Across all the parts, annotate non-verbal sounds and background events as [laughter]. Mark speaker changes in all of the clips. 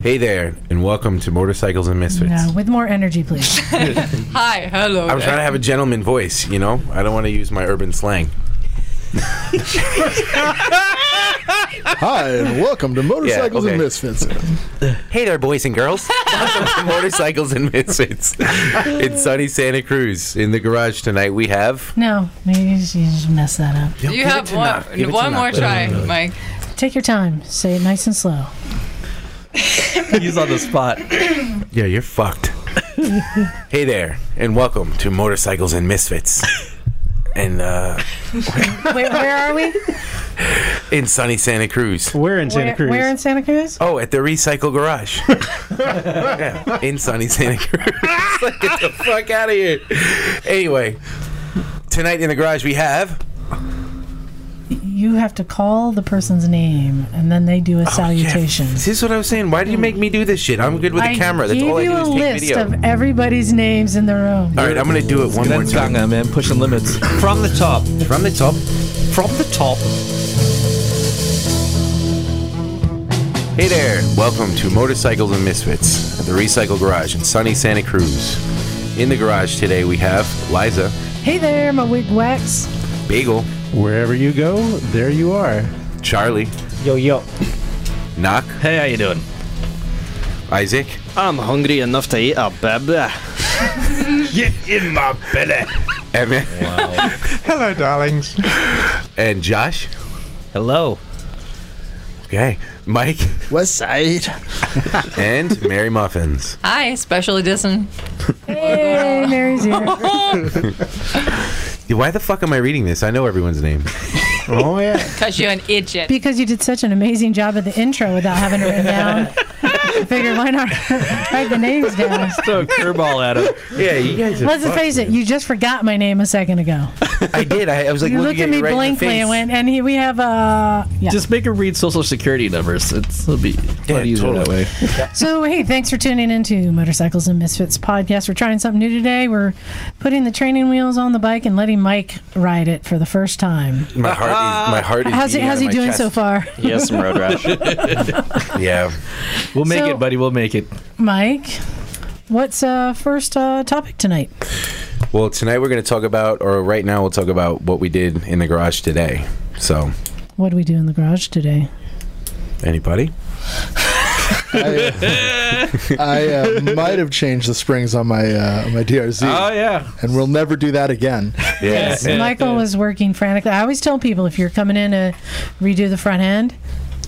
Speaker 1: Hey there, and welcome to Motorcycles and Misfits.
Speaker 2: No, with more energy, please.
Speaker 3: Hi, hello.
Speaker 1: I'm trying to have a gentleman voice, you know? I don't want to use my urban slang.
Speaker 3: [laughs]
Speaker 4: Hi, and welcome
Speaker 1: [laughs]
Speaker 4: to Motorcycles
Speaker 1: okay.
Speaker 4: and Misfits.
Speaker 1: Hey there, boys
Speaker 4: [laughs]
Speaker 1: and girls. welcome to Motorcycles and Misfits. it's sunny Santa Cruz. In the garage tonight, we have.
Speaker 2: No, maybe you just, you just mess that up.
Speaker 3: you have one, one more try, Mike.
Speaker 2: Take your time. Say it nice and slow.
Speaker 5: He's on the spot.
Speaker 1: [coughs] Yeah, you're fucked. hey there, and welcome to Motorcycles and Misfits. And uh,
Speaker 2: Wait, [laughs] where are we?
Speaker 1: in sunny Santa Cruz.
Speaker 6: We're in Santa
Speaker 2: where,
Speaker 6: Cruz.
Speaker 2: where in Santa Cruz?
Speaker 1: Oh, at the Recycle Garage. yeah, in sunny Santa Cruz. [laughs] Like, Get the fuck out of here. Anyway, tonight in the garage we have.
Speaker 2: You have to call the person's name, and then they
Speaker 1: Oh,
Speaker 2: do a salutation.
Speaker 1: Yeah, this is what I was saying. Why do you make me do this shit? I'm good with the
Speaker 2: I
Speaker 1: camera. That's
Speaker 2: gave
Speaker 1: all I
Speaker 2: you
Speaker 1: do
Speaker 2: a
Speaker 1: is take
Speaker 2: list
Speaker 1: video.
Speaker 2: of everybody's names in the room.
Speaker 1: all right, I'm gonna do it one more
Speaker 5: That's
Speaker 1: time
Speaker 5: Ganga, man, pushing limits.
Speaker 6: From the top.
Speaker 1: from the top.
Speaker 6: From the top.
Speaker 1: Hey there, welcome to Motorcycles and Misfits at the Recycle Garage in sunny Santa Cruz. In the garage today we have Liza,
Speaker 2: Hey there, my wig wax.
Speaker 1: Bagel,
Speaker 6: Wherever you go, there you are.
Speaker 1: Charlie,
Speaker 6: Yo, yo.
Speaker 1: Knock,
Speaker 5: Hey, how you doing?
Speaker 1: Isaac,
Speaker 7: I'm hungry enough to eat a baby.
Speaker 1: Emmett,
Speaker 8: [laughs] Hello, darlings.
Speaker 1: and Josh.
Speaker 5: Hello.
Speaker 1: Okay, Mike
Speaker 4: West Side.
Speaker 1: [laughs] and Mary Muffins.
Speaker 3: Hi, special edition.
Speaker 2: Hey, Mary's here.
Speaker 1: Why the fuck am I reading this? I know everyone's name.
Speaker 6: Oh, yeah.
Speaker 3: [laughs] Cause you're an idiot.
Speaker 2: Because you did such an amazing job at the intro without having it written
Speaker 1: [laughs]
Speaker 2: down. I figured why not write the names down?
Speaker 5: Throw a [laughs] curveball at him.
Speaker 1: Yeah, you guys.
Speaker 2: Let's face it, you just forgot my name a second ago.
Speaker 1: I did. I, I was like,
Speaker 2: You
Speaker 1: looking
Speaker 2: looked at me
Speaker 1: you right in the
Speaker 2: blankly
Speaker 1: face.
Speaker 2: and went, and he, we have uh, yeah.
Speaker 5: Just make her read social security numbers. It's, it'll be a lot
Speaker 1: Yeah,
Speaker 5: easier that
Speaker 1: totally.
Speaker 5: way.
Speaker 2: So, hey, thanks for tuning in to Motorcycles and Misfits podcast. We're trying something new today. We're putting the training wheels on the bike and letting Mike ride it for the first time.
Speaker 1: My heart is. My heart is.
Speaker 2: How's he,
Speaker 1: beating
Speaker 2: how's he
Speaker 1: out of my
Speaker 2: doing [laughs] so far?
Speaker 1: chest.
Speaker 7: Yes, some road
Speaker 5: [laughs]
Speaker 7: rash.
Speaker 1: Yeah.
Speaker 5: We'll make
Speaker 2: So-
Speaker 5: it, buddy. We'll make it.
Speaker 2: Mike, what's uh, first uh, topic tonight?
Speaker 1: Well, tonight we're going to talk about, or right now we'll talk about what we did in the garage today. So,
Speaker 2: What do we do in the garage today?
Speaker 1: anybody?
Speaker 4: I, uh, I,
Speaker 5: [laughs]
Speaker 4: uh, might have changed the springs on my uh, on my DRZ,
Speaker 5: Oh yeah.
Speaker 4: and we'll never do that again.
Speaker 1: Yeah.
Speaker 2: Michael was working frantically. I always tell people if you're coming in to redo the front end,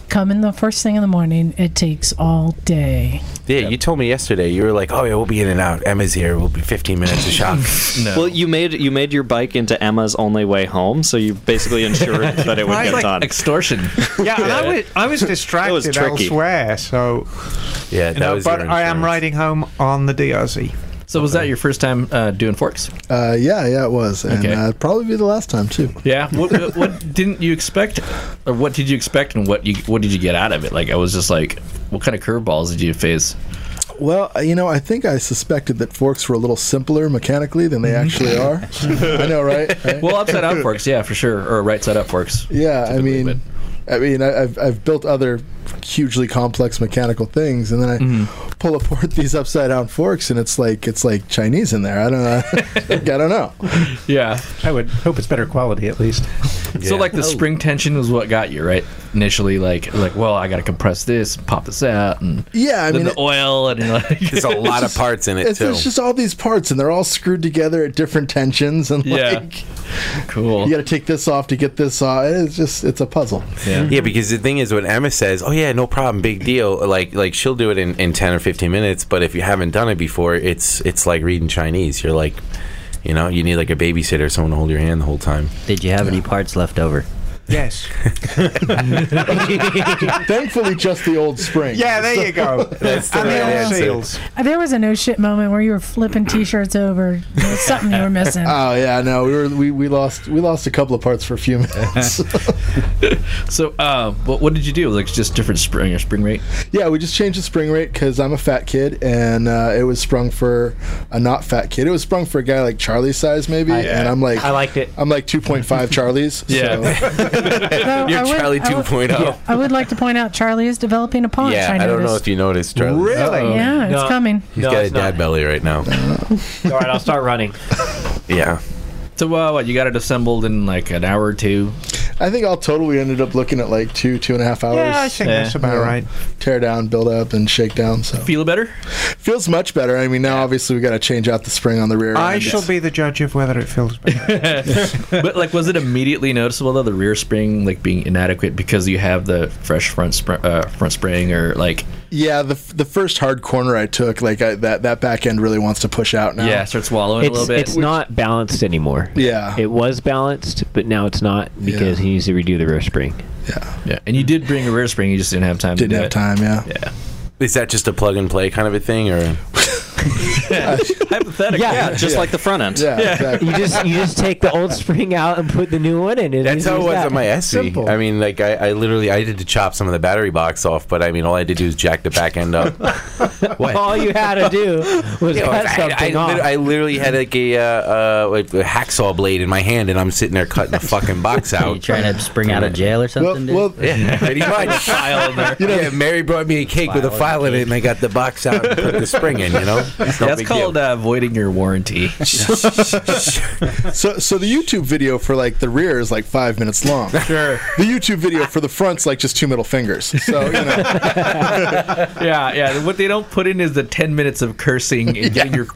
Speaker 2: come in the first thing in the morning. It takes all day.
Speaker 1: Yeah. You told me yesterday. You were like, "Oh yeah, we'll be in and out. Emma's here. We'll be 15 minutes
Speaker 7: [laughs]
Speaker 1: of shock."
Speaker 5: No.
Speaker 7: Well, you made you made your bike into Emma's only way home, so you basically ensured
Speaker 1: [laughs]
Speaker 7: that it would
Speaker 8: I
Speaker 7: get
Speaker 8: like
Speaker 7: done. [laughs]
Speaker 5: Extortion.
Speaker 8: Yeah, and I was, I was distracted
Speaker 7: tricky.
Speaker 8: elsewhere, so.
Speaker 1: yeah. That
Speaker 8: you know,
Speaker 1: was.
Speaker 8: but
Speaker 1: your
Speaker 8: I am
Speaker 1: insurance.
Speaker 8: riding home on the DRZ.
Speaker 5: So was that your first time uh, doing forks?
Speaker 4: Uh, yeah, yeah, it was, and
Speaker 5: Okay.
Speaker 4: uh, probably be the last time too.
Speaker 5: Yeah. What, what, what didn't you expect, or what did you expect, and what you what did you get out of it? Like I was just like, what kind of curveballs did you face?
Speaker 4: Well, uh, you know, I think I suspected that forks were a little simpler mechanically than they
Speaker 5: [laughs]
Speaker 4: actually are. I know, [laughs] right? Right?
Speaker 5: Well, upside up forks, yeah, for sure, or right side up forks.
Speaker 4: Yeah, I
Speaker 5: typically,
Speaker 4: mean, I mean, I, I've I've built other hugely complex mechanical things, and then I
Speaker 5: Mm-hmm.
Speaker 4: pull apart [laughs] these upside down forks, and it's like it's like Chinese in there. I don't know. [laughs] I don't know.
Speaker 5: but- [laughs] Yeah.
Speaker 6: I would hope it's better quality at least.
Speaker 5: So like
Speaker 1: Oh.
Speaker 5: the spring tension was what got you right initially. Like like well, I gotta compress this, pop this out, and
Speaker 4: Yeah, I
Speaker 5: then
Speaker 4: mean,
Speaker 5: the oil and like
Speaker 1: There's a lot of parts in it
Speaker 4: it's,
Speaker 1: too.
Speaker 4: it's just all these parts, and they're all screwed together at different tensions, and
Speaker 5: [laughs] Yeah.
Speaker 4: like
Speaker 5: cool.
Speaker 4: you got to take this off to get this off. It's just it's a puzzle.
Speaker 5: Yeah.
Speaker 1: Yeah, because the thing is, when Emma says, "Oh yeah, no problem, big deal," like like she'll do it in, in ten or fifteen minutes. But if you haven't done it before, it's it's like reading Chinese. You're like, you know, you need like a babysitter, someone to hold your hand the whole time.
Speaker 9: Did you have any parts left over?
Speaker 8: Yes.
Speaker 4: [laughs] Thankfully, just the old spring.
Speaker 8: Yeah, there
Speaker 4: [laughs]
Speaker 8: you go.
Speaker 1: That's the
Speaker 8: and
Speaker 1: right
Speaker 8: the old
Speaker 1: answer.
Speaker 8: seals.
Speaker 2: Uh, There was a no shit moment where you were flipping t-shirts over. There was something you were missing.
Speaker 4: Oh yeah, no, we were we, we lost we lost a couple of parts for a few
Speaker 1: [laughs]
Speaker 4: minutes.
Speaker 5: So uh, what what did you do? Like just different spring or spring rate?
Speaker 4: Yeah, we just changed the spring rate because I'm a fat kid, and uh, it was sprung for a not fat kid. It was sprung for a guy like Charlie's size, maybe, and I'm like,
Speaker 6: liked it.
Speaker 4: I'm like 2.5 Charlie's.
Speaker 5: Yeah.
Speaker 4: so
Speaker 2: Though
Speaker 1: You're
Speaker 2: I would-
Speaker 1: Charlie
Speaker 2: I would-
Speaker 1: 2.0.
Speaker 2: I would like to point out Charlie is developing a paunch.
Speaker 1: Yeah,
Speaker 2: I,
Speaker 1: I, don't know
Speaker 2: noticed.
Speaker 1: if you noticed, Charlie.
Speaker 8: Really?
Speaker 2: Yeah, it's
Speaker 10: No.
Speaker 2: coming.
Speaker 1: He's
Speaker 10: No,
Speaker 1: got a
Speaker 10: it's
Speaker 1: dad
Speaker 10: not.
Speaker 1: belly right now.
Speaker 10: All right, I'll start running.
Speaker 1: yeah.
Speaker 5: So uh, what? You got it assembled in like an hour or two.
Speaker 4: I think all total we ended up looking at like two, two and a half hours.
Speaker 8: Yeah, I think
Speaker 5: Yeah.
Speaker 8: that's about
Speaker 4: Yeah.
Speaker 8: right.
Speaker 4: Tear down, build up, and shake down. So
Speaker 5: Feel better?
Speaker 4: feels much better. I mean, now obviously we got to change out the spring on the rear.
Speaker 8: I
Speaker 4: end.
Speaker 8: shall be the judge of whether it feels better.
Speaker 5: [laughs] but like, was it immediately noticeable though the rear spring like being inadequate because you have the fresh front spr- uh, front spring or like
Speaker 4: Yeah, the the first hard corner I took, like I, that that back end really wants to push out now. [laughs]
Speaker 5: yeah start swallowing a
Speaker 10: It's,
Speaker 5: little bit?
Speaker 10: it's not balanced anymore.
Speaker 4: Yeah.
Speaker 10: It was balanced, but now it's not because
Speaker 4: Yeah.
Speaker 10: he needs to redo the rear spring.
Speaker 5: yeah, and you did bring a rear spring. You just didn't have time. to
Speaker 4: Didn't
Speaker 5: do
Speaker 4: have
Speaker 5: it.
Speaker 4: time. Yeah.
Speaker 5: Yeah,
Speaker 1: Is that just a plug and play kind of a thing, or [laughs]
Speaker 5: hypothetically.
Speaker 7: Yeah, just like the front end.
Speaker 4: Yeah. Exactly.
Speaker 10: You just you just take the old spring out and put the new one in. and
Speaker 1: that's how it
Speaker 10: use
Speaker 1: was
Speaker 10: that.
Speaker 1: on my SE.
Speaker 6: Simple.
Speaker 1: I mean, like I, I literally I had to chop some of the battery box off, but I mean, all I had to do is jack the back end up.
Speaker 10: [laughs]
Speaker 1: what?
Speaker 10: All you had to do was
Speaker 1: Yeah,
Speaker 10: cut
Speaker 1: I- I-
Speaker 10: something
Speaker 1: I,
Speaker 10: off.
Speaker 1: lit- I literally had like a, uh, uh, like a hacksaw blade in my hand, and I'm sitting there cutting the fucking box
Speaker 9: Are [laughs] you
Speaker 1: out.
Speaker 9: trying to spring out of jail or
Speaker 4: Well,
Speaker 9: something,
Speaker 4: well,
Speaker 2: [laughs]
Speaker 1: Yeah,
Speaker 6: [laughs]
Speaker 1: pretty much. [laughs] yeah, Mary brought me a cake with a
Speaker 9: File in
Speaker 1: file in
Speaker 9: the
Speaker 1: it, and I got the box out and put the spring in. You
Speaker 5: [laughs]
Speaker 9: [laughs]
Speaker 1: know, It's no
Speaker 5: That's
Speaker 1: big deal.
Speaker 5: called uh, avoiding your [laughs] warranty.
Speaker 4: so so the YouTube video for like the rear is like five minutes long. Sure. The YouTube video for the front's like just two middle fingers. So you know,
Speaker 5: yeah, yeah. What they don't put in is the ten minutes of cursing and getting your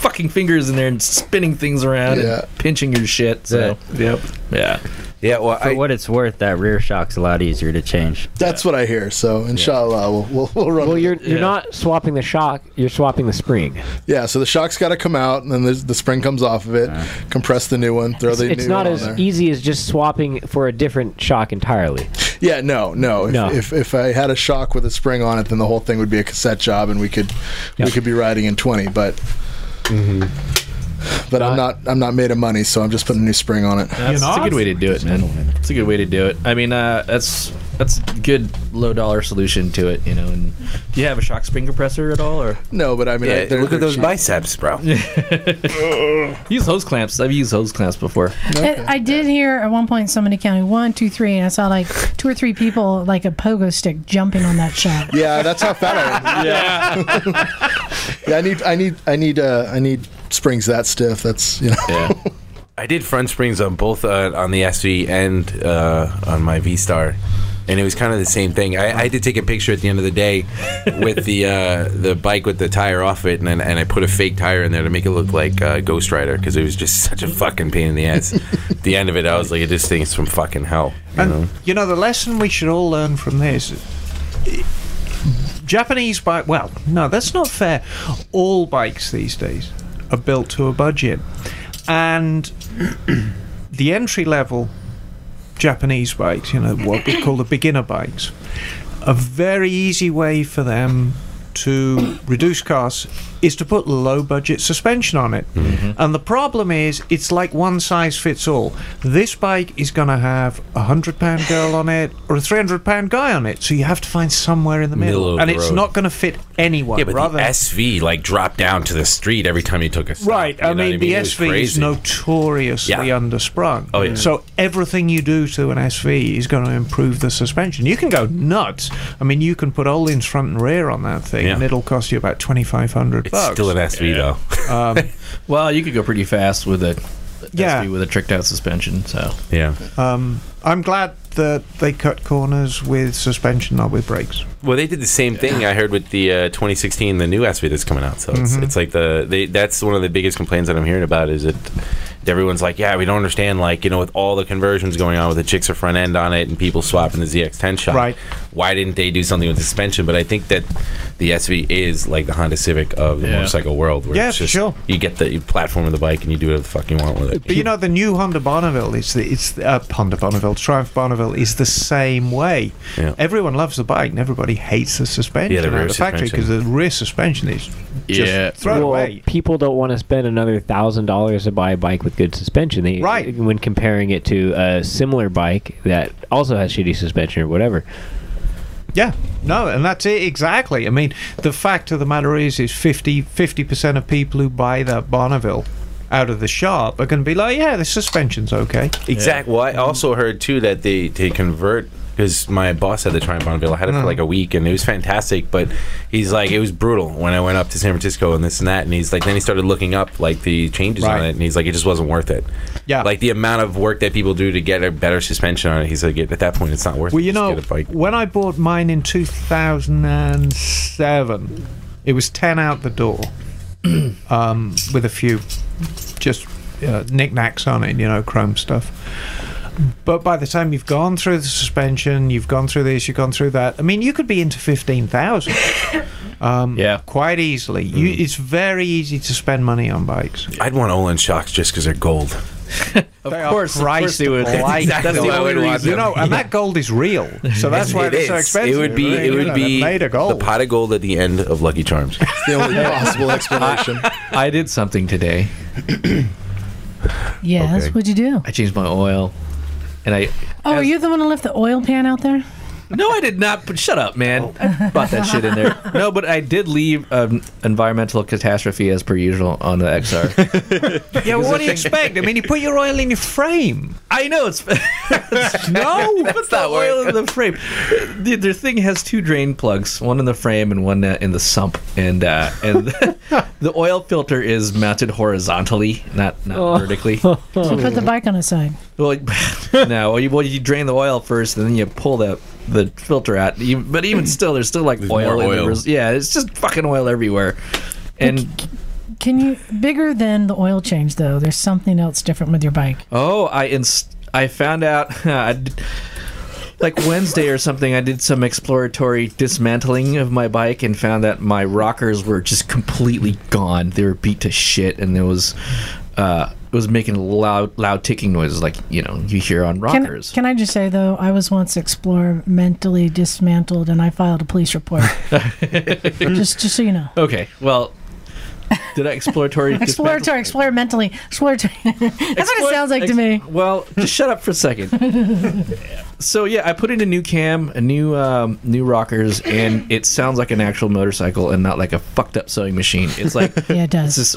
Speaker 5: fucking fingers in there and spinning things around
Speaker 4: Yeah.
Speaker 5: and pinching your shit. So
Speaker 6: Yep.
Speaker 5: yeah,
Speaker 1: yeah. Well,
Speaker 9: For
Speaker 1: I,
Speaker 9: what it's worth, that rear shock's a lot easier to change.
Speaker 4: that's what I hear. So inshallah, we'll we'll, we'll run.
Speaker 10: well,
Speaker 4: with
Speaker 10: you're
Speaker 4: it.
Speaker 10: you're not swapping the shock. You're swapping the spring.
Speaker 4: yeah. So the shock's got to come out, and then the, the spring comes off of it. compress the new one. Throw
Speaker 10: It's,
Speaker 4: the new
Speaker 10: it's not
Speaker 4: one
Speaker 10: as e-
Speaker 4: on there.
Speaker 10: easy as just swapping for a different shock entirely.
Speaker 4: Yeah, no, no. If,
Speaker 10: No.
Speaker 4: If, if I had a shock with a spring on it, then the whole thing would be a cassette job, and we could we
Speaker 10: Yep.
Speaker 4: could be riding in twenty. But
Speaker 5: Mm-hmm.
Speaker 4: but
Speaker 10: Uh,
Speaker 4: I'm not I'm not made of money, so I'm just putting a new spring on it.
Speaker 5: that's, that's a good way to do it, man. It's a good way to do it. I mean, uh, that's that's a good low dollar solution to it, you know. And do you have a shock spring compressor at all, or
Speaker 4: No, but I mean, I,
Speaker 1: yeah,
Speaker 4: they're-
Speaker 1: look at
Speaker 4: they're
Speaker 1: those
Speaker 4: cheap.
Speaker 1: biceps,
Speaker 5: [laughs]
Speaker 1: bro.
Speaker 5: use hose clamps? I've used hose clamps before.
Speaker 4: Okay.
Speaker 2: I, I did hear at one point somebody counting one, two, three, and I saw like two or three people like a pogo stick jumping on that shot.
Speaker 4: Yeah, that's how fat I am. Yeah. [laughs] yeah, I need I need I need uh, I need springs that stiff. That's you know.
Speaker 5: Yeah,
Speaker 1: I did front springs on both uh, on the SV and uh, on my V Star, and it was kind of the same thing. I, I had to take a picture at the end of the day with the uh, the bike with the tire off it, and then, and I put a fake tire in there to make it look like uh, Ghost Rider because it was just [laughs] such a fucking pain in the ass. At the end of it, I was like, this thing is from fucking hell. You know?
Speaker 8: And you know the lesson we should all learn from this. Japanese bike. Well, no, that's not fair. All bikes these days are built to a budget, and [clears throat] the entry level Japanese bikes, you know what we call the beginner bikes, a very easy way for them to reduce costs is to put low budget suspension on it. And the problem is, it's like one size fits all. This bike is going to have a hundred pound girl on it or a three hundred pound guy on it, so you have to find somewhere in the middle,
Speaker 1: Middle of
Speaker 8: and
Speaker 1: the
Speaker 8: it's
Speaker 1: road.
Speaker 8: not going to fit anyone.
Speaker 1: Yeah, but
Speaker 8: rather
Speaker 1: the SV like dropped down to the street every time you took a stop,
Speaker 8: Right.
Speaker 1: you know
Speaker 8: I
Speaker 1: what
Speaker 8: mean, the
Speaker 1: It was
Speaker 8: SV is
Speaker 1: crazy.
Speaker 8: notoriously
Speaker 1: Yeah.
Speaker 8: undersprung.
Speaker 1: Oh, yeah.
Speaker 8: So everything you do to an SV is going to improve the suspension. You can go nuts. I mean, you can put Olin's front and rear on that thing,
Speaker 1: Yeah.
Speaker 8: and it'll cost you about twenty five hundred
Speaker 1: It's
Speaker 8: bucks.
Speaker 1: still an SV though.
Speaker 5: [laughs] Um, well, you could go pretty fast with a
Speaker 8: Yeah.
Speaker 5: yeah with a tricked out suspension. So
Speaker 1: Yeah.
Speaker 8: um, I'm glad that they cut corners with suspension, not with brakes.
Speaker 1: Well, they did the same thing I heard with the uh, 2016, the new SV that's coming out. So it's,
Speaker 8: Mm-hmm.
Speaker 1: it's like the they, that's one of the biggest complaints that I'm hearing about is that everyone's like, yeah, we don't understand, like you know, with all the conversions going on with the Gixxer front end on it and people swapping the ZX10 shot,
Speaker 8: Right.
Speaker 1: Why didn't they do something with suspension? But I think that the SV is like the Honda Civic of the
Speaker 5: Yeah.
Speaker 1: motorcycle world, where
Speaker 8: Yeah,
Speaker 1: it's
Speaker 8: for
Speaker 1: just
Speaker 8: sure.
Speaker 1: you get the platform of the bike and you do whatever the fuck you want with it.
Speaker 8: But you know, the new Honda Bonneville is the it's the, uh, Honda Bonneville Triumph Bonneville is the same way.
Speaker 1: Yeah.
Speaker 8: Everyone loves the bike, and everybody hates the suspension
Speaker 1: Yeah, the
Speaker 8: out
Speaker 1: rear
Speaker 8: of the factory because
Speaker 1: suspension.
Speaker 8: the rear suspension is just
Speaker 5: Yeah.
Speaker 8: thrown
Speaker 10: well,
Speaker 8: away.
Speaker 10: people don't want to spend another thousand dollars to buy a bike with good suspension. They, uh,
Speaker 8: Right.
Speaker 10: When comparing it to a similar bike that also has shitty suspension or whatever.
Speaker 8: Yeah, no, and that's it exactly. I mean, the fact of the matter is, is 50 percent of people who buy that Bonneville out of the shop are going to be like, yeah, the suspension's okay.
Speaker 1: Exactly. Well, I
Speaker 8: Mm-hmm.
Speaker 1: also heard too that they they convert because my boss had the Triumph Bonneville. I had it for
Speaker 8: Mhm.
Speaker 1: like a week and it was fantastic. But he's like, it was brutal when I went up to San Francisco and this and that. And he's like, then he started looking up like the changes on
Speaker 8: Right.
Speaker 1: it, and he's like, it just wasn't worth it.
Speaker 8: Yeah.
Speaker 1: Like the amount of work that people do to get a better suspension on it. He's like, at that point, it's not worth
Speaker 8: Well,
Speaker 1: it.
Speaker 8: you
Speaker 1: Just
Speaker 8: know,
Speaker 1: get a bike.
Speaker 8: when I bought mine in 2007, it was 10 out the door [clears throat] um, with a few just uh, knickknacks on it, you know, chrome stuff. But by the time you've gone through the suspension, you've gone through this, you've gone through that, I mean, you could be into
Speaker 1: [laughs]
Speaker 8: 15,000. Um, yeah, quite easily.
Speaker 1: Mm.
Speaker 8: You, it's very easy to spend money on bikes.
Speaker 1: I'd want Olin shocks just because they're gold.
Speaker 8: Of course, of course they would.
Speaker 1: That's exactly why I would want
Speaker 8: You
Speaker 1: them.
Speaker 8: know, and that gold is real,
Speaker 1: [laughs]
Speaker 8: so that's
Speaker 1: It-
Speaker 8: why
Speaker 1: it
Speaker 8: they're so
Speaker 1: is.
Speaker 8: expensive.
Speaker 1: It would be
Speaker 8: They're,
Speaker 1: it
Speaker 8: you
Speaker 1: would
Speaker 8: know, [laughs]
Speaker 1: be
Speaker 8: they're made of gold.
Speaker 1: the pot of gold at the end of
Speaker 8: [laughs]
Speaker 1: Lucky
Speaker 4: [laughs]
Speaker 1: Charms.
Speaker 4: the only possible explanation.
Speaker 5: I did something today.
Speaker 2: Yes.
Speaker 5: Okay.
Speaker 2: What'd you do?
Speaker 5: I changed my oil, and I
Speaker 2: Oh, are you the one who left the oil pan out there?
Speaker 5: No, I did not. But shut up, man. I bought [laughs] that shit in there. No, but I did leave um, environmental catastrophe as per usual on the XR.
Speaker 8: Yeah, well, what do you expect? I mean, you put your oil in your frame.
Speaker 5: I
Speaker 8: [laughs]
Speaker 5: know it's [laughs] no, that's not oil in the frame. The, their thing has two drain plugs, one in the frame and one uh, in the sump, and uh, and [laughs] the, oil filter is mounted horizontally, not not vertically.
Speaker 2: Oh. [laughs] So put the bike on its side.
Speaker 5: Well, no. Well [laughs] you, well, you drain the oil first, and then you pull the the filter out. You, but even still, there's still like oil.
Speaker 1: more
Speaker 5: in the
Speaker 1: oil.
Speaker 5: res- yeah, it's just fucking oil everywhere. And
Speaker 2: Can you bigger than the oil change though? There's something else different with your bike.
Speaker 5: oh, I inst- I found out. [laughs] I d- like Wednesday or something, I did some exploratory dismantling of my bike and found that my rockers were just completely gone. They were beat to shit, and there was. Uh, it was making loud, loud ticking noises, like you know you hear
Speaker 2: Can-
Speaker 5: on rockers.
Speaker 2: Can, I just say though, I was once explorer mentally dismantled, and I filed a police
Speaker 5: [laughs]
Speaker 2: report. [laughs] just, just so you know,
Speaker 5: okay, well, did I exploratory?
Speaker 2: [laughs]
Speaker 5: dismantle-
Speaker 2: exploratory, explorer mentally, exploratory. [laughs] That's what it
Speaker 5: Explore-
Speaker 2: sounds like
Speaker 5: ex-
Speaker 2: to me.
Speaker 5: Well, just shut up for
Speaker 1: [laughs]
Speaker 5: a second. so yeah, I put in a new cam, a new um, new rockers, and it sounds like an actual motorcycle and not like a fucked up sewing machine. It's like
Speaker 2: [laughs]
Speaker 5: [laughs]
Speaker 2: Yeah, it does.
Speaker 5: it's just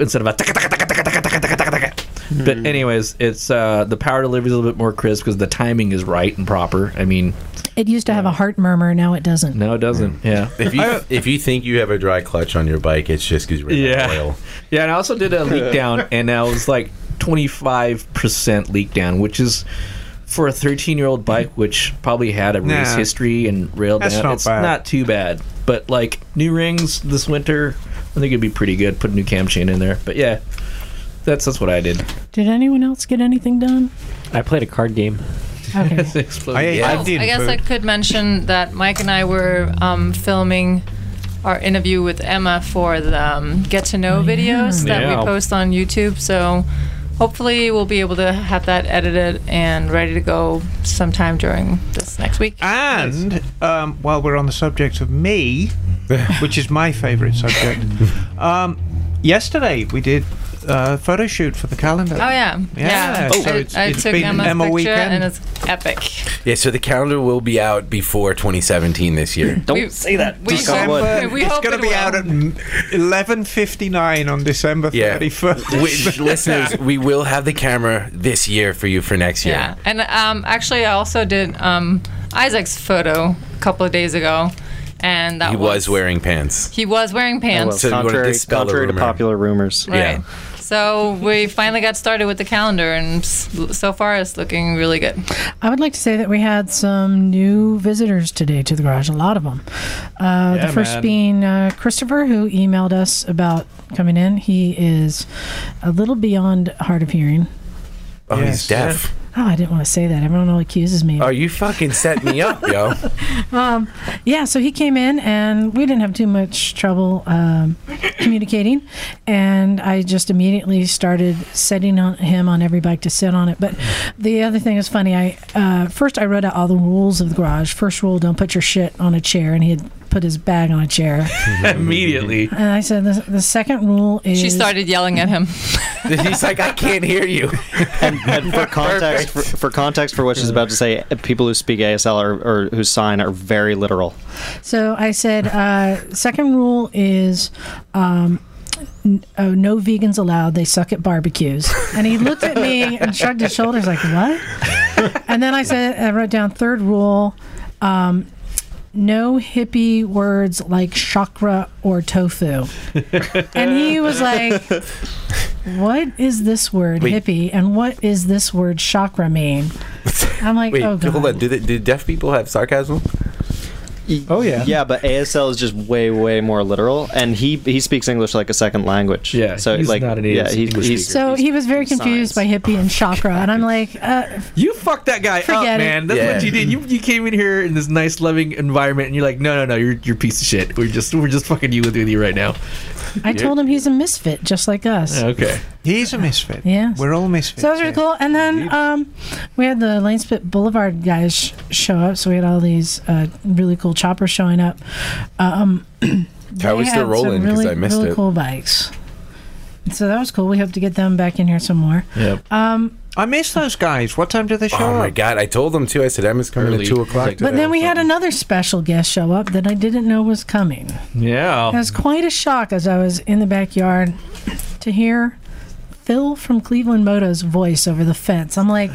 Speaker 5: instead of a taka, taka, taka, taka, taka, taka, taka, taka, taka.
Speaker 1: Hmm.
Speaker 5: but anyways, it's uh, the power delivery is a little bit more crisp because the timing is right and proper. I mean,
Speaker 2: It used to have a heart murmur, now it doesn't.
Speaker 5: no, it doesn't. Yeah.
Speaker 1: If you if you think you have a dry clutch on your bike, it's just because you're running out of
Speaker 5: Yeah.
Speaker 1: oil.
Speaker 5: [laughs] Yeah, and I also did a leak down, and I was like 25% leak down, which is for a 13 year old bike, which probably had a race
Speaker 8: Nah.
Speaker 5: history and rail
Speaker 8: That's
Speaker 5: down.
Speaker 8: not
Speaker 5: it's
Speaker 8: bad.
Speaker 5: not too bad. But like new rings this winter, I think it'd be pretty good. Put a new cam chain in there. But yeah, that's that's what I did.
Speaker 2: Did anyone else get anything done?
Speaker 10: I played a card game.
Speaker 5: [laughs]
Speaker 2: Okay.
Speaker 5: Exploded.
Speaker 8: ate-
Speaker 1: Yeah.
Speaker 3: Oh, I guess I could mention that Mike and I were um, filming our interview with Emma for the um, get to
Speaker 8: Oh,
Speaker 3: know videos that
Speaker 10: Yeah.
Speaker 3: we post on YouTube. So hopefully we'll be able to have that edited and ready to go sometime during this next week.
Speaker 8: And um, while we're on the subject of me, which is my favourite subject, um, yesterday we did a photo shoot for the calendar.
Speaker 3: Oh yeah,
Speaker 8: Yeah,
Speaker 3: yeah.
Speaker 8: so
Speaker 3: I,
Speaker 8: it's-
Speaker 3: I
Speaker 8: it's
Speaker 3: took
Speaker 8: been
Speaker 3: Emma's
Speaker 8: Emma
Speaker 3: picture
Speaker 8: weekend.
Speaker 3: and it's epic.
Speaker 1: Yeah, so the calendar will be out before 2017 this year.
Speaker 7: Don't
Speaker 3: Mm.
Speaker 2: [laughs]
Speaker 3: We-
Speaker 7: say that.
Speaker 3: we
Speaker 7: Knock on
Speaker 3: hope-
Speaker 7: wood.
Speaker 8: December,
Speaker 3: we
Speaker 8: it's
Speaker 3: hope
Speaker 8: going to
Speaker 3: it
Speaker 8: be
Speaker 3: will.
Speaker 8: out at m- 11.59 on December
Speaker 1: Yeah.
Speaker 8: 31st. [laughs]
Speaker 1: Which, listeners, we will have the camera this year for you for next year.
Speaker 3: Yeah, and um, actually, I also did um, Isaac's photo a couple of days ago, and that
Speaker 1: He
Speaker 3: was
Speaker 1: was wearing pants.
Speaker 3: he was wearing pants.
Speaker 1: So you wanna
Speaker 7: contrary
Speaker 1: dispel the
Speaker 7: contrary to
Speaker 1: rumor.
Speaker 7: popular rumors.
Speaker 1: Yeah.
Speaker 3: Right. So we finally got started with the calendar, and s- so far it's looking really good.
Speaker 2: I would like to say that we had some new visitors today to the garage, a lot of them. Uh,
Speaker 5: Yeah,
Speaker 2: the first
Speaker 5: man.
Speaker 2: being uh, Christopher, who emailed us about coming in. He is a little beyond hard of hearing.
Speaker 1: Oh,
Speaker 8: Yes.
Speaker 1: he's deaf.
Speaker 2: Oh, I didn't want to say that. Everyone all accuses me.
Speaker 1: Oh, you fucking set me up,
Speaker 2: [laughs]
Speaker 1: yo.
Speaker 2: Um, yeah, so he came in and we didn't have too much trouble um, communicating. And I just immediately started setting on him on every bike to sit on it. But the other thing is funny. I uh, first I wrote out all the rules of the garage. First rule: don't put your shit on a chair. And he had put his bag on a chair.
Speaker 5: [laughs] Immediately.
Speaker 2: and I said the, the second rule is
Speaker 3: She started yelling at him.
Speaker 1: [laughs] he's like, I can't hear you.
Speaker 7: and, and for context, for, for context, for what she's about to say, people who speak ASL or, or who sign are very literal.
Speaker 2: So I said, uh, second rule is um, n- oh, no vegans allowed. They suck at barbecues. And he looked at me and shrugged his shoulders, like, what? And then I said, I wrote down third rule um, no hippie words like chakra or tofu. And he was like, what is this word
Speaker 1: Wait.
Speaker 2: hippie? And what is this word chakra mean? I'm like,
Speaker 1: Wait,
Speaker 2: oh, God.
Speaker 1: hold on. Do, they, do deaf people have sarcasm?
Speaker 7: Oh yeah. Yeah, but ASL is just way way more literal, and he he speaks English like a second language. Yeah. So
Speaker 5: he's
Speaker 7: like
Speaker 5: not an
Speaker 7: yeah,
Speaker 5: ASL
Speaker 7: he,
Speaker 5: English
Speaker 7: he's
Speaker 2: So he was very confused by hippie and chakra, and I'm like, uh,
Speaker 5: You fucked that guy
Speaker 2: Forget it.
Speaker 5: up, Oh, man. That's
Speaker 2: Yeah.
Speaker 5: what you did. You you came in here in this nice, loving environment, and you're like, no, no, no, you're you're a piece of shit. We're just we're just fucking you with you right now.
Speaker 2: I told him he's a misfit, just like us.
Speaker 5: Okay.
Speaker 8: He's a misfit.
Speaker 2: Yes.
Speaker 8: We're all misfits.
Speaker 2: So that was really cool. And then um, we had the Lanespit Boulevard guys sh- show up. So we had all these uh, really cool choppers showing up. Um, [clears throat]
Speaker 1: How
Speaker 2: they
Speaker 1: was
Speaker 2: had
Speaker 1: their
Speaker 2: some
Speaker 1: rolling? 'Cause
Speaker 2: Really,
Speaker 1: I missed
Speaker 2: really
Speaker 1: it.
Speaker 2: cool bikes. So that was cool. We hope to get them back in here some more.
Speaker 5: Yep.
Speaker 2: Um,
Speaker 8: I miss those guys. What time do they show
Speaker 1: Oh my
Speaker 8: up?
Speaker 1: god! I told them too. I said Emma's coming
Speaker 5: Early.
Speaker 1: at two o'clock.
Speaker 2: but then we had another special guest show up that I didn't know was coming.
Speaker 5: Yeah.
Speaker 2: That was quite a shock as I was in the backyard to hear Phil from Cleveland Moto's voice over the fence. I'm like,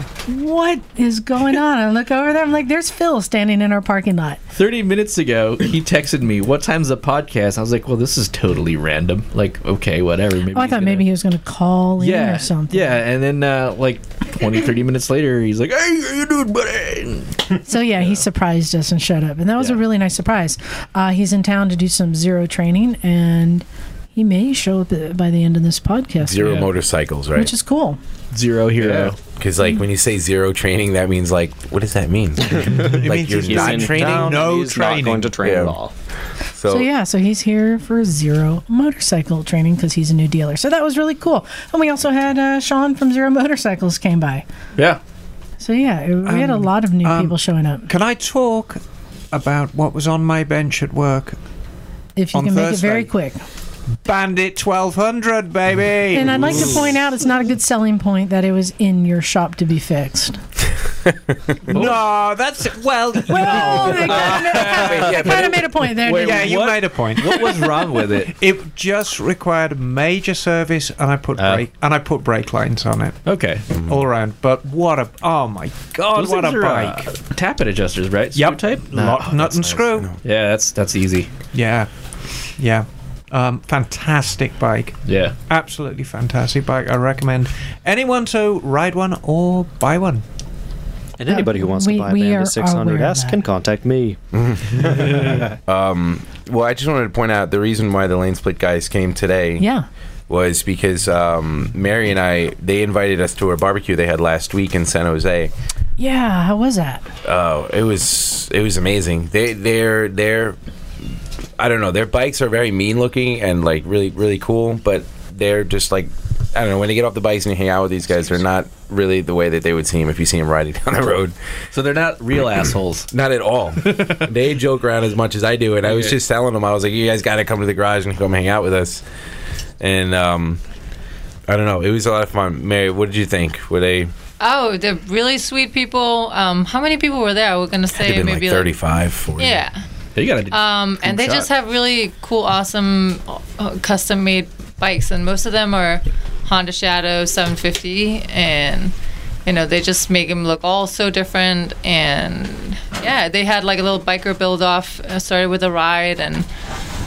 Speaker 2: what is going on? I look over there. I'm like, there's Phil standing in our parking lot.
Speaker 5: Thirty minutes ago, he texted me, "What time's the podcast?" I was like, "Well, this is totally random. Like, okay, whatever." Maybe
Speaker 2: Oh, I
Speaker 5: he's
Speaker 2: thought
Speaker 5: gonna-
Speaker 2: maybe he was going to call in
Speaker 5: yeah,
Speaker 2: or something.
Speaker 5: yeah, and then uh, like 20, 30 minutes later, he's like, "Hey, how you doing, buddy?"
Speaker 2: [laughs] So yeah, he surprised us and showed up, and that was a really nice surprise. Uh, he's in town to do some zero training, and he may show up uh, by the end of this podcast.
Speaker 1: Zero motorcycles, right?
Speaker 2: which is cool.
Speaker 5: Zero hero.
Speaker 1: Because like when you say zero training, that means like what does that
Speaker 7: [laughs]
Speaker 1: mean? like
Speaker 8: means
Speaker 1: you're
Speaker 8: he's
Speaker 1: not
Speaker 7: in
Speaker 1: training.
Speaker 7: town and
Speaker 8: No
Speaker 7: he's
Speaker 8: training.
Speaker 7: Not going to train
Speaker 1: Yeah.
Speaker 7: at all.
Speaker 1: So,
Speaker 2: So yeah, so he's here for zero motorcycle training because he's a new dealer. So that was really cool. And we also had uh, Sean from Zero Motorcycles came by.
Speaker 5: Yeah.
Speaker 2: So yeah, it- we had a
Speaker 8: Um,
Speaker 2: lot of new
Speaker 8: um,
Speaker 2: people showing up.
Speaker 8: Can I talk about what was on my bench at work?
Speaker 2: If you
Speaker 8: on
Speaker 2: can make it very
Speaker 8: Thursday.
Speaker 2: quick.
Speaker 8: Bandit 1200, baby.
Speaker 2: And I'd like to point out it's not a good selling point that it was in your shop to be fixed.
Speaker 8: No, that's well.
Speaker 2: Well, I kind of made a point there.
Speaker 5: Wait,
Speaker 2: didn't
Speaker 8: yeah,
Speaker 2: I?
Speaker 8: you
Speaker 5: what?
Speaker 8: made a point.
Speaker 5: What was wrong with it?
Speaker 8: [laughs] It just required major service, and I put
Speaker 5: Oh.
Speaker 8: brake and I put brake lines on it
Speaker 5: Okay.
Speaker 8: all around. But what a oh my god,
Speaker 5: Those
Speaker 8: what
Speaker 5: things
Speaker 8: a
Speaker 5: are, uh,
Speaker 8: bike!
Speaker 5: tappet adjusters, right? Screw
Speaker 8: Yep.
Speaker 5: Type.
Speaker 8: Lock,
Speaker 5: No.
Speaker 8: nut and screw.
Speaker 5: Yeah, that's that's easy.
Speaker 8: Yeah, yeah. Um, fantastic bike,
Speaker 5: Yeah.
Speaker 8: absolutely fantastic bike. I recommend anyone to ride one or buy one.
Speaker 7: And anybody who wants
Speaker 2: We-
Speaker 7: to buy a
Speaker 2: we are-
Speaker 7: Bandit
Speaker 2: are aware of
Speaker 7: 600S can
Speaker 2: that.
Speaker 7: contact
Speaker 1: [laughs]
Speaker 7: me.
Speaker 1: Um, well, I just wanted to point out the reason why the lane split guys came today.
Speaker 2: Yeah.
Speaker 1: was because um, Mary and I they invited us to a barbecue they had last week in San Jose.
Speaker 2: [laughs] Yeah, how was that?
Speaker 1: Oh, it was it was amazing. They they're they're I don't know. Their bikes are very mean looking and like really really cool, but they're just like I don't know. When they get off the bikes and you hang out with these guys, they're not really the way that they would seem if you see them riding [laughs] down the road.
Speaker 5: So they're not real assholes.
Speaker 1: [clears throat] Not at all.
Speaker 5: [laughs]
Speaker 1: they joke around as much as I do, and I was just telling them I was like, "You guys got to come to the garage and come hang out with us." And um, I don't know. It was a lot of fun. Mary, what did you think? Were they?
Speaker 3: Oh, they're really sweet people. Um, how many people were there? We're gonna
Speaker 1: They've
Speaker 3: say
Speaker 1: been like
Speaker 3: maybe
Speaker 1: 35, 40.
Speaker 3: yeah.
Speaker 5: You gotta.
Speaker 3: Um, and they
Speaker 5: shot.
Speaker 3: just have really cool, awesome, uh, custom-made bikes, and most of them are Honda Shadow 750, and you know they just make them look all so different. And yeah, they had like a little biker build-off. uh, Started with a ride, and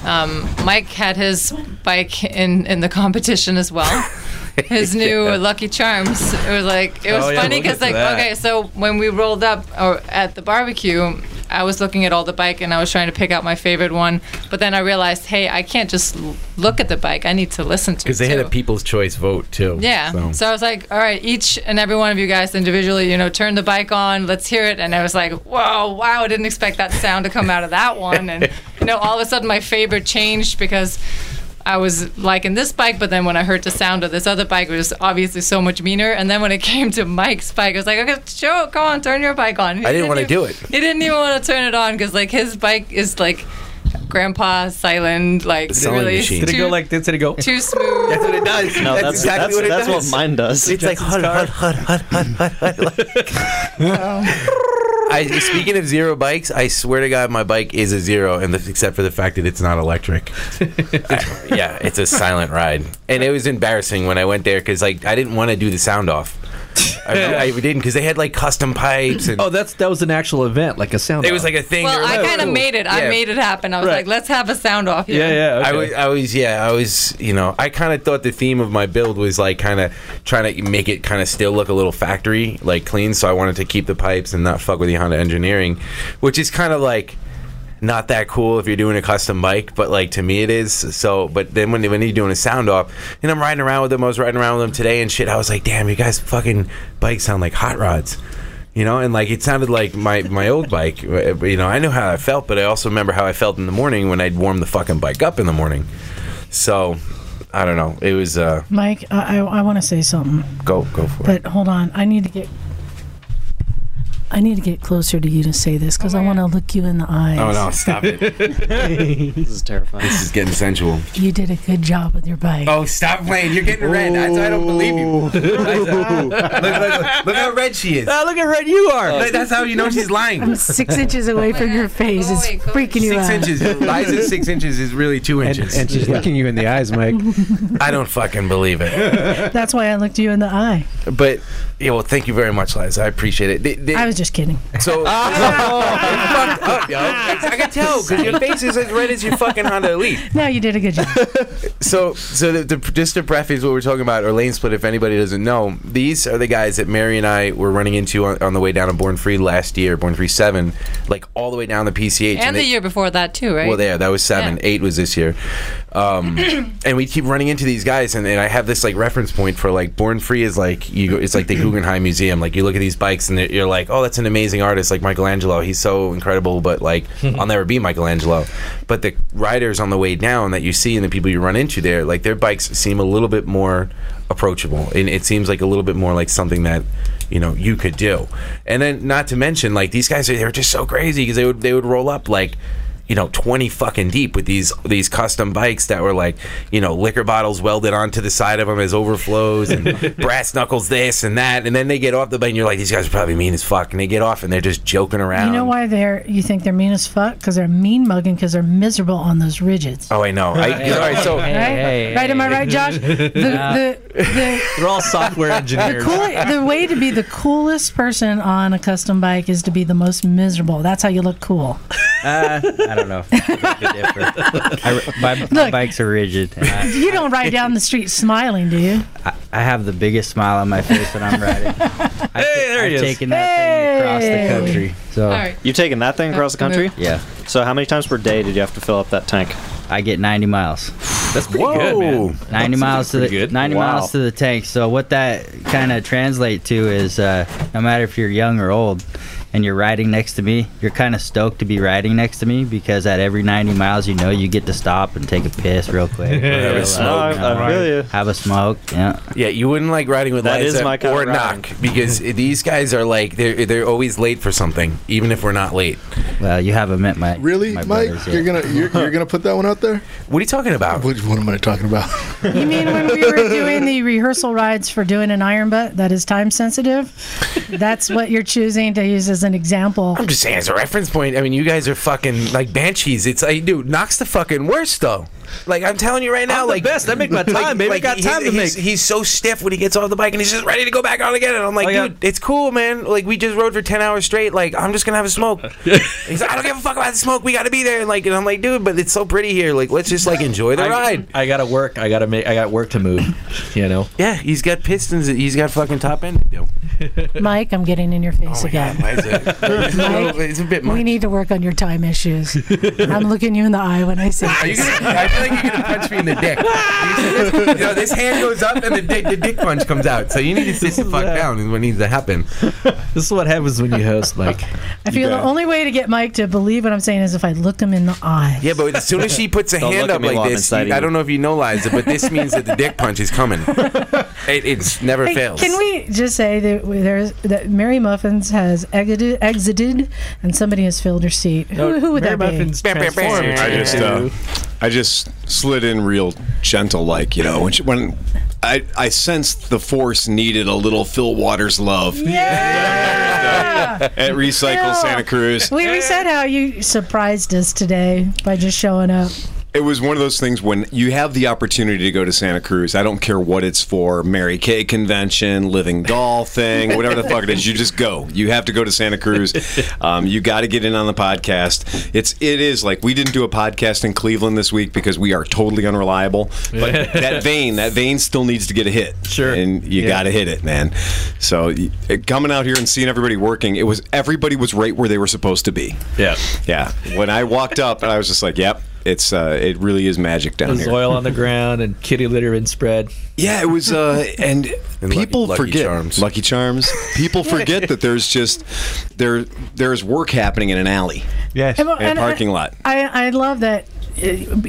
Speaker 3: um, Mike had his bike in in the competition as
Speaker 5: [laughs]
Speaker 3: well. His new Lucky Charms. It was like it was
Speaker 5: Oh, yeah,
Speaker 3: funny
Speaker 5: we'll
Speaker 3: because
Speaker 5: get to
Speaker 3: like
Speaker 5: that.
Speaker 3: okay, so when we rolled up or at the barbecue, I was looking at all the bike and I was trying to pick out my favorite one, but then I realized, hey, I can't just l- look at the bike. I need to listen to.
Speaker 1: Because they
Speaker 3: it
Speaker 1: had
Speaker 3: too.
Speaker 1: a people's choice vote too.
Speaker 3: Yeah. So. I was like, all right, each and every one of you guys individually, you know, turn the bike on, let's hear it. And I was like, whoa, wow, I didn't expect that sound to come out of that one. And, you know, all of a sudden my favorite changed because I was liking this bike, but then when I heard the sound of this other bike, it was obviously so much meaner. And then when it [laughs] came to Mike's bike, I was like, okay, show, go on, turn your bike on.
Speaker 1: I didn't wanna
Speaker 3: even-
Speaker 1: do
Speaker 3: [laughs]
Speaker 1: it.
Speaker 3: He didn't even want to turn it on because, like, his bike is like, Grandpa, silent, like
Speaker 1: sewing
Speaker 3: really
Speaker 1: machine.
Speaker 5: did it go
Speaker 3: too-
Speaker 5: like? Did it go?
Speaker 3: too
Speaker 5: [laughs]
Speaker 3: smooth.
Speaker 1: That's [laughs] what it does.
Speaker 7: No, that's that's, that's what mine does.
Speaker 1: It's like hud, hud, hud, hud, hud, hud, hud. like- I, speaking of zero bikes, I swear to God, my bike is a zero, and the, except for the fact that it's not
Speaker 5: [laughs]
Speaker 1: electric. I- yeah, it's a silent ride, and it was embarrassing when I went there because like I didn't want to do the sound off.
Speaker 5: [laughs]
Speaker 1: I, I didn't because they had like custom pipes and
Speaker 5: Oh, that's that was an actual event, like a sound.
Speaker 1: it was like a thing.
Speaker 3: Well, I kind of made it. I
Speaker 1: Yeah.
Speaker 3: made it happen. I was
Speaker 1: Right.
Speaker 3: like, let's have a sound off here.
Speaker 1: I was, I was, yeah, I was, you know, I kind of thought the theme of my build was like kind of trying to make it kind of still look a little factory, like clean. So I wanted to keep the pipes and not fuck with the Honda engineering, which is kind of like not that cool if you're doing a custom bike, but like to me it is. So, but then when, when you're doing a sound off, and I'm riding around with them, I was riding around with them today and shit, I was like, damn, you guys fucking bikes sound like hot rods you know and like it sounded like my my old bike [laughs] uh, you know i know how i felt but i also remember how i felt in the morning when i'd warm the fucking bike up in the morning so i don't know it was uh
Speaker 2: Mike, I, I, I want to say something,
Speaker 1: go go for it
Speaker 2: but hold on. I need to get. I need to get closer to you to say this because I want to look you in the eyes.
Speaker 1: oh no stop it
Speaker 7: this is terrifying
Speaker 1: this is getting sensual
Speaker 2: [laughs] You did a good job with your bike.
Speaker 1: Oh, stop playing. You're getting red. That's why I don't believe you. uh, look, [laughs] look, look, look how red she is.
Speaker 5: Ah, look how red you are.
Speaker 1: Look, that's how you know she's lying.
Speaker 2: I'm
Speaker 1: [laughs]
Speaker 2: six inches away from your face. It's freaking you uh,
Speaker 1: Six
Speaker 2: out. [laughs]
Speaker 1: inches. Lies is six inches is really two
Speaker 6: And,
Speaker 1: inches.
Speaker 6: and she's looking you in the eyes, Mike.
Speaker 1: I don't fucking believe it.
Speaker 2: That's why I looked you in the
Speaker 1: [laughs]
Speaker 2: eye.
Speaker 1: But yeah, well, thank you very much, Liza. I appreciate it. They- they-
Speaker 2: I was just kidding.
Speaker 1: So
Speaker 2: [laughs]
Speaker 1: [laughs] Oh, fucked up, yo. I can tell because your face is as red as your fucking Honda Elite.
Speaker 2: No, you did a good job.
Speaker 1: So, so the, the, just to preface what we're talking about, or lane split, if anybody doesn't know, these are the guys that Mary and I were running into on, on the way down to Born Free last year, Born Free Seven, like all the way down the PCH,
Speaker 3: And the
Speaker 1: they-
Speaker 3: year before that too, right?
Speaker 1: well, there, [laughs] that was seven.
Speaker 3: Yeah.
Speaker 1: Eight was this year.
Speaker 3: [clears throat]
Speaker 1: Um, and we keep running into these guys, and, and I have this like reference point for like Born Free is like you. Go, it's like the Guggenheim Museum. Like you look at these bikes, and they're- you're like, oh, that's an amazing artist, like Michelangelo. He's so incredible, but like I'll never be Michelangelo. But the riders on the way down that you see, and the people you run into there, like their bikes seem a little bit more approachable, and it seems like a little bit more like something that you know you could do. And then not to mention like these guys, they were just so crazy because they would they would roll up like you know 20 fucking deep with these these custom bikes that were like you know liquor bottles welded onto the side of them as
Speaker 7: [laughs]
Speaker 1: overflows and brass knuckles this and that and then they get off the bike and you're like these guys are probably mean as fuck and they get off and they're just joking around
Speaker 2: You know why they're? You think they're mean as fuck? Because they're mean mugging. Because they're miserable on those ridges.
Speaker 1: oh i know I, all right so
Speaker 2: right? right? Am I right, Josh? The, the,
Speaker 5: [laughs]
Speaker 2: the,
Speaker 5: They're all software
Speaker 2: the,
Speaker 5: engineers.
Speaker 2: cool, the way to be the coolest person on a custom bike is to be the most miserable. That's how you look
Speaker 1: [laughs]
Speaker 2: cool.
Speaker 9: [laughs] Uh, I don't know. if I beg to differ. I r- my, my
Speaker 2: Look.
Speaker 9: bikes are rigid. and I,
Speaker 2: You don't ride down the street smiling, do you?
Speaker 9: I, I have the biggest smile on my face when I'm [laughs] riding. I,
Speaker 5: Hey, there
Speaker 9: I've
Speaker 5: he is.
Speaker 9: taken that thing across
Speaker 2: Hey.
Speaker 9: the country. So
Speaker 3: All right.
Speaker 7: You've taken that thing across the country?
Speaker 9: yeah,
Speaker 7: So how many times per day did you have to fill up that tank?
Speaker 9: I get 90 miles.
Speaker 5: That's pretty good, man.
Speaker 9: 90
Speaker 1: Whoa.
Speaker 5: Oh. That's
Speaker 9: miles to the
Speaker 5: pretty good.
Speaker 9: 90 miles to the tank. So what that kind of translate to is, uh, no matter if you're young or old, and you're riding next to me, you're kind of stoked to be riding next to me because at every 90 miles, you know you get to stop and take a piss real quick.
Speaker 1: [laughs] Have a
Speaker 9: Chill out,
Speaker 1: smoke.
Speaker 9: you know,
Speaker 7: I feel you.
Speaker 9: Have a smoke. Yeah.
Speaker 1: yeah you wouldn't like riding with
Speaker 7: That
Speaker 1: Liza
Speaker 7: is my kind
Speaker 1: or
Speaker 7: of riding.
Speaker 1: knock because these guys are like they're they're always late for something even if we're not late
Speaker 9: Well, you haven't met my
Speaker 4: Really,
Speaker 9: my
Speaker 4: Mike?
Speaker 9: brothers
Speaker 4: You're
Speaker 9: yet.
Speaker 4: gonna you're, you're gonna put that one out there?
Speaker 1: what are you talking about
Speaker 4: What, what am I talking about?
Speaker 2: You mean when we were doing the rehearsal rides for doing an iron butt that is time sensitive? That's what you're choosing to use as an example.
Speaker 1: I'm just saying, as a reference point, I mean, you guys are fucking like banshees. It's like, dude, Knock's the fucking worst, though. Like, I'm telling you right now,
Speaker 5: I'm the
Speaker 1: like,
Speaker 5: best. I make my time, baby. I got
Speaker 1: he's-
Speaker 5: time to
Speaker 1: he's,
Speaker 5: make.
Speaker 1: He's so stiff when he gets off the bike and he's just ready to go back on again. And I'm like,
Speaker 5: I got-
Speaker 1: dude, it's cool, man. Like, we just rode for 10 hours straight. Like, I'm just going to have a
Speaker 5: [laughs]
Speaker 1: smoke. he's like, I don't give a fuck about the smoke. We got to be there. And, like, and I'm like, dude, but it's so pretty here. Like, let's just, like, enjoy the ride.
Speaker 5: I gotta work. I gotta make. I got work to move. You know.
Speaker 1: [laughs] Yeah, he's got pistons. He's got fucking top end. Yo.
Speaker 2: Mike, I'm getting in your face again.
Speaker 1: Oh
Speaker 2: [laughs]
Speaker 1: Why is it? It's a little- it's a bit much.
Speaker 2: We need to work on your time issues. I'm looking you in the eye when I say
Speaker 1: Are you gonna, I feel like you're gonna punch me in the dick. You, know, this hand goes up and the dick, the dick punch comes out. So you need to sit the fuck down is what needs to happen.
Speaker 5: This is what happens when you host, Mike.
Speaker 2: I feel the only way to get Mike to believe what I'm saying is if I look him in the eye.
Speaker 1: Yeah, but as soon as she puts a
Speaker 7: Don't
Speaker 1: hand
Speaker 7: look at
Speaker 1: up
Speaker 7: me
Speaker 1: like
Speaker 7: while I'm
Speaker 1: this,
Speaker 7: inciting
Speaker 1: I
Speaker 7: you.
Speaker 1: don't know if you know Liza, but this means that the dick punch is coming. It, it's never
Speaker 2: Hey,
Speaker 1: fails.
Speaker 2: Can we just say that there's that Mary Muffins has exited, exited and somebody has filled her seat? who, who would
Speaker 5: Mary
Speaker 2: that be?
Speaker 5: Muffins
Speaker 1: Bam, bam, bam.
Speaker 5: transformed
Speaker 11: I just,
Speaker 5: into-
Speaker 11: uh, I just slid in real gentle, like you know, when she, when I, I sensed the force needed a little Phil Waters love. [laughs] At Recycle
Speaker 2: Yeah.
Speaker 11: Santa Cruz.
Speaker 2: We we said how you surprised us today by just showing up.
Speaker 11: It was one of those things when you have the opportunity to go to Santa Cruz. I don't care what it's for Mary Kay convention, Living Doll thing, whatever the fuck it is. You just go. You have to go to Santa Cruz. Um, you got to get in on the podcast. It's it is like we didn't do a podcast in Cleveland this week because we are totally unreliable. But that vein, that vein still needs to get a hit. Sure, and you got to hit it, man. So y- coming out here and seeing everybody working, it was everybody was right where they were supposed to be.
Speaker 8: [laughs]
Speaker 5: Yeah.
Speaker 11: Yeah. When I walked up, I was just like, "Yep, it's uh, it really is magic down
Speaker 5: There's
Speaker 11: here."
Speaker 5: oil on the ground and kitty litter and spread.
Speaker 11: Yeah, it was. Uh, and people
Speaker 5: Lucky
Speaker 11: forget
Speaker 5: Charms.
Speaker 11: Lucky Charms. People forget that there's just there there's work happening in an alley.
Speaker 8: Yes,
Speaker 11: in
Speaker 2: well,
Speaker 11: a
Speaker 2: and I-
Speaker 11: parking lot.
Speaker 2: I, I love that uh,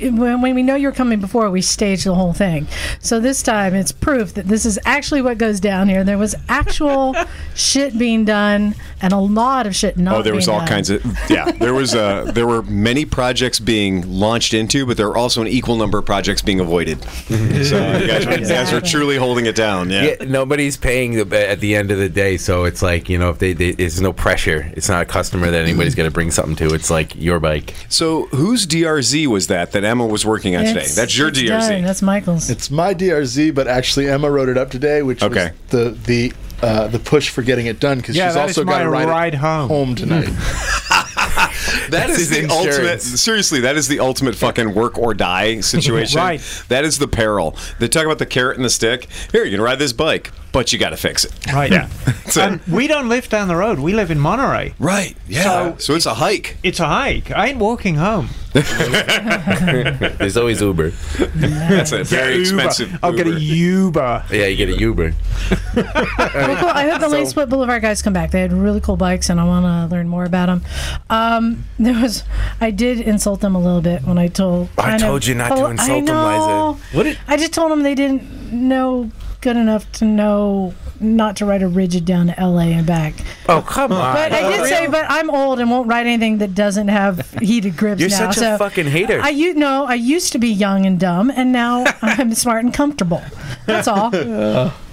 Speaker 2: when, when we know you're coming before, we stage the whole thing. So this time it's proof that this is actually what goes down here. There was actual
Speaker 11: [laughs]
Speaker 2: shit being done and a lot of shit not
Speaker 11: Oh, there was
Speaker 2: being
Speaker 11: all
Speaker 2: done.
Speaker 11: kinds of yeah. There was uh, there were many projects being launched into, but there were also an equal number of projects being avoided. so you guys, were- you guys were truly holding it down. Yeah.
Speaker 1: Yeah, nobody's paying the, at the end of the day, so it's like you know, if they, they there's no pressure, it's not a customer that anybody's going to bring something to. It's like your bike.
Speaker 11: So whose DRZ was that that Emma was working on today?
Speaker 2: It's-
Speaker 11: That's your
Speaker 2: it's
Speaker 11: DRZ.
Speaker 2: done. That's Michael's.
Speaker 4: It's my DRZ, but actually Emma wrote it up today, which
Speaker 11: Okay.
Speaker 4: was the the uh, the push for getting it done because
Speaker 8: Yeah,
Speaker 4: she's
Speaker 8: that
Speaker 4: also
Speaker 8: is
Speaker 4: got
Speaker 8: my
Speaker 4: to ride, it
Speaker 8: ride home.
Speaker 4: tonight.
Speaker 11: That
Speaker 4: That's
Speaker 11: is
Speaker 4: his
Speaker 11: the ultimate.
Speaker 4: insurance.
Speaker 11: Seriously, that is the ultimate fucking work or die situation.
Speaker 8: Right.
Speaker 11: That is the peril. They talk about the carrot and the stick. Here, you can ride this bike, but you got to fix it.
Speaker 8: Right.
Speaker 11: Yeah. So,
Speaker 8: and we don't live down the road. We live in Monterey.
Speaker 11: right. Yeah. So, it's a hike. [laughs]
Speaker 8: It's a hike. I ain't walking
Speaker 1: [laughs]
Speaker 8: home.
Speaker 1: there's always Uber.
Speaker 11: That's a very
Speaker 8: Uber.
Speaker 11: expensive.
Speaker 8: I'll get a Uber.
Speaker 1: Yeah, you get a Uber.
Speaker 2: Well, cool. I hope
Speaker 1: [laughs]
Speaker 2: the Lacewood Boulevard guys come back. They had really cool bikes, and I want to learn more about them. Um, there was, I did insult them a little bit when I told.
Speaker 1: I
Speaker 2: kind
Speaker 1: told you not to
Speaker 2: pol-
Speaker 1: insult
Speaker 2: I
Speaker 1: them, Liza.
Speaker 2: know.
Speaker 1: What did-
Speaker 2: I just told them they didn't know good enough to know not to ride a rigid down to L.A. and back.
Speaker 1: Oh come on!
Speaker 2: But I did say, but I'm old and won't ride anything that doesn't have heated grips
Speaker 1: You're
Speaker 2: now.
Speaker 1: such a
Speaker 2: so
Speaker 1: fucking hater.
Speaker 2: I you know I used to be young and dumb, and
Speaker 1: [laughs]
Speaker 2: now I'm smart and comfortable. That's [laughs] all.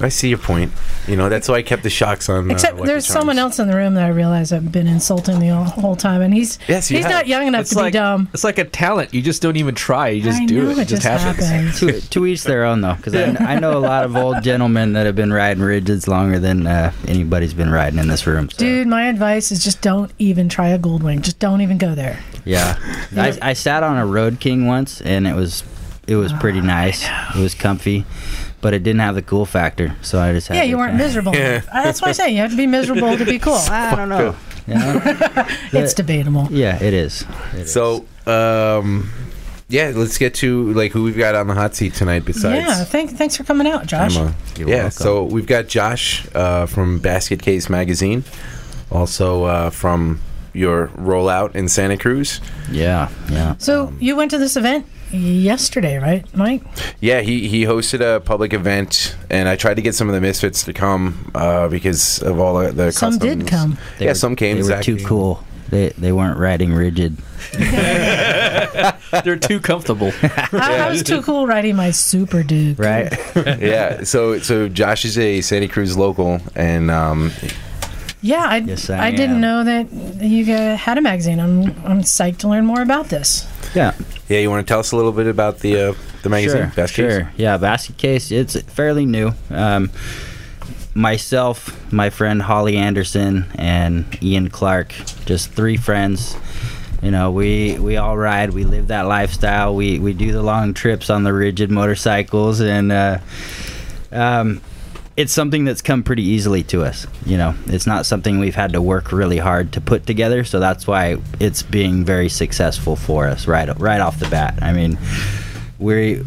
Speaker 1: I see your point. You know, that's why I kept the shocks on. uh,
Speaker 2: Except
Speaker 1: Lucky
Speaker 2: there's
Speaker 1: Charms.
Speaker 2: someone else in the room that I realize I've been insulting the whole- whole time, and he's
Speaker 5: Yes, you
Speaker 2: he's
Speaker 5: have.
Speaker 2: not young enough
Speaker 5: It's
Speaker 2: to
Speaker 5: like-
Speaker 2: be dumb.
Speaker 5: It's like a talent. You just don't even try. You just
Speaker 2: I
Speaker 5: do
Speaker 2: know,
Speaker 5: it. It,
Speaker 2: it
Speaker 5: just
Speaker 2: just
Speaker 5: happens.
Speaker 2: happens.
Speaker 9: to, to each their own though, because I, I know a lot of old gentlemen that have been riding rigids longer than uh, anybody's been riding in this room. So,
Speaker 2: Dude, my advice is just don't even try a gold wing. Just don't even go there.
Speaker 9: yeah, I, I sat on a Road King once, and it was it
Speaker 2: Ah,
Speaker 9: was pretty nice. It was comfy, but it didn't have the cool factor, so I just had
Speaker 2: yeah,
Speaker 9: to
Speaker 2: you weren't
Speaker 9: kinda-
Speaker 1: [laughs]
Speaker 2: miserable. Uh, That's why I say you have to be miserable to be cool. I don't know. [laughs] it's debatable.
Speaker 9: Yeah, it is.
Speaker 1: So, um, yeah, let's get to like who we've got on the hot seat tonight. Besides,
Speaker 2: Yeah, thank, thanks for coming out, Josh.
Speaker 1: Emma.
Speaker 9: You're
Speaker 1: yeah,
Speaker 9: welcome.
Speaker 1: so we've got Josh uh, from Basket Case Magazine, also uh, from your rollout in Santa Cruz.
Speaker 9: Yeah, yeah.
Speaker 2: So you went to this event yesterday, right, Mike?
Speaker 1: Yeah, he, he hosted a public event, and I tried to get some of the misfits to come uh, because of all the, the
Speaker 2: Some did
Speaker 1: customs.
Speaker 2: come.
Speaker 9: They
Speaker 1: yeah,
Speaker 9: were-
Speaker 1: some came.
Speaker 9: They were
Speaker 1: Zach
Speaker 9: too
Speaker 1: came.
Speaker 9: cool. They they weren't riding
Speaker 2: [laughs]
Speaker 9: rigid.
Speaker 5: They're
Speaker 9: [laughs]
Speaker 5: too comfortable.
Speaker 2: I, I was too cool riding my super dude.
Speaker 9: Right.
Speaker 1: [laughs] yeah, so so Josh is a Santa Cruz local, and um,
Speaker 2: Yeah, I,
Speaker 1: I
Speaker 2: I, didn't
Speaker 1: am.
Speaker 2: know that you uh, had a magazine. I'm I'm psyched to learn more about this.
Speaker 9: Yeah.
Speaker 1: yeah, you want to tell us a little bit about the uh, the magazine?
Speaker 9: Sure,
Speaker 1: Basket Case?
Speaker 9: sure. Yeah, basket case. It's fairly new. Um, myself, my friend Holly Anderson, and Ian Clark, just three friends. You know, we we all ride. We live that lifestyle. We we do the long trips on the rigid motorcycles, and uh, um, it's something that's come pretty easily to us. You know, it's not something we've had to work really hard to put together. So that's why it's being very successful for us right right off the bat. I mean, we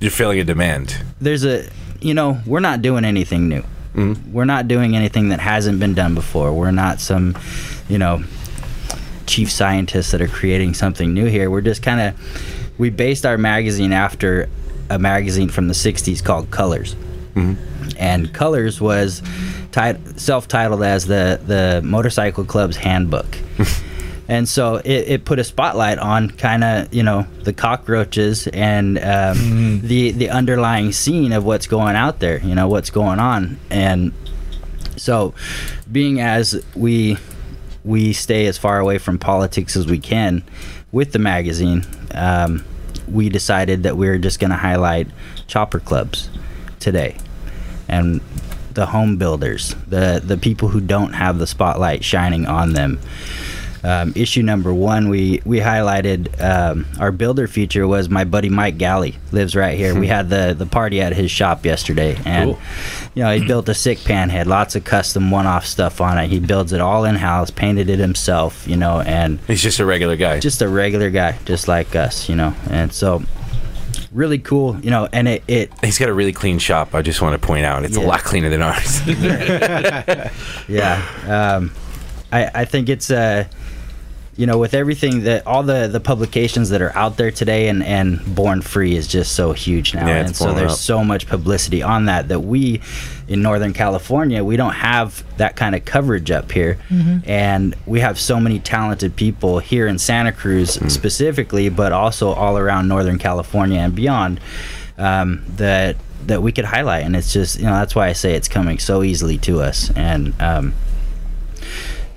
Speaker 1: You're feeling a demand.
Speaker 9: there's a you know we're not doing anything new
Speaker 1: Mm-hmm.
Speaker 9: we're not doing anything that hasn't been done before we're not some you know chief scientists that are creating something new here we're just kind of we based our magazine after a magazine from the 60s called colors and colors was tit- self-titled as the the motorcycle club's handbook and so it, it put a spotlight on kind of you know the cockroaches and um, the the underlying scene of what's going out there you know what's going on and so being as we we stay as far away from politics as we can with the magazine um, we decided that we were just going to highlight chopper clubs today and the home builders the the people who don't have the spotlight shining on them um, issue number one we we highlighted um, our builder feature was my buddy mike galley lives right here we
Speaker 1: [laughs]
Speaker 9: had the the party at his shop yesterday and
Speaker 12: Cool.
Speaker 9: you know he built a sick pan head lots of custom one-off stuff on it he builds it all in-house painted it himself you know and
Speaker 1: he's just a regular guy
Speaker 9: just a regular guy just like us you know and so really cool you know and it, it
Speaker 1: he's got a really clean shop i just want to point out it's a
Speaker 9: Yeah.
Speaker 1: lot cleaner
Speaker 2: [laughs]
Speaker 1: than ours [laughs]
Speaker 9: yeah um, I, I think it's uh, you know with everything that all the the publications that are out there today and and born free is just so huge now
Speaker 1: Yeah, it's
Speaker 9: and so
Speaker 1: blown
Speaker 9: there's
Speaker 1: up.
Speaker 9: so much publicity on that that we in northern california we don't have that kind of coverage up here
Speaker 12: Mhm.
Speaker 2: Mm-hmm.
Speaker 9: and we have so many talented people here in santa cruz
Speaker 1: Mm-hmm.
Speaker 9: specifically but also all around northern california and beyond um, that that we could highlight and it's just you know that's why i say it's coming so easily to us and um,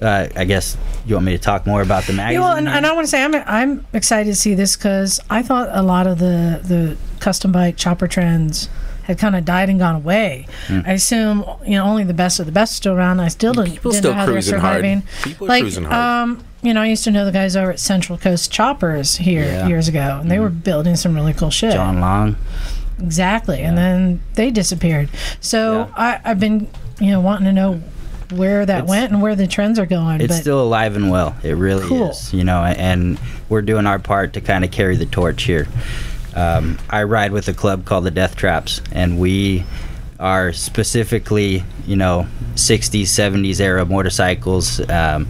Speaker 9: uh, I guess you want me to talk more about the
Speaker 2: Yeah,
Speaker 9: magazine.
Speaker 2: well, and, and I want to say I'm I'm excited to see this because I thought a lot of the the custom bike chopper trends had kind of died and gone away.
Speaker 12: Mm.
Speaker 2: I assume you know only the best of the best still around. I still don't
Speaker 12: People
Speaker 2: didn't
Speaker 12: still
Speaker 2: know how they're
Speaker 12: cruising hard.
Speaker 2: surviving.
Speaker 12: People are
Speaker 2: like
Speaker 12: cruising hard.
Speaker 2: um you know I used to know the guys over at Central Coast Choppers here
Speaker 9: Yeah.
Speaker 2: years ago, and they
Speaker 12: Hmm.
Speaker 2: were building some really cool shit.
Speaker 9: John Long.
Speaker 2: Exactly, and then they disappeared. So I, I've been you know wanting to know where that
Speaker 9: It's-
Speaker 2: went and where the trends are going.
Speaker 9: It's
Speaker 2: but
Speaker 9: still alive and well. It really
Speaker 2: Cool.
Speaker 9: is. You know, and we're doing our part to kind of carry the torch here. Um, I ride with a club called the Death Traps, and we are specifically, you know, 60s, 70s era motorcycles. Um,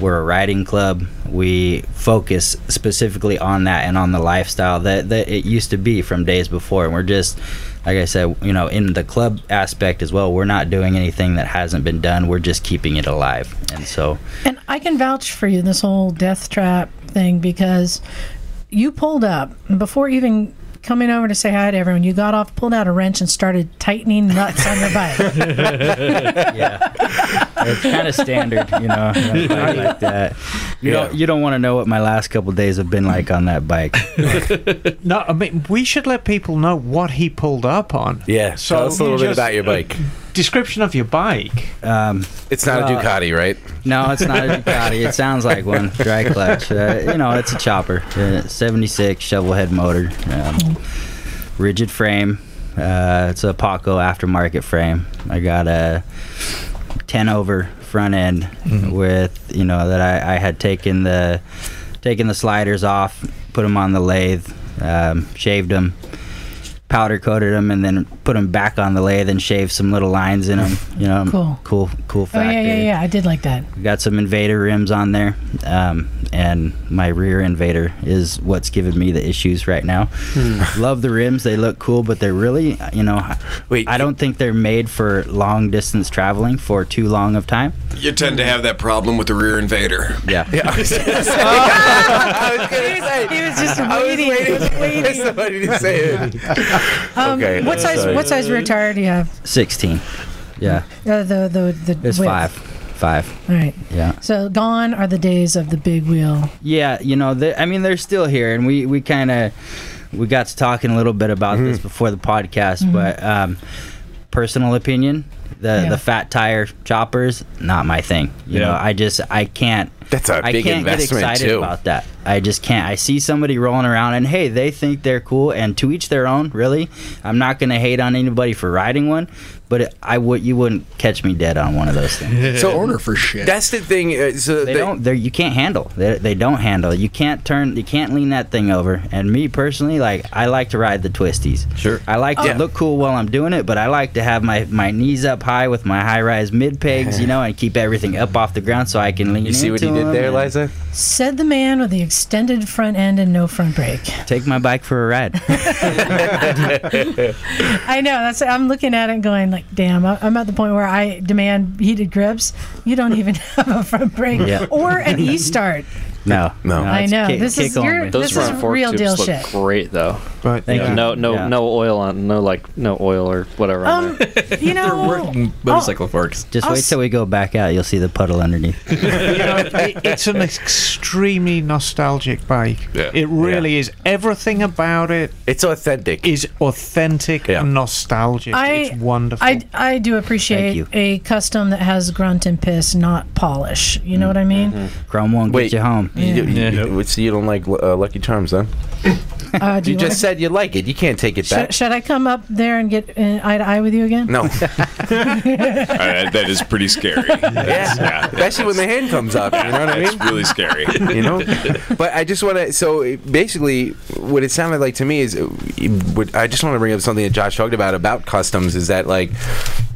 Speaker 9: we're a riding club. We focus specifically on that and on the lifestyle that, that it used to be from days before. And we're just, like I said, you know, in the club aspect as well, we're not doing anything that hasn't been done. We're just keeping it alive. And so, [laughs]
Speaker 2: And I can vouch for you this whole death trap thing because you pulled up and before even coming over to say hi to everyone. You got off, pulled out a wrench, and started tightening nuts on your bike.
Speaker 9: yeah, it's kind of standard, you
Speaker 1: [laughs]
Speaker 9: know, you know, bike like that. You don't you don't want to know what my last couple days have been like on that bike.
Speaker 8: No, I mean we should let people know what he pulled up on.
Speaker 1: yeah
Speaker 8: So
Speaker 1: tell us a little
Speaker 8: you
Speaker 1: bit
Speaker 8: just- uh,
Speaker 1: about your bike
Speaker 8: Description of your bike.
Speaker 9: Um,
Speaker 1: it's not
Speaker 9: well,
Speaker 1: a
Speaker 8: [laughs]
Speaker 1: ducati right
Speaker 9: No, it's
Speaker 1: [laughs]
Speaker 9: not a Ducati. It sounds like one. Dry clutch. Uh, you know, it's a chopper. Uh, 76 shovel head motor. Um, rigid frame. Uh, it's a Paco aftermarket frame. I got a 10 over front end with, you know, that I, I had taken the taken the sliders off, put them on the lathe, um, shaved them, powder coated them, and then put them back on the lathe and shaved some little lines in them. You know,
Speaker 2: Cool.
Speaker 9: cool, cool
Speaker 2: oh
Speaker 9: factor.
Speaker 2: yeah, yeah, yeah. I did like that.
Speaker 9: Got some invader rims on there, um, and my rear invader is what's giving me the issues right now. [laughs] Love the rims; they look cool, but they're really, you know, Wait, I don't think they're made for long distance traveling for too long of time.
Speaker 11: You tend to have that problem with the rear invader.
Speaker 9: Yeah.
Speaker 11: [laughs]
Speaker 2: He was just
Speaker 12: I was
Speaker 2: waiting.
Speaker 12: waiting
Speaker 2: waiting. [laughs]
Speaker 1: Somebody to say it.
Speaker 2: Um,
Speaker 9: Okay,
Speaker 2: what
Speaker 9: uh,
Speaker 2: size?
Speaker 9: sorry.
Speaker 2: What size rear tire do you have?
Speaker 9: Sixteen. Yeah,
Speaker 2: Uh, the the the.
Speaker 9: it's
Speaker 2: width.
Speaker 9: five, five.
Speaker 2: All right.
Speaker 9: Yeah.
Speaker 2: So gone are the days of the big wheel.
Speaker 9: Yeah, you know, they, I mean, they're still here, and we we kind of we got to talking a little bit about this before the podcast,
Speaker 2: Mhm.
Speaker 9: but um, personal opinion, the
Speaker 2: Yeah.
Speaker 9: the fat tire choppers, not my thing. You know,
Speaker 1: Yeah.
Speaker 9: I just I can't.
Speaker 1: That's a
Speaker 9: I
Speaker 1: big
Speaker 9: can't
Speaker 1: investment,
Speaker 9: get excited
Speaker 1: too.
Speaker 9: about that. I just can't. I see somebody rolling around, and hey, they think they're cool, and to each their own. Really, I'm not gonna hate on anybody for riding one, but it, I would you wouldn't catch me dead on one of those things.
Speaker 1: So- Order
Speaker 4: for shit.
Speaker 1: that's the thing uh, so
Speaker 9: They don't. They you can't handle. They, they don't handle. You can't turn. You can't lean that thing over. And me personally, like I like to ride the twisties. Sure. I like
Speaker 1: Yeah.
Speaker 9: to look cool while I'm doing it, but I like to have my my knees up high with my high rise mid pegs,
Speaker 1: [laughs]
Speaker 9: you know, and keep everything up off the ground so I can lean.
Speaker 1: you see what he
Speaker 9: into
Speaker 1: did
Speaker 9: 'em
Speaker 1: there
Speaker 9: and
Speaker 1: liza
Speaker 2: Said the man with the extended front end and no front brake.
Speaker 9: Take my bike for a
Speaker 1: [laughs]
Speaker 9: ride. [laughs]
Speaker 2: I know. That's. I'm looking at it, going like, "Damn!" I- I'm at the point where [laughs] I demand heated grips. You don't even have a front brake
Speaker 9: Yeah.
Speaker 2: or an e start.
Speaker 9: No,
Speaker 1: no.
Speaker 2: I know. This is your-
Speaker 7: Those
Speaker 2: this is
Speaker 7: front fork
Speaker 2: real
Speaker 7: tubes
Speaker 2: deal
Speaker 7: look
Speaker 2: shit.
Speaker 7: Great though.
Speaker 8: Right.
Speaker 9: Thank you.
Speaker 7: No, no,
Speaker 9: Yeah.
Speaker 7: no oil on. No, like no oil or whatever. on
Speaker 2: Um, you know,
Speaker 9: motorcycle
Speaker 1: Oh.
Speaker 5: forks.
Speaker 9: Just
Speaker 8: I'll
Speaker 9: wait
Speaker 8: s-
Speaker 9: till we go back out. You'll see the puddle underneath.
Speaker 8: it, it's
Speaker 1: [laughs]
Speaker 8: an extremely nostalgic bike.
Speaker 1: Yeah.
Speaker 8: It really is. Everything about it.
Speaker 1: It's authentic.
Speaker 8: Is authentic and nostalgic.
Speaker 2: I,
Speaker 8: it's wonderful.
Speaker 2: I, I do appreciate
Speaker 8: you.
Speaker 2: a custom that has grunt and piss, not polish. You know what I mean?
Speaker 1: Mm-hmm.
Speaker 9: Chrome won't
Speaker 1: Wait,
Speaker 9: get you home.
Speaker 1: You, you, you- so you don't like uh, Lucky Charms, then?
Speaker 2: Uh, do
Speaker 1: You
Speaker 2: you
Speaker 1: just said you like it. You can't take it
Speaker 2: wanna,
Speaker 1: back.
Speaker 2: sh- should I come up there and get uh, eye to eye with you
Speaker 1: [laughs]
Speaker 2: again?
Speaker 1: no.
Speaker 2: [laughs]
Speaker 11: [laughs] Uh, that is pretty scary.
Speaker 1: yeah. Especially when the hand comes up. You know what I mean?
Speaker 11: That's really scary.
Speaker 1: [laughs] you know but i just want to so it- basically what it sounded like to me is uh, what i just want to bring up something that josh talked about about customs is that like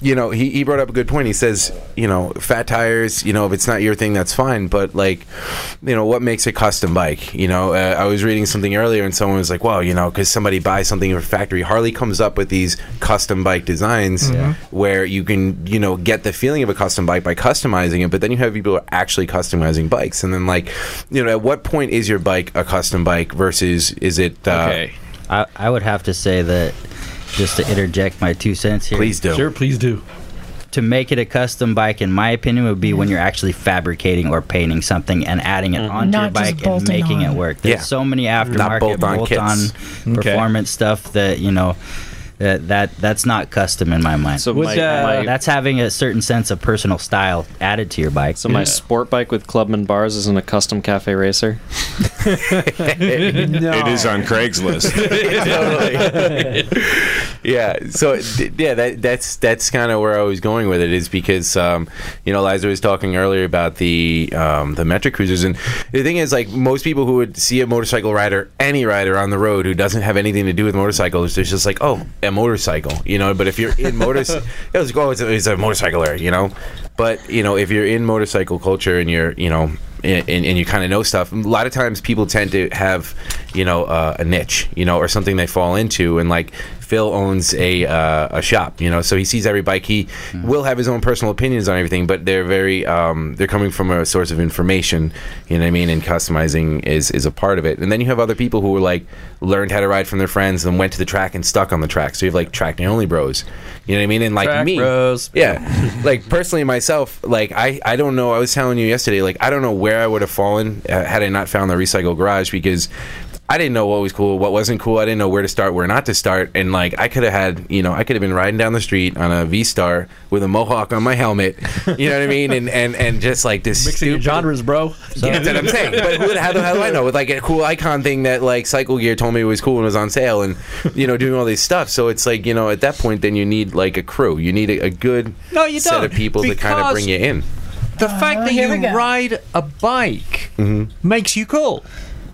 Speaker 1: you know he, he brought up a good point he says you know fat tires you know if it's not your thing that's fine but like you know what makes a custom bike you know uh, i was reading something earlier and someone was like well you know because somebody buys something from a factory harley comes up with these custom bike designs
Speaker 12: Yeah.
Speaker 1: where you can you know get the feeling of a custom bike by customizing it but then you have people who are actually customizing bikes and then like you know at what point is your bike a custom bike versus is it uh,
Speaker 9: I, I would have to say that just to interject my two cents here.
Speaker 1: Please do. Sure,
Speaker 9: please do. To make it a custom bike, in my opinion, would be when you're actually fabricating or painting something and adding it onto
Speaker 2: Not
Speaker 9: your bike
Speaker 2: just
Speaker 9: and
Speaker 2: bolting
Speaker 9: making
Speaker 2: on.
Speaker 9: it work. There's
Speaker 2: Yeah.
Speaker 9: so many
Speaker 1: Not
Speaker 9: aftermarket
Speaker 1: bolt-on
Speaker 9: bolt-on,
Speaker 1: kits. Okay.
Speaker 9: performance stuff that you know that, that that's not custom in my mind.
Speaker 7: So Was, my- uh, my-
Speaker 9: that's having a certain sense of personal style added to your bike.
Speaker 7: So my sport bike with Clubman bars isn't a custom cafe
Speaker 6: [laughs]
Speaker 7: racer.
Speaker 11: It is on Craigslist.
Speaker 1: yeah so d- yeah that that's that's kind of where i was going with it is because um you know liza was talking earlier about the um the metric cruisers and the thing is like most people who would see a motorcycle rider any rider on the road who doesn't have anything to do with motorcycles they're just like oh a motorcycle you know but if you're in motorcycle it was oh it's a, it's a motorcycler you know but you know if you're in motorcycle culture and you're you know and, and, and you kind of know stuff. A lot of times, people tend to have, you know, uh, a niche, you know, or something they fall into. And like Phil owns a uh, a shop, you know, so he sees every bike. He will have his own personal opinions on everything, but they're very um, they're coming from a source of information. You know what I mean? And customizing is is a part of it. And then you have other people who were like learned how to ride from their friends and went to the track and stuck on the track. So you have like track only bros. You know what I mean? And like
Speaker 5: Track
Speaker 1: me,
Speaker 5: bros.
Speaker 1: yeah, [laughs] like personally myself, like I, I don't know. I was telling you yesterday, like I don't know where I would have fallen uh, had I not found the recycle garage because I didn't know what was cool, what wasn't cool. I didn't know where to start, where not to start, and like I could have had, you know, I could have been riding down the street on a V Star with a mohawk on my helmet, you know what I mean, and and and just like this
Speaker 5: Mixing your genres, bro.
Speaker 1: that's what I'm saying. But who, the- how the hell do I know? With like a cool icon thing that like Cycle Gear told me was cool and was on sale, and you know, doing all these stuff. So it's like you know, at that point, then you need like a crew. You need a, a good
Speaker 8: No, you
Speaker 1: set of
Speaker 8: don't,
Speaker 1: people to kind of bring
Speaker 8: because-
Speaker 1: you in.
Speaker 8: The fact that
Speaker 2: Uh, here we
Speaker 8: you
Speaker 2: go.
Speaker 8: ride a bike
Speaker 1: Mm-hmm.
Speaker 8: makes you cool.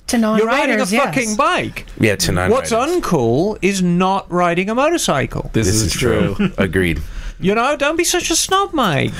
Speaker 2: To non
Speaker 8: You're riding a
Speaker 2: riders, yes.
Speaker 8: fucking bike.
Speaker 1: Yeah, to non
Speaker 8: What's uncool is not riding a motorcycle.
Speaker 1: This, is, true. Agreed.
Speaker 8: You know, don't be such a snob, mate.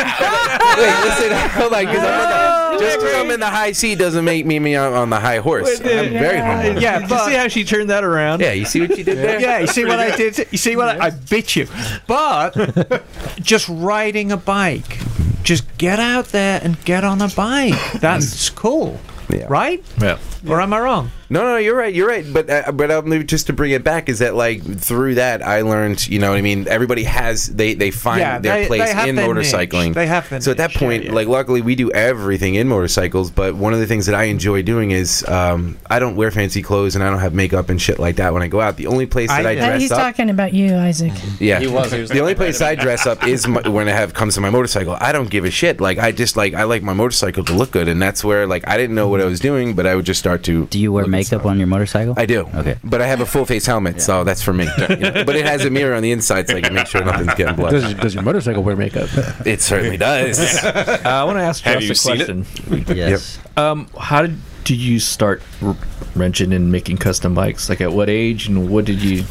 Speaker 1: Wait, listen, [laughs] hold on, 'cause I'm
Speaker 8: Oh,
Speaker 1: on the- just because I'm in the high seat doesn't make me me on, on the high
Speaker 2: [laughs]
Speaker 1: horse.
Speaker 8: With
Speaker 1: I'm
Speaker 8: the-
Speaker 1: very humble.
Speaker 8: Yeah, you see how she turned that around?
Speaker 1: Yeah, you see what you did there?
Speaker 8: Yeah, you see what
Speaker 1: [laughs]
Speaker 8: I did? You see what I, I bit you. But just riding a bike, just get out there and get on a bike.
Speaker 1: [laughs]
Speaker 8: That's cool, right?
Speaker 1: Yeah.
Speaker 8: Or am I wrong?
Speaker 1: No, no, you're right. You're right. But uh, but um, just to bring it back is that like through that I learned, you know what I mean. Everybody has they they find
Speaker 8: Yeah,
Speaker 1: their
Speaker 8: they- they
Speaker 1: place
Speaker 8: have
Speaker 1: in
Speaker 8: their niche.
Speaker 1: motorcycling.
Speaker 8: They have their
Speaker 1: So at that point, like luckily we do everything in motorcycles. But one of the things that I enjoy doing is um, I don't wear fancy clothes and I don't have makeup and shit like that when I go out. The only place that I,
Speaker 2: Uh,
Speaker 1: dress
Speaker 2: He's
Speaker 1: up.
Speaker 2: talking about you, Isaac.
Speaker 1: Yeah, the only place I dress up is my, when I have comes to my motorcycle. I don't give a shit. Like I just like I like my motorcycle to look good, and that's where like I didn't know what I was doing, but I would just start to. Do
Speaker 9: you wear makeup on your motorcycle?
Speaker 1: I do. Okay, but I have a full face helmet, so that's for me. You know? But it has a mirror on the inside, so I can make sure nothing's getting blood.
Speaker 6: Does, does your motorcycle wear makeup?
Speaker 1: It certainly [laughs] does.
Speaker 5: Uh, I want to ask
Speaker 1: Have
Speaker 5: Josh
Speaker 1: you
Speaker 5: a
Speaker 1: seen it?
Speaker 5: question.
Speaker 1: Yes.
Speaker 5: Um, how did do you start r- wrenching and making custom bikes? Like at what age and what did you?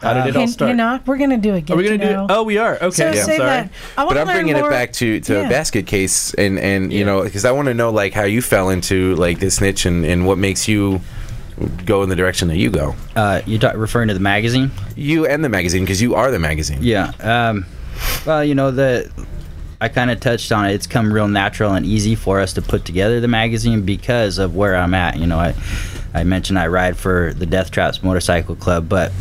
Speaker 5: How did it all
Speaker 2: Hin-
Speaker 5: start?
Speaker 2: Hinnock, we're going to do a get
Speaker 5: Are we gonna
Speaker 2: to
Speaker 5: do it?
Speaker 2: know.
Speaker 5: Oh, we are. Okay.
Speaker 2: So
Speaker 5: Yeah.
Speaker 2: save
Speaker 5: Sorry.
Speaker 2: that. I
Speaker 1: but
Speaker 2: wanna
Speaker 1: I'm
Speaker 2: learn
Speaker 1: bringing
Speaker 2: more-
Speaker 1: it back to to
Speaker 2: Yeah.
Speaker 1: basket case and and you know because I want to know like how you fell into like this niche and and what makes you go in the direction that you go.
Speaker 9: Uh, you ta- referring to the magazine?
Speaker 1: You and the magazine because you are the magazine.
Speaker 9: Yeah. Um, well, you know the I kind of touched on it. It's come real natural and easy for us to put together the magazine because of where I'm at. You know, I, I mentioned I ride for the Death Traps Motorcycle Club, but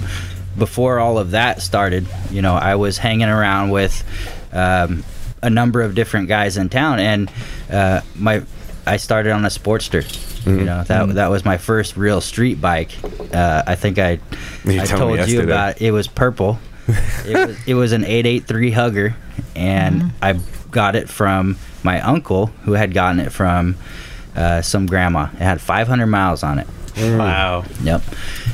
Speaker 9: before all of that started, you know, I was hanging around with um, a number of different guys in town, and uh, my I started on a Sportster.
Speaker 1: Mm-hmm.
Speaker 9: You know, that that was my first real street bike. Uh, I think I
Speaker 1: You
Speaker 9: I
Speaker 1: told me
Speaker 9: told you
Speaker 1: yesterday.
Speaker 9: about it was purple. it, was, it was an 883 hugger, and I got it from my uncle who had gotten it from uh, some grandma. It had 500 miles on it.
Speaker 10: Wow.
Speaker 9: Yep.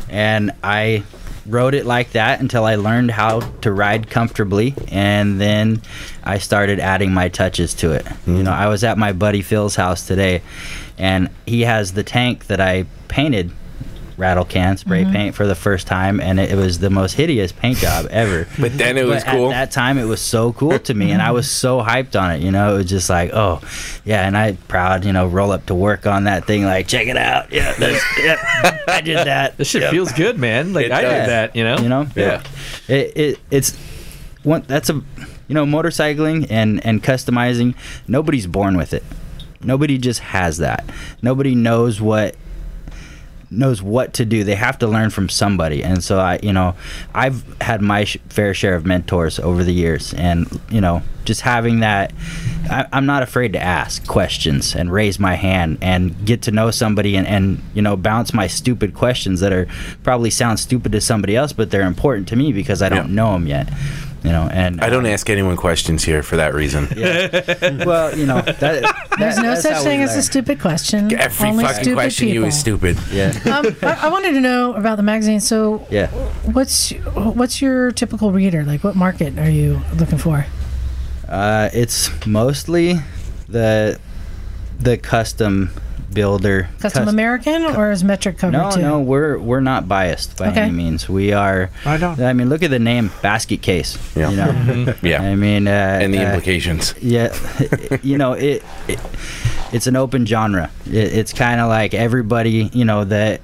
Speaker 9: And I rode it like that until I learned how to ride comfortably, and then I started adding my touches to it. You know, I was at my buddy Phil's house today, and he has the tank that I painted rattle can spray
Speaker 1: Mhm.
Speaker 9: paint for the first time and it, it was the most hideous paint job ever [laughs]
Speaker 1: But then it was
Speaker 9: at
Speaker 1: cool.
Speaker 9: that time it was so cool to me and i was so hyped on it you know it was just like oh yeah and i proud you know roll up to work on that thing like check it out yeah that's, yeah i
Speaker 5: [laughs]
Speaker 9: did that
Speaker 5: This shit feels good, man. Like I did that, you know.
Speaker 9: You know,
Speaker 5: Yeah.
Speaker 9: It, it it's one that's a you know motorcycling and and customizing. Nobody's born with it. Nobody just has that. Nobody knows what knows what to do. They have to learn from somebody. And so I, you know, I've had my sh- fair share of mentors over the years, and you know, just having that, I, I'm not afraid to ask questions and raise my hand and get to know somebody and and you know, bounce my stupid questions that are probably sound stupid to somebody else, but they're important to me because I don't 'em know them yet. You know, and um,
Speaker 1: I don't ask anyone questions here for that reason.
Speaker 2: [laughs]
Speaker 9: well, you know, that,
Speaker 2: There's no
Speaker 9: that's how
Speaker 2: such
Speaker 9: we
Speaker 2: thing as a
Speaker 9: learn.
Speaker 2: stupid question.
Speaker 1: Every
Speaker 2: Only
Speaker 1: fucking
Speaker 2: stupid
Speaker 1: question
Speaker 2: people.
Speaker 1: you is stupid.
Speaker 9: Yeah.
Speaker 2: um, I, I wanted to know about the magazine. So,
Speaker 9: Yeah.
Speaker 2: what's what's your typical reader? Like, what market are you looking for?
Speaker 9: Uh, it's mostly the the custom builder.
Speaker 2: Custom
Speaker 9: cus-
Speaker 2: American or is metric covered
Speaker 9: no,
Speaker 2: too?
Speaker 9: no, we're we're not biased by
Speaker 2: Okay.
Speaker 9: any means. We are. I don't. I mean, look at the name, basket case.
Speaker 1: Yeah.
Speaker 9: You know?
Speaker 1: [laughs] yeah.
Speaker 9: I mean, uh,
Speaker 1: and the
Speaker 9: uh,
Speaker 1: implications.
Speaker 9: yeah, [laughs] you know it, it. It's an open genre. It, it's kind of like everybody, you know, that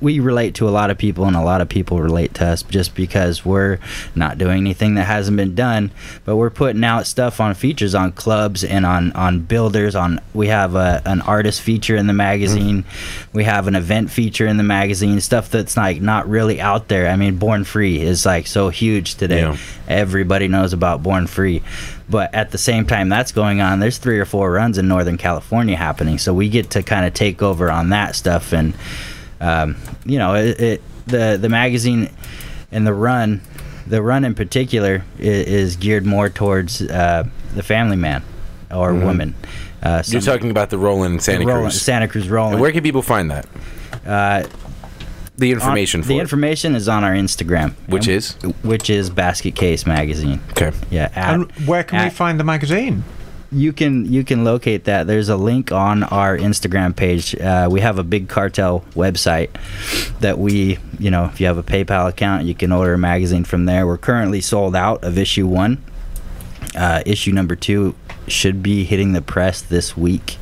Speaker 9: we relate to a lot of people, and a lot of people relate to us just because we're not doing anything that hasn't been done, but we're putting out stuff on features on clubs and on on builders. On we have a, an artist feature in the magazine, we have an event feature in the magazine. Stuff that's like not really out there. I mean, Born Free is like so huge today.
Speaker 1: Yeah.
Speaker 9: Everybody knows about Born Free. But at the same time that's going on, there's three or four runs in Northern California happening. So we get to kind of take over on that stuff. And, um, you know, it, it, the, the magazine and the run, the run in particular is, is geared more towards uh, the family man or
Speaker 1: Mhm.
Speaker 9: woman. Uh,
Speaker 1: You're
Speaker 9: some-
Speaker 1: talking about the Roland Santa
Speaker 9: Roland-
Speaker 1: Cruz.
Speaker 9: Santa Cruz Roland.
Speaker 1: And where can people find that?
Speaker 9: Uh,
Speaker 1: the information
Speaker 9: on,
Speaker 1: for
Speaker 9: the
Speaker 1: it.
Speaker 9: information is on our Instagram,
Speaker 1: Which
Speaker 9: is which is Basket Case Magazine.
Speaker 1: Okay,
Speaker 9: yeah. At,
Speaker 8: And where can we
Speaker 9: at-
Speaker 8: find the magazine?
Speaker 9: you can you can locate that. There's a link on our Instagram page. Uh, we have a big cartel website that we you know if you have a PayPal account, you can order a magazine from there. We're currently sold out of issue one. Uh, issue number two should be hitting the press this week.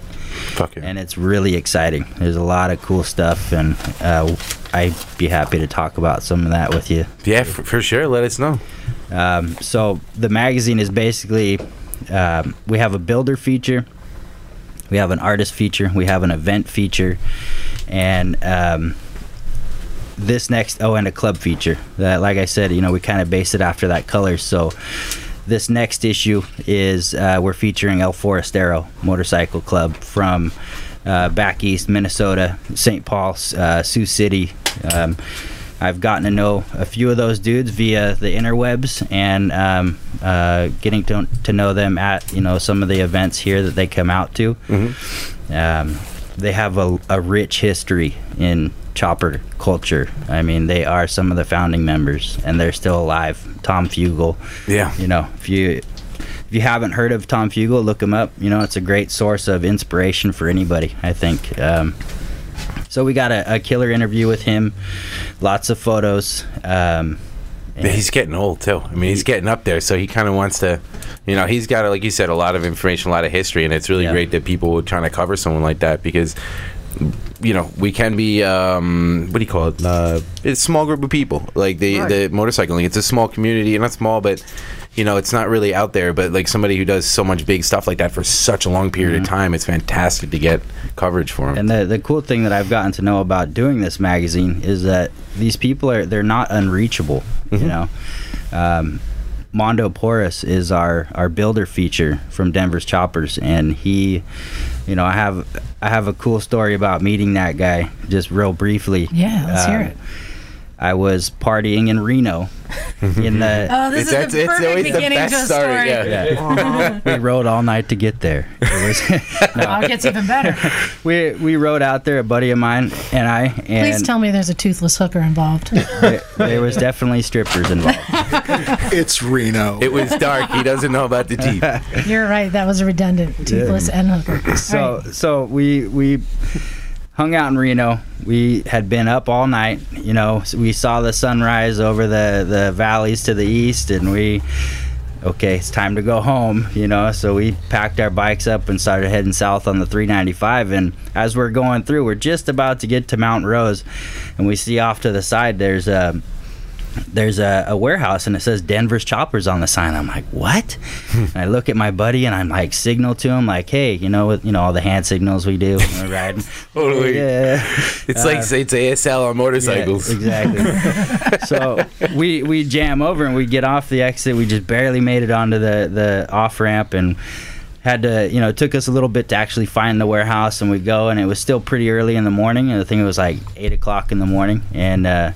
Speaker 1: Fuck yeah.
Speaker 9: And it's really exciting. There's a lot of cool stuff, and uh, I'd be happy to talk about some of that with you.
Speaker 1: Yeah, for, for sure. Let us know.
Speaker 9: Um, so the magazine is basically um, we have a builder feature, we have an artist feature, we have an event feature, and um, this next oh and a club feature that like i said you know we kind of base it after that color so this next issue is uh, we're featuring el forestero motorcycle club from uh, back east minnesota st paul uh, sioux city um, i've gotten to know a few of those dudes via the interwebs and um, uh, getting to, to know them at you know some of the events here that they come out to um, they have a, a rich history in chopper culture. I mean, they are some of the founding members, and they're still alive. Tom Fugel.
Speaker 1: Yeah.
Speaker 9: You know, if you if you haven't heard of Tom Fugel, look him up. You know, it's a great source of inspiration for anybody. I think. Um, so we got a, a killer interview with him. Lots of photos. Um, and-
Speaker 1: He's getting old too. I mean, he's getting up there, so he kind of wants to, you know, he's got like you said, a lot of information, a lot of history, and it's really great that people were trying to cover someone like that because you know, we can be um, what do you call it? Uh, it's a small group of people, like the
Speaker 12: Right.
Speaker 1: the motorcycling. It's a small community, and not small, but you know, it's not really out there. But like somebody who does so much big stuff like that for such a long period of time, it's fantastic to get coverage for them.
Speaker 9: And the the cool thing that I've gotten to know about doing this magazine is that these people are they're not unreachable.
Speaker 2: Mm-hmm.
Speaker 9: You know, um, Mondo Porus is our our builder feature from Denver's Choppers, and he, you know, I have I have a cool story about meeting that guy just real briefly. Um,
Speaker 2: Yeah, let's hear it.
Speaker 9: I was partying in
Speaker 2: [laughs]
Speaker 9: Reno, in the
Speaker 2: Oh, this is the That's- it's perfect always the beginning to best a story. story. [laughs]
Speaker 9: Yeah. we rode all night to get there. It was, no.
Speaker 2: Oh, it gets even better.
Speaker 9: We we rode out there, a buddy of mine and I, [laughs] and
Speaker 2: Please tell me there's a toothless hooker
Speaker 9: [laughs]
Speaker 2: involved.
Speaker 9: there, there was definitely strippers involved.
Speaker 4: [laughs] it's Reno.
Speaker 1: It was dark. He doesn't know about the
Speaker 9: [laughs]
Speaker 1: deep.
Speaker 2: You're right. That was a redundant toothless and hooker.
Speaker 9: [coughs]
Speaker 2: All
Speaker 9: so
Speaker 2: right.
Speaker 9: so we we hung out in Reno. We had been up all night. You know, s- we saw the sunrise over the the valleys to the east, and we okay, it's time to go home. You know, so we packed our bikes up and started heading south on the 395. And as we're going through, we're just about to get to Mount Rose, and we see off to the side there's a there's a, a warehouse and it says Denver's Choppers on the sign. I'm like, what? and I look at my buddy and I'm like, signal to him, like, hey, you know, with, you know, all the hand signals we do when we're riding.
Speaker 1: Totally.
Speaker 9: Yeah.
Speaker 1: It's like
Speaker 9: Uh,
Speaker 1: it's ASL on motorcycles.
Speaker 9: exactly. [laughs] so we we jam over and we get off the exit. We just barely made it onto the the off ramp and had to you know it took us a little bit to actually find the warehouse and we go and it was still pretty early in the morning and i think it was like eight o'clock in the morning and uh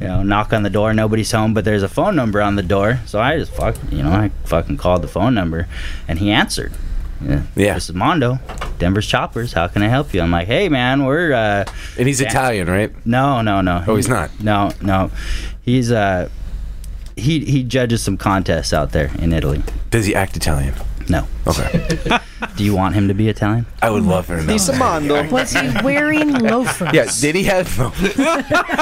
Speaker 9: you know, knock on the door, nobody's home, but there's a phone number on the door. So I just fuck, you know, I fucking called the phone number, and he answered. Yeah. This is Mondo, Denver's Choppers. How can I help you? I'm like, hey man, we're. Uh,
Speaker 1: and he's Italian, right?
Speaker 9: No, no, no.
Speaker 1: Oh, he's not.
Speaker 9: No, no, he's uh, he he judges some contests out there in Italy.
Speaker 1: Does he act Italian?
Speaker 9: No.
Speaker 1: Okay.
Speaker 9: [laughs] Do you want him to be Italian?
Speaker 1: I would love for
Speaker 9: [laughs]
Speaker 1: him. to-
Speaker 9: He's a
Speaker 2: Was he
Speaker 9: [laughs]
Speaker 2: wearing loafers?
Speaker 1: Yeah, did he have? [laughs]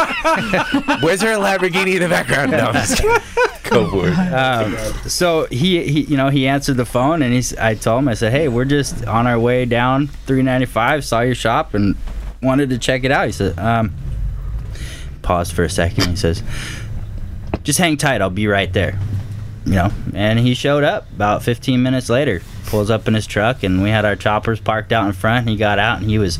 Speaker 1: Where's her Lamborghini in the background? No, I'm just kidding. Go for it.
Speaker 9: Um, so he, he, you know, he answered the phone, and he's. I told him, I said, "Hey, we're just on our way down 395. Saw your shop and wanted to check it out." He said, um, paused for a second. He says, "Just hang tight. I'll be right there." You know, and he showed up about 15 minutes later. Pulls up in his truck, and we had our choppers parked out in front. And he got out, and he was,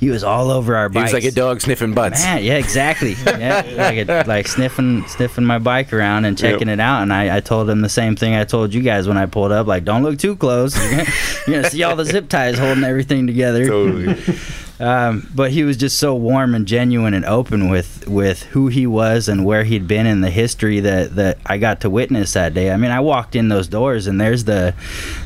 Speaker 9: he was all over our
Speaker 1: He
Speaker 9: bikes.
Speaker 1: was like a dog sniffing butts.
Speaker 9: Man, yeah, exactly.
Speaker 1: [laughs]
Speaker 9: Yeah, like, it, like sniffing, sniffing my bike around and checking it out. And I, I told him the same thing I told you guys when I pulled up. Like, don't look too close. [laughs] You're gonna, you're gonna see all the zip ties holding everything together. Totally. [laughs] Um, but he was just so warm and genuine and open with with who he was and where he'd been and the history that that I got to witness that day. I mean, I walked in those doors and there's the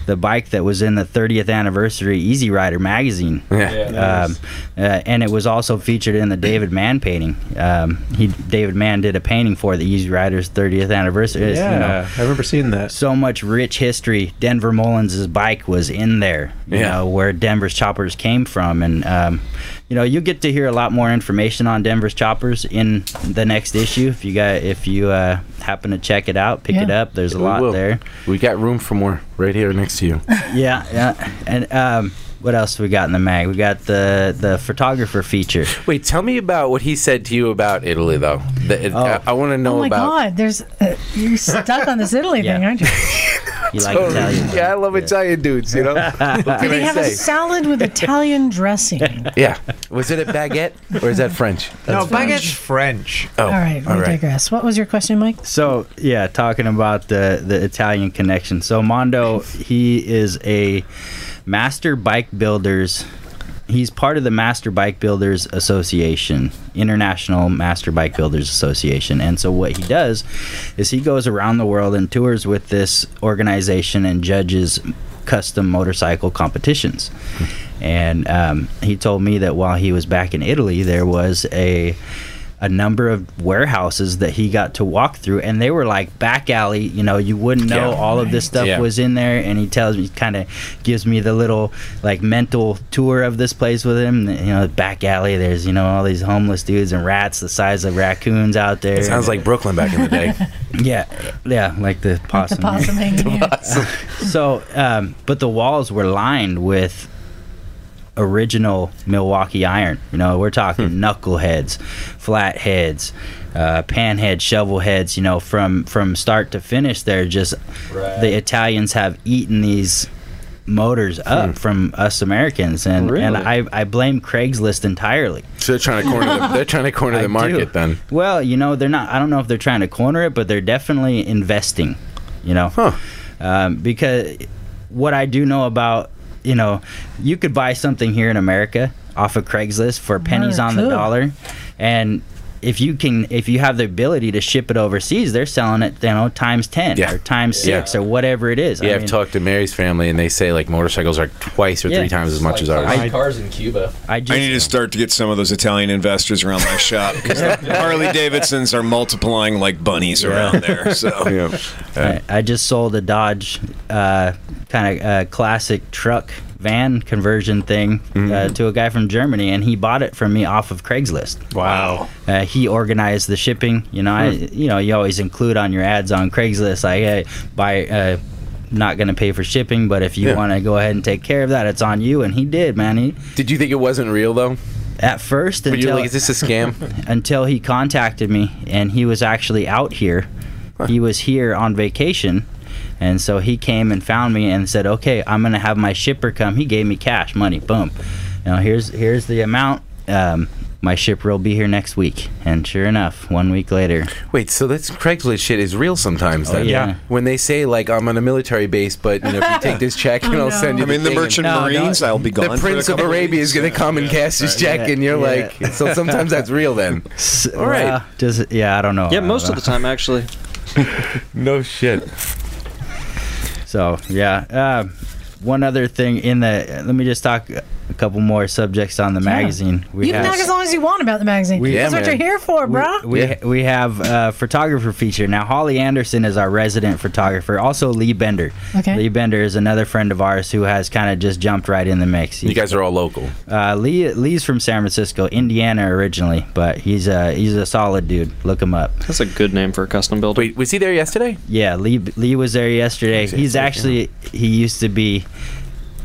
Speaker 9: the bike that was in the 30th anniversary Easy Rider magazine.
Speaker 1: Yeah.
Speaker 12: Yeah,
Speaker 9: Um, uh, and it was also featured in the David Mann painting. Um, he David Mann did a painting for the Easy Rider's 30th anniversary. It's, you know,
Speaker 6: Yeah, I remember seeing that.
Speaker 9: so much rich history. Denver Mullins' bike was in there, you
Speaker 6: Yeah.
Speaker 9: know, where Denver's Choppers came from. And, um, you know, you get to hear a lot more information on Denver's Choppers in the next issue. If you got, if you uh, happen to check it out, pick it
Speaker 1: Yeah.
Speaker 9: up. There's a
Speaker 1: We
Speaker 9: lot
Speaker 1: will.
Speaker 9: there.
Speaker 1: We got room for more right here next to you.
Speaker 9: [laughs] yeah, yeah. And um, what else we got in the mag? We got the, the photographer feature.
Speaker 1: Wait, tell me about what he said to you about Italy, though.
Speaker 9: Uh,
Speaker 1: The- I, want to know
Speaker 2: Oh my
Speaker 1: about.
Speaker 2: God! There's uh, you're stuck on
Speaker 9: [laughs]
Speaker 2: this Italy thing, aren't you?
Speaker 9: You
Speaker 1: like Italian? Yeah, I love Italian dudes. You
Speaker 9: [laughs]
Speaker 1: know. What
Speaker 2: Did
Speaker 1: can
Speaker 2: he
Speaker 1: I
Speaker 2: have a
Speaker 1: say?
Speaker 2: salad with Italian dressing?
Speaker 1: [laughs] yeah. Was it
Speaker 9: [laughs]
Speaker 1: a baguette or is that French?
Speaker 2: No, baguette's
Speaker 9: French.
Speaker 1: Oh,
Speaker 2: all right, we digress. What was your question, Mike?
Speaker 9: So yeah, talking about the the Italian connection. So Mondo, he is a master bike builders. He's part of the Master Bike Builders Association, International Master Bike Builders Association. And so what he does is he goes around the world and tours with this organization and judges custom motorcycle competitions. And um, he told me that while he was back in Italy, there was a a number of warehouses that he got to walk through and they were like back alley you know you wouldn't know
Speaker 10: Yeah.
Speaker 9: all of this
Speaker 10: Right.
Speaker 9: stuff
Speaker 10: Yeah.
Speaker 9: was in there and he tells me kind of gives me the little like mental tour of this place with him you know back alley there's you know all these homeless dudes and rats the size of raccoons out there
Speaker 1: It sounds like Brooklyn back in the day.
Speaker 9: [laughs] yeah yeah like the possum
Speaker 2: Possum hanging here.
Speaker 9: so um, but the walls were lined with original Milwaukee iron. You know, we're talking
Speaker 1: Hmm.
Speaker 9: knuckleheads, flatheads, uh, panhead, shovel heads. You know, from from start to finish, they're just the Italians have eaten these motors
Speaker 1: Hmm.
Speaker 9: up from us Americans, and and I, I blame Craigslist entirely.
Speaker 1: So they're trying to corner. The, they're trying to corner
Speaker 9: [laughs] I
Speaker 1: the
Speaker 9: do.
Speaker 1: market. Then
Speaker 9: Well, you know, they're not. I don't know if they're trying to corner it, but they're definitely investing. You know, um, because what I do know about, you know, you could buy something here in America off of Craigslist for pennies on the
Speaker 12: could.
Speaker 9: dollar, and if you can, if you have the ability to ship it overseas, they're selling it, you know, times ten
Speaker 1: Yeah.
Speaker 9: or times
Speaker 1: Yeah.
Speaker 9: six or whatever it is.
Speaker 1: yeah,
Speaker 9: I
Speaker 1: I've
Speaker 9: mean,
Speaker 1: talked to Mary's family, and they say like motorcycles are twice or
Speaker 9: Yeah.
Speaker 1: three times as much as ours.
Speaker 9: cars in Cuba. I
Speaker 11: I need to start to get some of those Italian investors around my shop because Harley Davidsons are multiplying like bunnies around there. [laughs] So
Speaker 9: [laughs] I, I just sold a Dodge uh, kind of uh, classic truck van conversion thing uh, to a guy from Germany, and he bought it from me off of Craigslist.
Speaker 11: Wow.
Speaker 9: Uh, he organized the shipping. You know, I,
Speaker 12: Hmm.
Speaker 9: you know, you always include on your ads on Craigslist, like, hey, buy. Uh, not going to pay for shipping, but if you
Speaker 1: Yeah.
Speaker 9: want to go ahead and take care of that, it's on you. And he did, man. He
Speaker 1: did you think it wasn't real though?
Speaker 9: At first,
Speaker 1: But
Speaker 9: until,
Speaker 1: you're like, is this a scam?
Speaker 9: [laughs] until he contacted me and he was actually out here. He was here on vacation. And so he came and found me and said, "Okay, I'm going to have my shipper come." He gave me cash, money, boom. Now here's here's the amount. Um, my shipper will be here next week. And sure enough, one week later,
Speaker 1: Wait, so this Craigslist shit is real sometimes.
Speaker 9: Oh,
Speaker 1: Then.
Speaker 9: yeah. Yeah.
Speaker 1: When they say like I'm on a military base, but you know, if you
Speaker 9: [laughs]
Speaker 1: take this check, and
Speaker 11: Oh,
Speaker 1: I'll
Speaker 11: no.
Speaker 1: send you.
Speaker 11: I mean, the
Speaker 1: thing," and-
Speaker 11: merchant No, no. marines, I'll be gone
Speaker 1: The
Speaker 11: for a
Speaker 1: Prince of
Speaker 11: couple of
Speaker 1: Arabia is going to come and cast his
Speaker 9: Yeah.
Speaker 1: check, and you're
Speaker 9: Yeah.
Speaker 1: like, so
Speaker 9: [laughs]
Speaker 1: sometimes that's real. Then, all right.
Speaker 9: Well, just yeah, I don't know.
Speaker 7: Yeah, most of the time actually.
Speaker 1: [laughs] no shit.
Speaker 9: So yeah, uh, one other thing in the. Let me just talk a couple more subjects on the magazine.
Speaker 2: you can talk as long as you want about the magazine.
Speaker 9: We-
Speaker 2: That's
Speaker 9: Yeah,
Speaker 2: what
Speaker 9: man.
Speaker 2: you're here for, bro.
Speaker 9: We, we have a photographer feature. Now, Holly Anderson is our resident photographer. Also, Lee Bender.
Speaker 2: Okay.
Speaker 9: Lee Bender is another friend of ours who has kind of just jumped right in the mix.
Speaker 1: You guys are all local.
Speaker 9: Uh, Lee Lee's from San Francisco, Indiana originally, but he's a he's a solid dude. Look him up.
Speaker 7: That's a good name for a custom build.
Speaker 1: Wait, was he there yesterday?
Speaker 9: Yeah, Lee Lee was there yesterday. He's actually he used to be,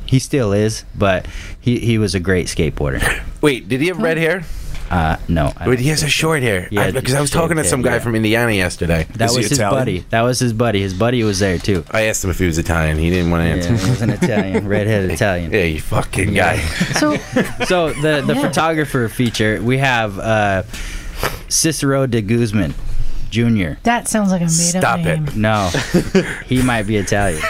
Speaker 9: he still is, but he he was a great
Speaker 1: [laughs]
Speaker 9: skateboarder.
Speaker 1: Wait, did he have red hair?
Speaker 9: Uh, no.
Speaker 1: Wait, he has a short hair.
Speaker 9: Yeah,
Speaker 1: because I was talking to
Speaker 9: short
Speaker 1: some
Speaker 9: hair,
Speaker 1: guy
Speaker 9: yeah.
Speaker 1: from Indiana yesterday.
Speaker 9: That was his buddy. That was his buddy. His buddy was there too.
Speaker 1: I asked him if he was Italian. He didn't want to answer.
Speaker 9: Yeah, he was an
Speaker 1: [laughs]
Speaker 9: Italian, redhead Italian.
Speaker 1: Yeah, you fucking guy. [laughs]
Speaker 2: So,
Speaker 9: so the the photographer feature we have uh, Cicero de Guzman, Jr.
Speaker 2: That sounds like a made up name.
Speaker 9: No, [laughs] he might be Italian.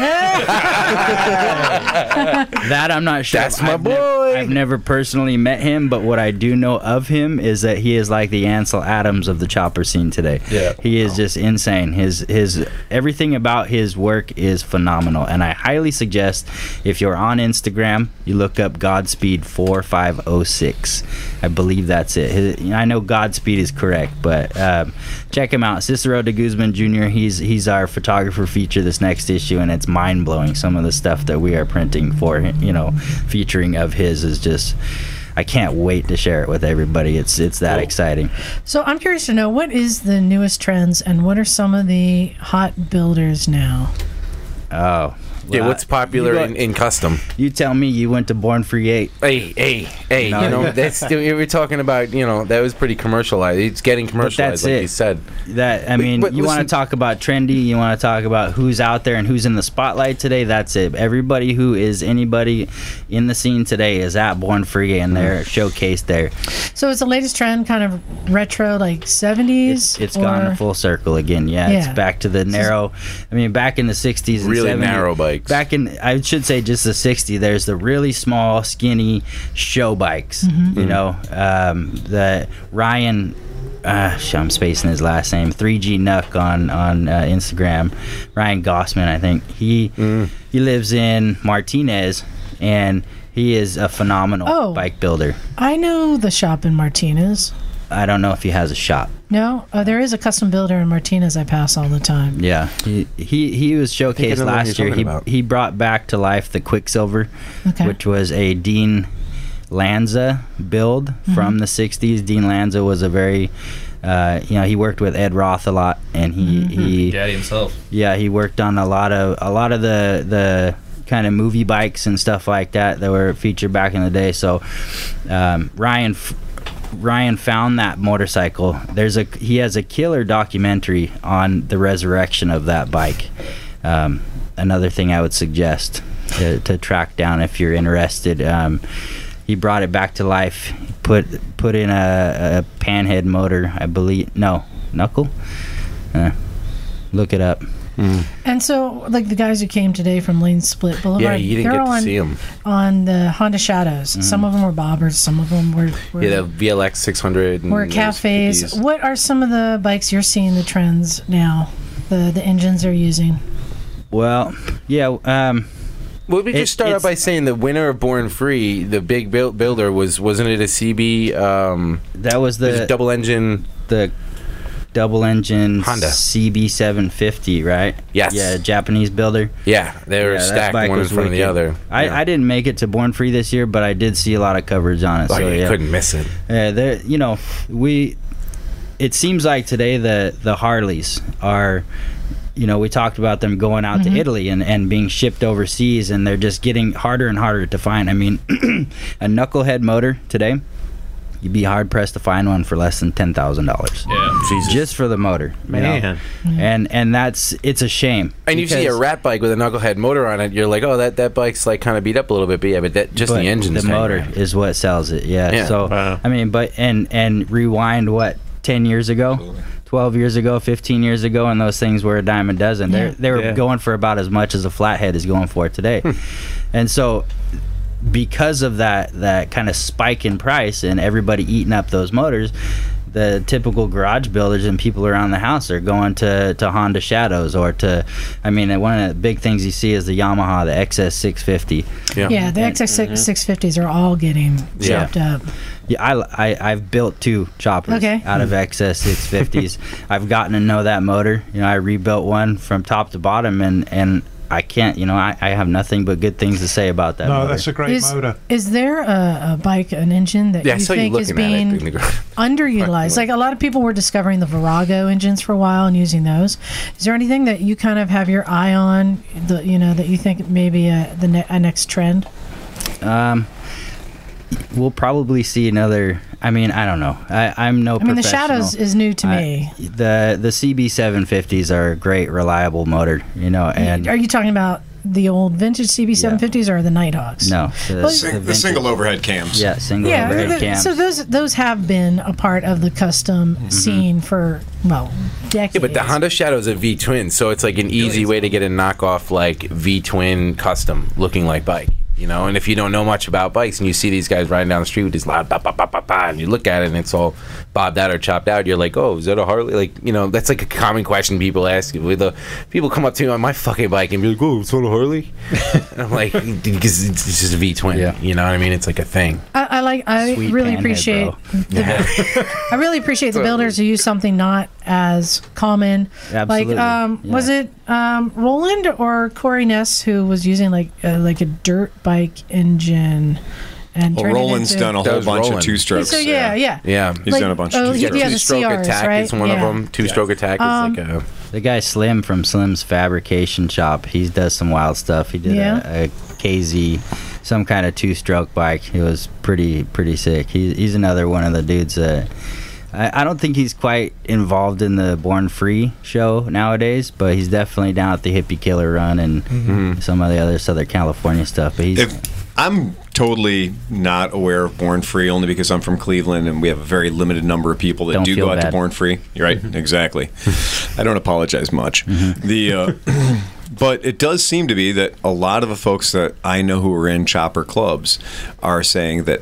Speaker 1: [laughs]
Speaker 9: that I'm not sure. That's my boy. I've never personally met him, but what I do know of him is that he is like the Ansel Adams of the chopper scene today.
Speaker 12: Yeah.
Speaker 9: he is just insane. His his everything about his work is phenomenal, and I highly suggest if you're on Instagram, you look up Godspeed four five oh zero six. I believe that's it. His, you know, I know Godspeed is correct, but um, check him out, Cicero de Guzman Jr. He's he's our photographer feature this next issue, and it's mind blowing. Some of the stuff that we are printing for him, you know, featuring of his is just. I can't wait to share it with everybody. It's it's that exciting.
Speaker 2: So I'm curious to know what is the newest trends and what are some of the hot builders now?
Speaker 9: Oh.
Speaker 1: Yeah,
Speaker 9: Well,
Speaker 1: what's popular
Speaker 9: you go-
Speaker 1: in, in custom?
Speaker 9: You tell me you went to Born Free 8.
Speaker 1: Hey, hey, hey,
Speaker 9: No.
Speaker 1: you
Speaker 9: [laughs]
Speaker 1: know, that's still, we were talking about, you know, that was pretty commercialized. It's getting
Speaker 9: But
Speaker 1: commercialized, like you said.
Speaker 9: That I
Speaker 1: But-
Speaker 9: mean,
Speaker 1: but
Speaker 9: you want
Speaker 1: listen-
Speaker 9: to talk about trendy. You want to talk about who's out there and who's in the spotlight today. That's it. Everybody who is anybody in the scene today is at Born Free and they're showcased there.
Speaker 2: So it's the latest trend, kind of retro, like 70s.
Speaker 9: It's it's gone
Speaker 2: or-
Speaker 9: full circle again. Yeah,
Speaker 2: Yeah.
Speaker 9: it's back to the narrow. I mean, back in the '60s, and
Speaker 1: Really
Speaker 9: 70s,
Speaker 1: narrow bikes.
Speaker 9: Back in, I should say, just the '60s. There's the really small, skinny show bikes.
Speaker 2: Mm-hmm.
Speaker 12: Mhm.
Speaker 1: Mm-hmm.
Speaker 9: You
Speaker 12: Mhm.
Speaker 9: know, um, the Ryan. Uh, shit, I'm spacing his last name. 3G Nuck on on uh, Instagram. Ryan Gossman, I think he
Speaker 1: Mm.
Speaker 9: he lives in Martinez, and he is a phenomenal
Speaker 2: Oh.
Speaker 9: bike builder.
Speaker 2: I know the shop in Martinez.
Speaker 9: I don't know if he has a shop.
Speaker 2: No, oh, there is a custom builder in Martinez I pass all the time.
Speaker 9: Yeah, he he, he was
Speaker 2: I know
Speaker 9: showcased
Speaker 2: what
Speaker 9: last
Speaker 2: you're
Speaker 9: year.
Speaker 2: talking
Speaker 9: He,
Speaker 2: about.
Speaker 9: he brought back to life the Quicksilver,
Speaker 2: Okay.
Speaker 9: which was a Dean Lanza build
Speaker 2: Mm-hmm.
Speaker 9: from the '60s. Dean Lanza was a very, uh, you know, he worked with Ed Roth a lot, and he he
Speaker 2: Mm-hmm.
Speaker 13: Daddy himself.
Speaker 9: yeah he worked on a lot of a lot of the the kind of movie bikes and stuff like that that were featured back in the day. So um, Ryan. F- Ryan found that motorcycle. There's a he has a killer documentary on the resurrection of that bike. Um, another thing I would suggest to, to track down if you're interested. Um, he brought it back to life. Put put in a, a panhead motor, I believe. No, knuckle. Uh, look it up.
Speaker 1: Mm.
Speaker 2: And so, like the guys who came today from Lane Split Boulevard,
Speaker 1: Yeah, you didn't
Speaker 2: they're
Speaker 1: get to
Speaker 2: on,
Speaker 1: see 'em.
Speaker 2: on the Honda Shadows. Some of them were bobbers, some of them were were,
Speaker 1: Yeah, the VLX 600. and
Speaker 2: were
Speaker 1: those
Speaker 2: cafes.
Speaker 1: 50s.
Speaker 2: What are some of the bikes you're seeing the trends now? The the engines they're using.
Speaker 9: Well, yeah. Um,
Speaker 1: Well, we just start out by saying the winner of Born Free, the big build, builder was wasn't it a CB? Um,
Speaker 9: that was the
Speaker 1: double engine.
Speaker 9: The double engine
Speaker 1: Honda.
Speaker 9: CB750, right?
Speaker 1: Yes.
Speaker 9: Yeah, Japanese builder.
Speaker 1: Yeah, they were
Speaker 9: Yeah, that
Speaker 1: stacked
Speaker 9: bike
Speaker 1: one in
Speaker 9: was
Speaker 1: front of the
Speaker 9: wicked.
Speaker 1: other.
Speaker 9: I, I didn't make it to Born Free this year, but I did see a lot of coverage on it.
Speaker 1: Like,
Speaker 9: so
Speaker 1: Oh, you
Speaker 9: yeah.
Speaker 1: couldn't miss it.
Speaker 9: Yeah, there. You know, we. It seems like today the the Harleys are. You know, we talked about them going out
Speaker 10: Mhm.
Speaker 9: to Italy and, and being shipped overseas, and they're just getting harder and harder to find. I mean, [clears throat] a knucklehead motor today, you'd be hard pressed to find one for less than ten thousand dollars. Yeah, just for the motor, you know?
Speaker 1: Man.
Speaker 9: And and that's it's a shame.
Speaker 1: And you see a
Speaker 9: because-
Speaker 1: rat bike with a knucklehead motor on it, you're like, oh, that, that bike's like kind of beat up a little bit, but yeah, but that just
Speaker 9: But
Speaker 1: the engine's
Speaker 9: the
Speaker 1: hanging
Speaker 9: motor
Speaker 1: around.
Speaker 9: is what sells it yeah,
Speaker 1: Yeah.
Speaker 9: so i mean but and and rewind what 10 years ago 12 years ago 15 years ago and those things were a dime a dozen
Speaker 10: Yeah.
Speaker 9: They're they were
Speaker 10: Yeah.
Speaker 9: going for about as much as a flathead is going for today and so because of that that kind of spike in price and everybody eating up those motors the typical garage builders and people around the house are going to, to Honda Shadows or to, I mean, one of the big things you see is the Yamaha, the XS650.
Speaker 2: Yeah, the XX six fifties are all getting
Speaker 9: Yeah.
Speaker 2: chopped up.
Speaker 9: Yeah, I, I I've built two choppers
Speaker 2: Okay.
Speaker 9: out
Speaker 8: Hmm.
Speaker 9: of XS
Speaker 8: [laughs]
Speaker 9: 650s. I've gotten to know that motor. You know, I rebuilt one from top to bottom, and and I can't. You know, I, I have nothing but good things to say about that.
Speaker 8: No,
Speaker 9: motor.
Speaker 8: that's a great
Speaker 2: is, Is there a, a bike, an engine that you think is being underutilized. Like a lot of people were discovering the Virago engines for a while and using those. Is there anything that you kind of have your eye on? The you know that you think maybe a, the ne- a next trend.
Speaker 8: [laughs]
Speaker 9: Um, we'll probably see another. I mean, I don't know. I, I'm no.
Speaker 2: I mean, the
Speaker 9: professional.
Speaker 2: shadows is new to
Speaker 9: I-
Speaker 2: me.
Speaker 9: The the CB750s are a great, reliable motor. You know, and
Speaker 2: Are you talking about the old vintage CB750s or the Nighthawks?
Speaker 9: no,
Speaker 2: Well, Sing- the
Speaker 9: vintage-
Speaker 11: single overhead cams.
Speaker 9: Yeah, single
Speaker 2: Yeah,
Speaker 9: overhead
Speaker 2: th-
Speaker 9: cams.
Speaker 2: so those those have been a part of the custom
Speaker 9: Mm-hmm.
Speaker 2: scene for well decades.
Speaker 1: Yeah, but the Honda Shadow's a V twin, so it's like an easy way to get a knockoff like V twin custom looking like bike. You know, and if you don't know much about bikes and you see these guys riding down the street with these loud ba ba ba ba ba, and you look at it and it's all bobbed out or chopped out, you're like, oh, is that a Harley? Like, you know, that's like a common question people ask. With the people come up to me on my fucking bike and be like, oh, it's not a Harley, and I'm like, because it's it's just a V twin. You know what I mean? It's like a thing.
Speaker 2: I, I like. I really appreciate [laughs] I really appreciate the builders who use something not as common.
Speaker 9: Absolutely,
Speaker 2: Like, um, was it um, Roland or Corey Ness who was using like a, like a dirt bike engine? And
Speaker 11: Well,
Speaker 2: turned it
Speaker 11: Roland's
Speaker 2: into-
Speaker 11: done a whole bunch of two strokes.
Speaker 2: So yeah, yeah,
Speaker 1: Yeah.
Speaker 11: He's
Speaker 2: Like,
Speaker 11: done a bunch
Speaker 2: oh,
Speaker 11: of
Speaker 2: he-
Speaker 11: two strokes.
Speaker 2: yeah, the
Speaker 1: Two-stroke
Speaker 2: CRs,
Speaker 1: attack
Speaker 2: right?
Speaker 1: is one of
Speaker 2: Yeah.
Speaker 1: them. Two stroke attack is
Speaker 2: Um,
Speaker 1: like a
Speaker 9: The guy Slim from Slim's Fabrication Shop, he does some wild stuff. He did
Speaker 2: Yeah.
Speaker 9: a, a KZ, some kind of two-stroke bike. It was pretty pretty sick. He, he's another one of the dudes that I, I don't think he's quite involved in the Born Free show nowadays, but he's definitely down at the Hippie Killer Run and
Speaker 1: Mm-hmm.
Speaker 9: some of the other Southern California stuff. But he's
Speaker 11: I'm totally not aware of Born Free only because I'm from Cleveland and we have a very limited number of people that
Speaker 9: Don't
Speaker 11: do
Speaker 9: feel
Speaker 11: go out to
Speaker 9: bad. Mm-hmm.
Speaker 11: Born Free. You're right,
Speaker 9: [laughs]
Speaker 11: exactly. I don't apologize much. The uh, [clears throat] but it does seem to be that a lot of the folks that I know who are in chopper clubs are saying that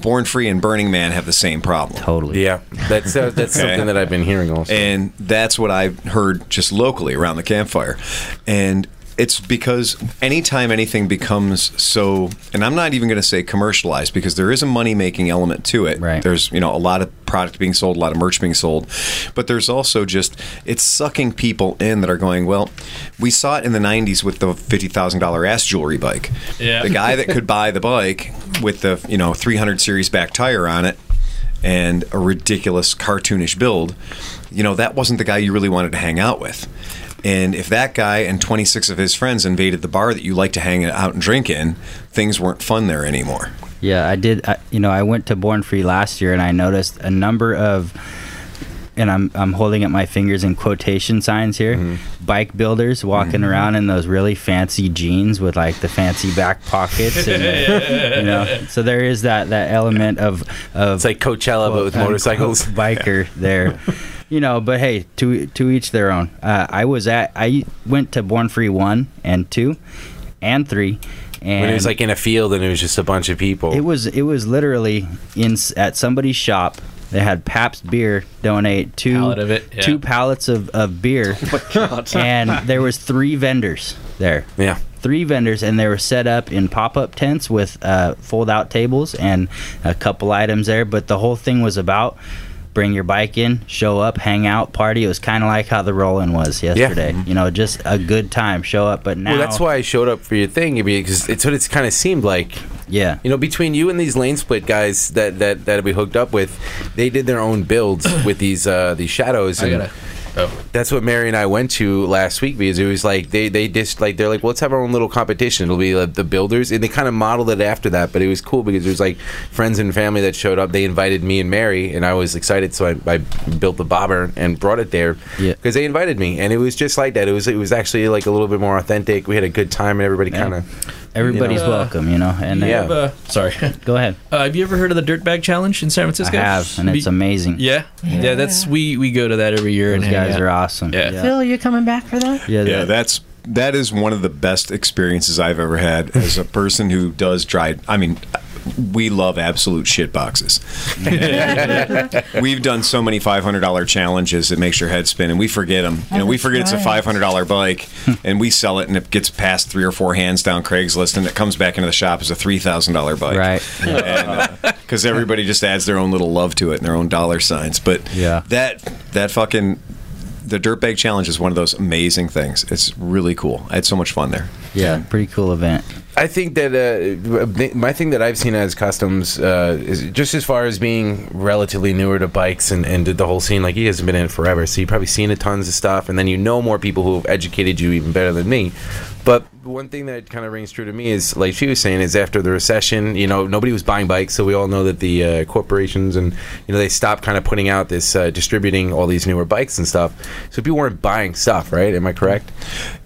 Speaker 11: Born Free and Burning Man have the same problem.
Speaker 9: Totally.
Speaker 1: Yeah, that's uh,
Speaker 11: [laughs]
Speaker 1: that's
Speaker 11: Okay.
Speaker 1: something that I've been hearing also.
Speaker 11: And that's what I've heard just locally around the campfire. And it's because anytime anything becomes so, and I'm not even going to say commercialized because there is a money making element to it. Right. There's, you know, a lot of product being sold, a lot of merch being sold, but there's also just, it's sucking people in that are going, well, we saw it in the 90s with the $50,000 ass jewelry bike.
Speaker 10: Yeah.
Speaker 11: The guy that could buy the bike with the, you know, 300 series back tire on it and a ridiculous cartoonish build, you know, that wasn't the guy you really wanted to hang out with. And if that guy and 26 of his friends invaded the bar that you like to hang out and drink in, things weren't fun there anymore.
Speaker 9: Yeah, I did. I, you know, I went to Born Free last year, and I noticed a number of, and I'm I'm holding up my fingers in quotation signs here,
Speaker 1: Mm-hmm.
Speaker 9: bike builders walking around in those really fancy jeans with like the fancy back pockets, and the- you know. So there is that that element of of it's
Speaker 1: like Coachella, but with motorcycles. [laughs]
Speaker 9: biker there. You know, but hey, to to each their own. Uh, I was at I went to Born Free one and two, and three, and
Speaker 1: when it was like in a field and it was just a bunch of people.
Speaker 9: it was it was literally in s- at somebody's shop. They had Pabst beer donate two
Speaker 10: Pallet of it, yeah.
Speaker 9: two pallets of, of
Speaker 1: [laughs]
Speaker 9: beer,
Speaker 1: Oh
Speaker 9: [laughs] and there was three vendors there.
Speaker 1: Yeah,
Speaker 9: three vendors, and they were set up in pop up tents with uh, fold out tables and a couple items there. But the whole thing was about bring your bike in, show up, hang out, party. It was kind of like how the roll in was yesterday. You know, just a good time. Show up, but now
Speaker 1: Mm-hmm. well, that's why I showed up for your thing because it's what it's kind of seemed like.
Speaker 9: Yeah.
Speaker 1: You know, between you and these lane split guys that that that we hooked up with, they did their own [coughs] builds with these uh these shadows.
Speaker 10: I
Speaker 1: And
Speaker 10: gotta- oh.
Speaker 1: That's what Mary and I went to last week because it was like they they just like they're like well, let's have our own little competition. It'll be like the builders, and they kind of modeled it after that. But it was cool because there's like friends and family that showed up. They invited me and Mary, and I was excited, so I, I built the bobber and brought it there because they invited me, and it was just like that. It was it was actually like a little bit more authentic. We had a good time, and everybody kind of
Speaker 9: everybody's welcome, you know. And
Speaker 10: you
Speaker 9: yeah.
Speaker 10: have, uh, sorry.
Speaker 9: [laughs] Go ahead.
Speaker 10: Uh, have you ever heard of the Dirtbag Challenge in San Francisco?
Speaker 9: I have, and it's
Speaker 10: Be-
Speaker 9: amazing.
Speaker 10: Yeah, yeah, That's we we go to that every year.
Speaker 9: Those
Speaker 10: and
Speaker 9: guys are awesome.
Speaker 10: Yeah.
Speaker 2: Phil, are you coming back for that?
Speaker 9: Yeah,
Speaker 11: that's that is one of the best experiences I've ever had as a person who does dry. I mean, we love absolute shit
Speaker 2: [laughs]
Speaker 11: boxes. We've done so many five hundred dollar challenges it makes your head spin, and we forget them. You know, we forget it's a
Speaker 2: That's right.
Speaker 11: five hundred dollar bike, and we sell it, and it gets past three or four hands down Craigslist, and it comes back into the shop as a three thousand dollar bike, right? Because everybody just adds their own little love to it and their own dollar signs. But yeah, that that fucking the dirtbag challenge is one of those amazing things. It's really cool. I had so much fun there.
Speaker 9: Yeah, pretty cool event.
Speaker 1: I think that uh, th- my thing that I've seen as customs uh, is just as far as being relatively newer to bikes and, and did the whole scene. Like you guys have been in it forever, so you've probably seen a tons of stuff, and then you know more people who have educated you even better than me. But one thing that kind of rings true to me is, like she was saying, is after the recession, you know, nobody was buying bikes, so we all know that the uh, corporations and you know they stopped kind of putting out this uh, distributing all these newer bikes and stuff. So people weren't buying stuff, right? Am I correct?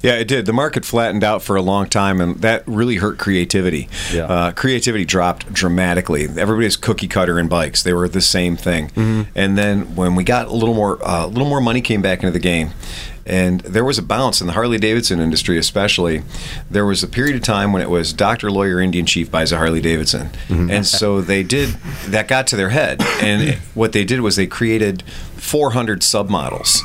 Speaker 11: Yeah, it did. The market flattened out for a long time, and that really hurt creativity.
Speaker 1: Yeah.
Speaker 11: Uh, creativity dropped dramatically. Everybody was cookie cutter and bikes; they were the same thing.
Speaker 1: Mm-hmm.
Speaker 11: Mm-hmm. And then when we got a little more, uh, a little more money came back into the game, and there was a bounce in the Harley Davidson industry, especially. There was a period of time when it was Doctor Lawyer Indian Chief buys a Harley Davidson, and so they did. That got to their head, and what they did was they created 400 submodels.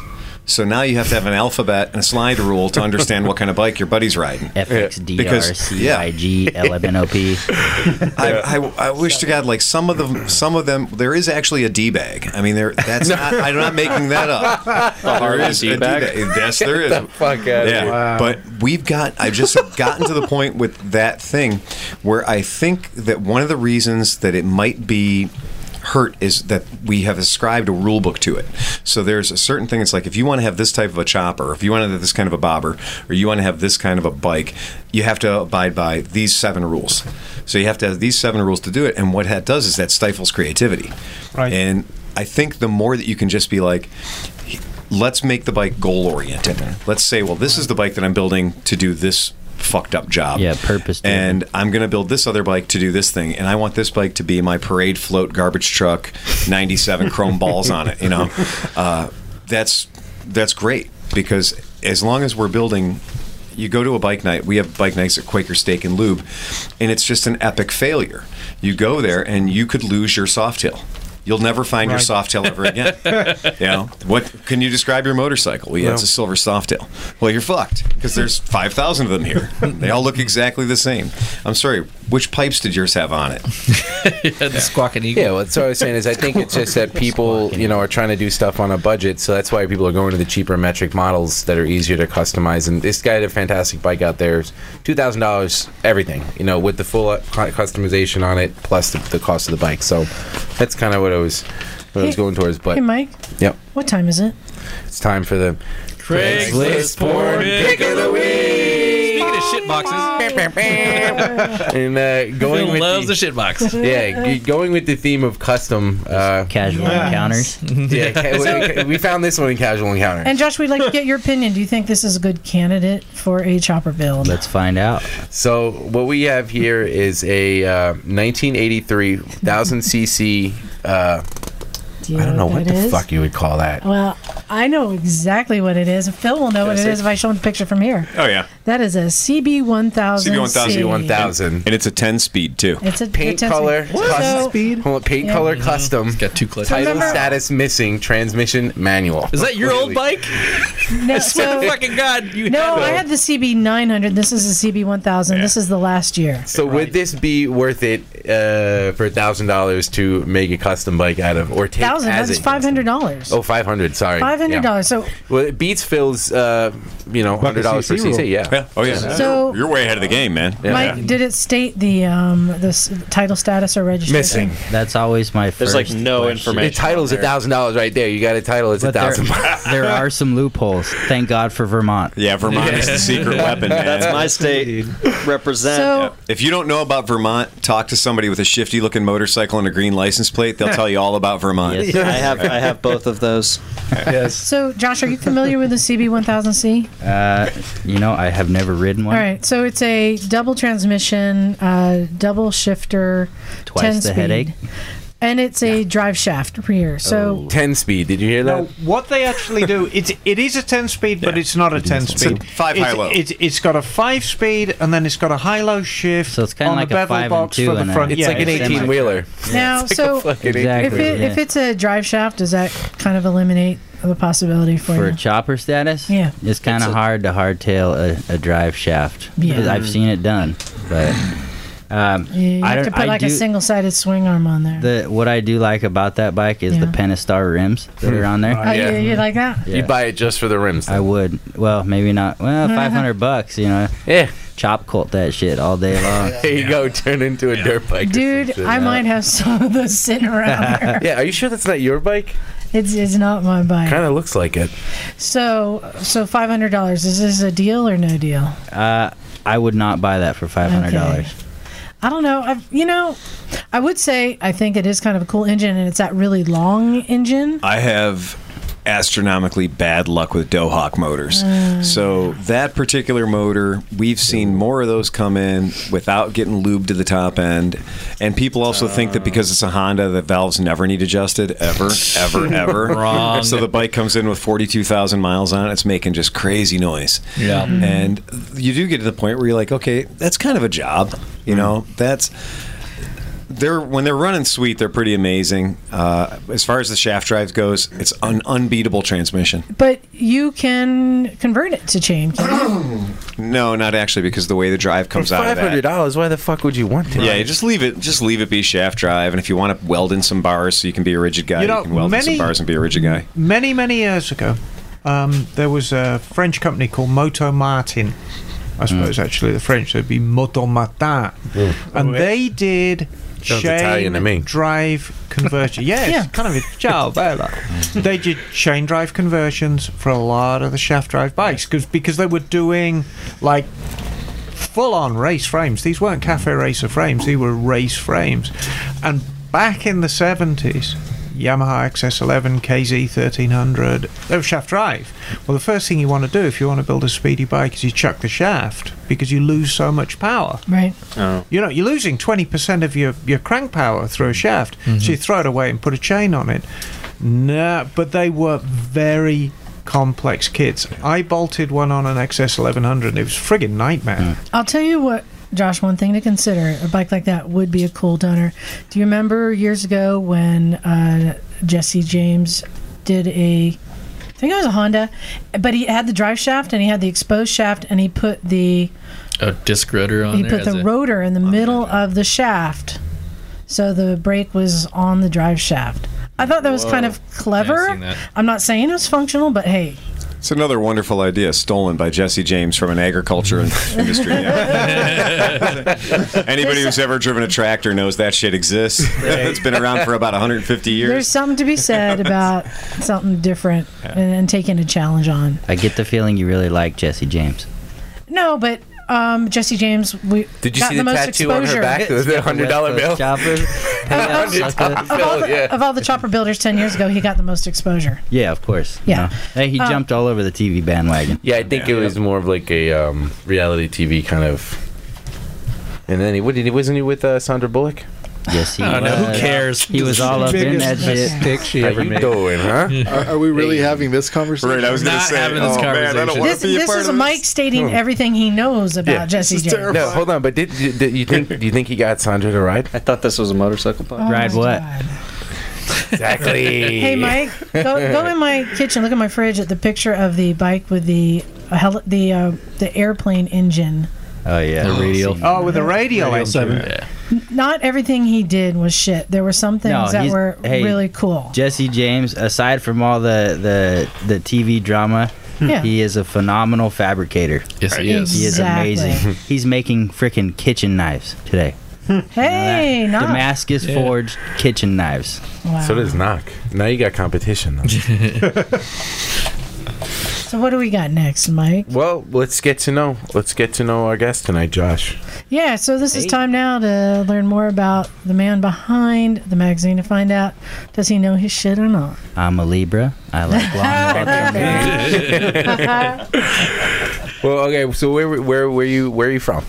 Speaker 11: So now you have to have an alphabet and a slide rule to understand what kind of bike your buddy's riding.
Speaker 9: FXDR,
Speaker 11: Because-
Speaker 9: E.
Speaker 11: yeah.
Speaker 9: CIG, LMNOP.
Speaker 11: I, I, I wish to God, like some of them, some of them, there is actually a d bag. I mean, there. That's not. I'm not making that up. There
Speaker 7: Harley
Speaker 11: is a
Speaker 7: D-bag?
Speaker 11: D-bag. Yes, there is.
Speaker 1: fuck out
Speaker 11: yeah, but we've got. I've just gotten to the point with that thing where I think that one of the reasons that it might be hurt is that we have ascribed a rule book to it. So there's a certain thing. It's like if you want to have this type of a chopper, if you want to have this kind of a bobber, or you want to have this kind of a bike, you have to abide by these seven rules. So you have to have these seven rules to do it. And what that does is that stifles creativity.
Speaker 8: Right.
Speaker 11: And I think the more that you can just be like, let's make the bike goal oriented. Let's say, well, this is the bike that I'm building to do this fucked up job.
Speaker 9: Yeah, purpose driven.
Speaker 11: And I'm going to build this other bike to do this thing. And I want this bike to be my parade float garbage truck, 97 chrome balls on it. You know, uh, that's that's great because as long as we're building. You go to a bike night. We have bike nights at Quaker Steak and Lube, and it's just an epic failure. You go there, and you could lose your soft tail. You'll never find your
Speaker 8: Right.
Speaker 11: soft tail ever
Speaker 10: [laughs]
Speaker 11: again. you know what? Can you describe your motorcycle? Well, yeah, it's a silver softail. Well, you're fucked because there's five thousand of them here. They all look exactly the same. I'm sorry. Which pipes did yours have on it?
Speaker 10: yeah, [laughs] the squawking eagle.
Speaker 1: Yeah, well, that's what I was saying is I think it's just that people, you know, are trying to do stuff on a budget, so that's why people are going to the cheaper metric models that are easier to customize. And this guy had a fantastic bike out there, two thousand dollars, everything, you know, with the full uh, cu- customization on it, plus the, the cost of the bike. So that's kind of what I was, what I was
Speaker 2: Hey-
Speaker 1: going towards. But
Speaker 2: hey, Mike,
Speaker 1: yep,
Speaker 2: what time is it?
Speaker 1: It's time for the
Speaker 5: Craigslist porn pick of the week. Speaking of shit
Speaker 1: [laughs]
Speaker 5: boxes,
Speaker 1: and uh, going
Speaker 5: Phil
Speaker 1: with
Speaker 5: loves
Speaker 1: the,
Speaker 5: the shit box.
Speaker 1: [laughs] Yeah, g- going with the theme of custom uh,
Speaker 9: casual Yeah. encounters.
Speaker 1: yeah,
Speaker 9: [laughs]
Speaker 1: ca- we- we found this one in casual encounter.
Speaker 2: And Josh, we'd like to get your opinion. Do you think this is a good candidate for a chopper build?
Speaker 1: Let's find out. So what we have here is a uh, 1983 thousand cc. Uh,
Speaker 2: you
Speaker 1: I don't
Speaker 2: know
Speaker 1: know
Speaker 2: what
Speaker 1: what the
Speaker 2: that is? Oh.
Speaker 1: fuck you would call that.
Speaker 2: Well, I know exactly what it is. Phil will know what
Speaker 1: Yes,
Speaker 2: it is
Speaker 1: it-
Speaker 2: if I show him the picture from here.
Speaker 11: Oh yeah.
Speaker 2: That is a CB 1000.
Speaker 11: and it's a ten speed too.
Speaker 2: It's a
Speaker 1: Paint
Speaker 2: it's a-
Speaker 1: color,
Speaker 2: So,
Speaker 1: custom, hold on, paint
Speaker 2: Yeah.
Speaker 1: color, custom. It's got two
Speaker 5: clutches.
Speaker 1: Title
Speaker 2: Remember-
Speaker 1: status missing. Transmission manual.
Speaker 5: Is that your old bike?
Speaker 2: no,
Speaker 5: I swear to
Speaker 2: so-
Speaker 5: fucking God, you
Speaker 2: no,
Speaker 5: have
Speaker 2: I
Speaker 5: it.
Speaker 2: had the CB 900. This is the CB 1000. This is the last year.
Speaker 1: So would this be worth it uh, for thousand dollars to make a custom bike out of, or take
Speaker 2: Thousand.
Speaker 1: as
Speaker 2: That's
Speaker 1: it?
Speaker 2: five hundred dollars.
Speaker 1: Oh, 500, sorry.
Speaker 2: Five hundred
Speaker 1: Yeah.
Speaker 2: dollars. So
Speaker 1: Well, it beats Phil's, uh, you know, hundred dollars per
Speaker 11: CC rule.
Speaker 1: CC. Yeah.
Speaker 11: Yeah. Oh, yeah.
Speaker 2: So-
Speaker 11: [laughs] You're way ahead of the game, man.
Speaker 2: Mike, did it state the um the s- title status or registration?
Speaker 9: That's always my
Speaker 1: There's,
Speaker 9: first.
Speaker 1: like, no information The title's on there. $1,000 right there. You got a title,
Speaker 9: [laughs]
Speaker 1: it's $1,000.
Speaker 9: There, there are some loopholes. Thank God for Vermont.
Speaker 11: Yeah, Vermont is the
Speaker 9: [laughs]
Speaker 11: secret weapon, man.
Speaker 7: That's my state. Represent.
Speaker 2: So-
Speaker 11: if you don't know about Vermont, talk to somebody with a shifty looking motorcycle and a green license plate. They'll tell you all about Vermont.
Speaker 7: Yes, I have- I have
Speaker 11: both of those. [laughs]
Speaker 5: Yes.
Speaker 2: So Josh, are you familiar with the CB 1000C?
Speaker 9: Uh, you know, I have never ridden
Speaker 2: All
Speaker 9: one.
Speaker 2: right, so it's a double transmission, uh, double shifter,
Speaker 9: Twice
Speaker 2: 10
Speaker 9: the
Speaker 2: speed.
Speaker 9: headache. Oh.
Speaker 2: and it's a drive shaft rear. So
Speaker 1: Oh. Ten speed. Did you hear that?
Speaker 8: What they actually do, it's it is a ten speed, but it's not a ten
Speaker 1: It's a
Speaker 8: speed.
Speaker 1: five
Speaker 8: It's-
Speaker 1: high-low.
Speaker 8: It's, it's got a five speed, and then it's got a high low shift. So it's
Speaker 9: kinda like a
Speaker 8: the bevel
Speaker 9: five and
Speaker 8: box
Speaker 9: two
Speaker 8: for the
Speaker 9: and a-
Speaker 8: front.
Speaker 9: It's
Speaker 8: yeah,
Speaker 9: like an 18
Speaker 1: wheeler.
Speaker 9: [laughs]
Speaker 2: now, so if
Speaker 9: Exactly,
Speaker 2: it,
Speaker 9: yeah.
Speaker 2: if it's a drive shaft, does that kind of eliminate the possibility for,
Speaker 9: For
Speaker 2: you?
Speaker 9: chopper status,
Speaker 2: Yeah.
Speaker 9: it's kind of hard to hardtail a, a drive shaft.
Speaker 2: Yeah.
Speaker 9: I've seen it done, but um,
Speaker 2: You
Speaker 9: I
Speaker 2: have
Speaker 9: don't.
Speaker 2: to put
Speaker 9: I
Speaker 2: like
Speaker 9: do,
Speaker 2: a single sided swing arm on there.
Speaker 9: the what I do like about that bike is the Pentastar rims that are on there.
Speaker 2: Oh, you, you like that?
Speaker 1: You'd buy it just for the rims.
Speaker 9: I would. Well, maybe not. Well,
Speaker 2: Uh-huh.
Speaker 9: five hundred bucks. You know.
Speaker 1: Yeah.
Speaker 9: Chop cult that shit all day long.
Speaker 1: There you go. Turn into a dirt bike. or
Speaker 2: Dude,
Speaker 1: some shit.
Speaker 2: I might have some of those
Speaker 9: [laughs]
Speaker 2: sitting around.
Speaker 1: yeah. Are you sure that's not your bike?
Speaker 2: it's, it's not my bike.
Speaker 1: Kind of looks like it.
Speaker 2: So so five hundred dollars. Is this a deal or no deal?
Speaker 9: Uh, I would not buy that for five hundred dollars.
Speaker 2: I don't know. I've, you know, I would say I think it is kind of a cool engine, and it's that really long engine.
Speaker 11: I have astronomically bad luck with Dohawk motors.
Speaker 2: Mm.
Speaker 11: So that particular motor, we've seen more of those come in without getting lubed to the top end. And people also think that because it's a Honda, the valves never need adjusted ever, ever, ever.
Speaker 5: Wrong.
Speaker 11: So the bike comes in with 42,000 miles on it. It's making just crazy noise.
Speaker 5: Yeah. Mhm.
Speaker 11: And you do get to the point where you're like, okay, that's kind of a job. You know, that's they're when they're running sweet, they're pretty amazing. Uh, as far as the shaft drive goes, it's an unbeatable transmission.
Speaker 2: But you can convert it to chain. can't you?
Speaker 11: No, not actually, because the way the drive comes out of
Speaker 1: Five hundred
Speaker 11: that.
Speaker 1: dollars. Why the fuck would you want to?
Speaker 11: Yeah, you just leave it. Just leave it be shaft drive, and if you want to weld in some bars, so you can be a rigid guy, you,
Speaker 8: You know,
Speaker 11: can weld in
Speaker 8: many-
Speaker 11: some bars and be a rigid guy.
Speaker 8: Many many years ago, um, there was a French company called Moto Martin. I
Speaker 9: Hmm.
Speaker 8: suppose actually the French so it'd be Moto Martin, and they did.
Speaker 1: Sounds
Speaker 8: chain
Speaker 1: Italian to me.
Speaker 8: drive conversion. Yes,
Speaker 1: Yeah.
Speaker 8: kind of a job. eh, like.
Speaker 1: Mm.
Speaker 8: they did chain drive conversions for a lot of the shaft drive bikes because because they were doing like full on race frames. These weren't cafe racer frames, these were race frames. And back in the 70s, Yamaha XS11, KZ1300, they were shaft drive. Well, the first thing you want to do if you want to build a speedy bike is you chuck the shaft because you lose so much power.
Speaker 2: Right.
Speaker 7: Oh.
Speaker 8: You know, you're losing 20% of your, your crank power through a shaft.
Speaker 9: Mm-hmm.
Speaker 8: So you throw it away and put a chain on it. Nah, but they were very complex kits. I bolted one on an XS1100 and it was friggin' nightmare.
Speaker 9: Mm.
Speaker 2: I'll tell you what, Josh. One thing to consider: a bike like that would be a cool donor. Do you remember years ago when uh, Jesse James did a? I think it was a Honda, but he had the drive shaft and he had the exposed shaft, and he put the
Speaker 12: A disc rotor on
Speaker 2: he
Speaker 12: there.
Speaker 2: put
Speaker 12: as
Speaker 2: the
Speaker 12: a-
Speaker 2: rotor in the middle of the shaft so the brake was on the drive shaft i thought that was kind
Speaker 12: Whoa.
Speaker 2: of clever
Speaker 12: seen that.
Speaker 2: i'm not saying it was functional but hey
Speaker 11: It's another wonderful idea stolen by Jesse James from an agriculture in- industry. [laughs]
Speaker 2: [laughs]
Speaker 11: Anybody who's ever driven a tractor knows that shit exists. [laughs] it's been around for about 150
Speaker 2: There's
Speaker 11: years.
Speaker 2: something to be said about something different and, and taking a challenge on.
Speaker 9: I get the feeling you really like Jesse James.
Speaker 2: No, but um, Jesse James, we
Speaker 9: Did you
Speaker 2: got
Speaker 9: see
Speaker 2: the,
Speaker 9: the
Speaker 2: most
Speaker 9: tattoo on her
Speaker 2: exposure.
Speaker 9: [laughs] back? It was a $100 bill. Chopper.
Speaker 2: of, all the, of all the chopper builders ten years ago, he got the most exposure.
Speaker 9: Yeah, of course.
Speaker 2: Yeah.
Speaker 9: No. Hey, he
Speaker 2: Uh,
Speaker 9: jumped all over the TV bandwagon.
Speaker 1: Yeah, I think it was more of like a um, reality TV kind of. And then he what did he wasn't he with uh, Sandra Bullock?
Speaker 9: Yes,
Speaker 4: he I don't know, who was. cares?
Speaker 9: Uh, He was all up in that
Speaker 4: Biggest
Speaker 9: shit.
Speaker 4: mistake she
Speaker 1: How
Speaker 4: ever
Speaker 1: you
Speaker 4: made. [laughs]
Speaker 1: doing, huh?
Speaker 9: [laughs]
Speaker 4: Are, are we really having this conversation?
Speaker 1: Right, I was gonna Not say, having this oh, man, I don't conversation. wanna
Speaker 2: This, this is Mike stating
Speaker 1: Hmm.
Speaker 2: everything he knows about Jesse James.
Speaker 1: No, hold on. But did, did, did you think do you think he got Sandra to ride? I
Speaker 7: thought this was a motorcycle
Speaker 2: podcast. Ride
Speaker 9: what?
Speaker 1: Exactly.
Speaker 2: Oh [laughs] Hey Mike, go,
Speaker 1: [laughs]
Speaker 2: go in my kitchen. Look at my fridge at the picture of the bike with the uh, heli- the uh, the airplane engine.
Speaker 9: Oh yeah, the radial.
Speaker 8: Oh, with a radio,
Speaker 6: Radio
Speaker 8: engine.
Speaker 6: seven.
Speaker 2: N- Not everything he did was shit. There were some things
Speaker 9: No,
Speaker 2: that
Speaker 9: he's-
Speaker 2: were
Speaker 9: hey.
Speaker 2: really
Speaker 9: [laughs]
Speaker 2: cool.
Speaker 9: Jesse James, aside from all the the, the TV drama,
Speaker 2: Hmm. Yeah.
Speaker 9: he is a phenomenal fabricator.
Speaker 12: Yes,
Speaker 2: he is.
Speaker 9: He is
Speaker 2: Exactly.
Speaker 9: amazing. He's making freaking kitchen knives today.
Speaker 2: Hey, not
Speaker 9: Damascus
Speaker 1: Yeah.
Speaker 9: forged kitchen knives.
Speaker 2: Wow.
Speaker 1: So does Knock. Now you got
Speaker 9: [laughs]
Speaker 1: competition. though.
Speaker 2: So what do we got next, Mike?
Speaker 1: well, let's get to know. Let's get to know our guest tonight, Josh.
Speaker 2: Yeah, so this is
Speaker 1: Hey.
Speaker 2: time now to learn more about the man behind the magazine to find out does he know his shit or not.
Speaker 9: I'm a Libra. I like long fucking
Speaker 1: well, [laughs] okay. So where were- where were you? Where are you from?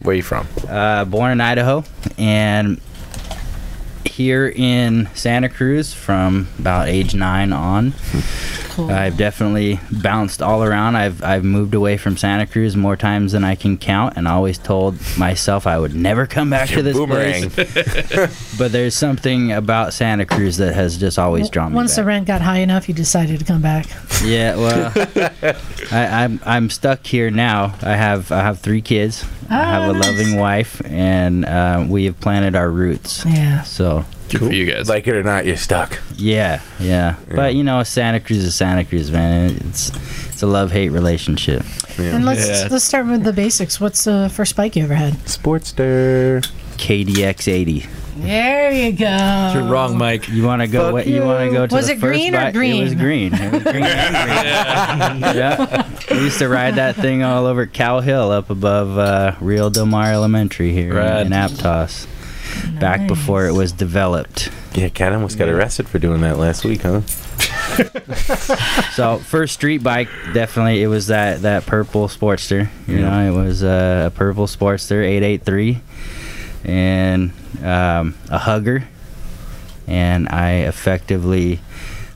Speaker 1: Where are you from?
Speaker 9: Uh, born in Idaho, and here in Santa Cruz from about age nine on. I've definitely bounced all around. I've I've moved away from Santa Cruz more times than I can count, and always told myself I would never come back to this
Speaker 1: Boomerang.
Speaker 9: place. [laughs] but there's something about Santa Cruz that has just always drawn me.
Speaker 2: Once the rent got high enough, you decided to come back.
Speaker 9: Yeah, well, I, I'm I'm stuck here now. I have I have three kids. I
Speaker 2: Ah,
Speaker 9: have a loving wife, and uh, we have planted our roots.
Speaker 2: Yeah.
Speaker 9: So.
Speaker 1: you guys. Like it or not, you're stuck.
Speaker 9: Yeah, yeah, But you know, Santa Cruz is Santa Cruz, man. It's it's a love hate relationship.
Speaker 2: And let's let's start with the basics. What's the first bike you ever had?
Speaker 1: Sportster.
Speaker 9: KDX eighty.
Speaker 2: There you
Speaker 9: [laughs]
Speaker 2: go.
Speaker 9: wrong,
Speaker 5: Mike.
Speaker 9: You want to go? what you want to go to?
Speaker 2: Oh. Was
Speaker 9: the
Speaker 2: it
Speaker 9: first
Speaker 2: green or
Speaker 9: bike- It was
Speaker 2: green?
Speaker 9: green. It was green and green. [laughs] yeah. We used to ride that thing all over Cow Hill up above uh, Rio Del Mar Elementary here
Speaker 1: Rad.
Speaker 9: in, in Aptos. Back before it was developed.
Speaker 1: Yeah, Cat almost got arrested for doing that last week,
Speaker 9: [laughs]
Speaker 1: huh?
Speaker 9: so first street bike definitely it was that that purple sportster you
Speaker 1: Yeah.
Speaker 9: know it was uh, a purple sportster 883 and um, a hugger and i effectively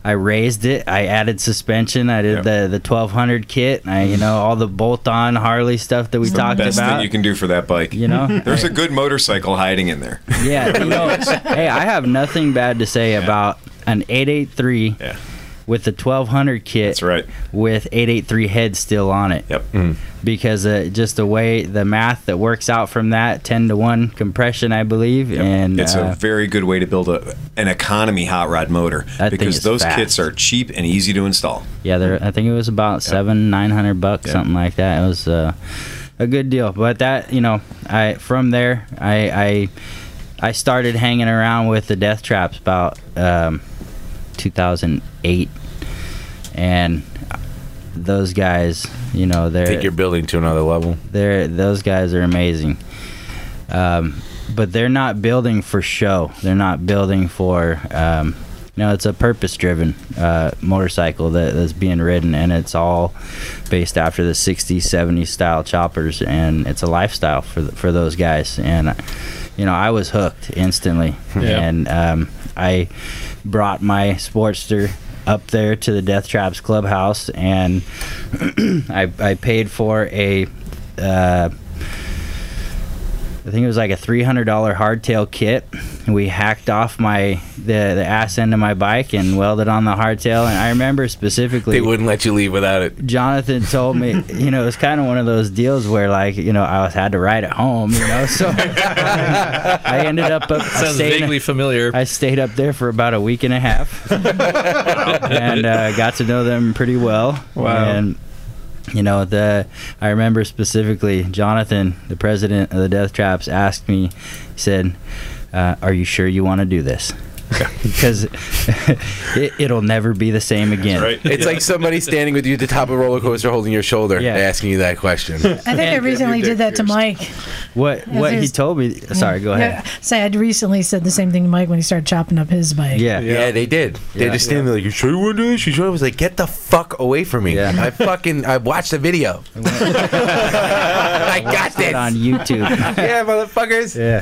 Speaker 9: i raised it i added suspension i did the the 1200 kit and i you know all the bolt on harley stuff that we
Speaker 11: It's
Speaker 9: talked
Speaker 11: the best
Speaker 9: about
Speaker 11: thing you can do for that bike.
Speaker 9: You know?
Speaker 11: [laughs] there's a good motorcycle hiding in there. [laughs]
Speaker 9: yeah, you know, hey, I have nothing bad to say about an 883 with the 1200 kit. That's
Speaker 11: right.
Speaker 9: With 883 head still on it.
Speaker 11: Yep.
Speaker 9: Because uh, just the way the math that works out from that 10 to 1 compression, I believe. And
Speaker 11: it's
Speaker 9: uh,
Speaker 11: a very good way to build a, an economy hot rod motor
Speaker 9: That thing
Speaker 11: because
Speaker 9: is
Speaker 11: those
Speaker 9: fast.
Speaker 11: kits are cheap and easy to install.
Speaker 9: yeah, there, I think it was about seven, 900 bucks, something like that. It was uh, a good deal. But that, you know, I from there, I. I I started hanging around with the Death Traps about um, 2008, and those guys, you know, they're
Speaker 1: Take your building to another level.
Speaker 9: they're those guys are amazing. Um, but they're not building for show. They're not building for um, you know, it's a purpose-driven uh, motorcycle that, that's being ridden, and it's all based after the '60s, '70s style choppers, and it's a lifestyle for th for those guys. And you know, I was hooked instantly,
Speaker 10: Yeah.
Speaker 9: and um, I brought my Sportster up there to the Death Traps clubhouse, and [clears throat] I, I paid for a uh, I think it was like a three hundred dollar hardtail kit. And we hacked off my the the ass end of my bike and welded on the hardtail. And I remember specifically
Speaker 1: They wouldn't let you leave without it.
Speaker 9: Jonathan told
Speaker 1: [laughs]
Speaker 9: me, you know, it was kind of one of those deals where, like, you know, I was had to ride it home, you know.
Speaker 1: [laughs]
Speaker 9: So I ended up up I
Speaker 5: Sounds
Speaker 9: stayed,
Speaker 5: vaguely familiar.
Speaker 9: I stayed up there for about a week and a
Speaker 1: [laughs]
Speaker 9: half, and uh, got to know them pretty well.
Speaker 5: Wow.
Speaker 9: And you know, the I remember specifically, Jonathan, the president of the Death Traps, asked me, he said, uh, "Are you sure you want to do this?" [laughs] because it, it'll never be the same again.
Speaker 1: It's like somebody standing with you at the top of a roller coaster holding your shoulder
Speaker 9: Yeah.
Speaker 1: asking you that question.
Speaker 2: I think I recently did that to Mike.
Speaker 9: What
Speaker 2: Yeah,
Speaker 9: what he
Speaker 2: there's-
Speaker 9: told me? Sorry, go ahead.
Speaker 2: Yeah, say I'd recently said the same thing to Mike when he started chopping up his bike.
Speaker 9: Yeah.
Speaker 1: Yeah, they did. They
Speaker 9: Yeah.
Speaker 1: just stand there like, you sure you want to do this? You sure? I was like, get the fuck away from me. I fucking, I watched
Speaker 9: [laughs]
Speaker 1: the video. [laughs] I got this.
Speaker 9: on YouTube.
Speaker 1: [laughs] yeah,
Speaker 9: [laughs]
Speaker 1: motherfuckers.
Speaker 9: Yeah.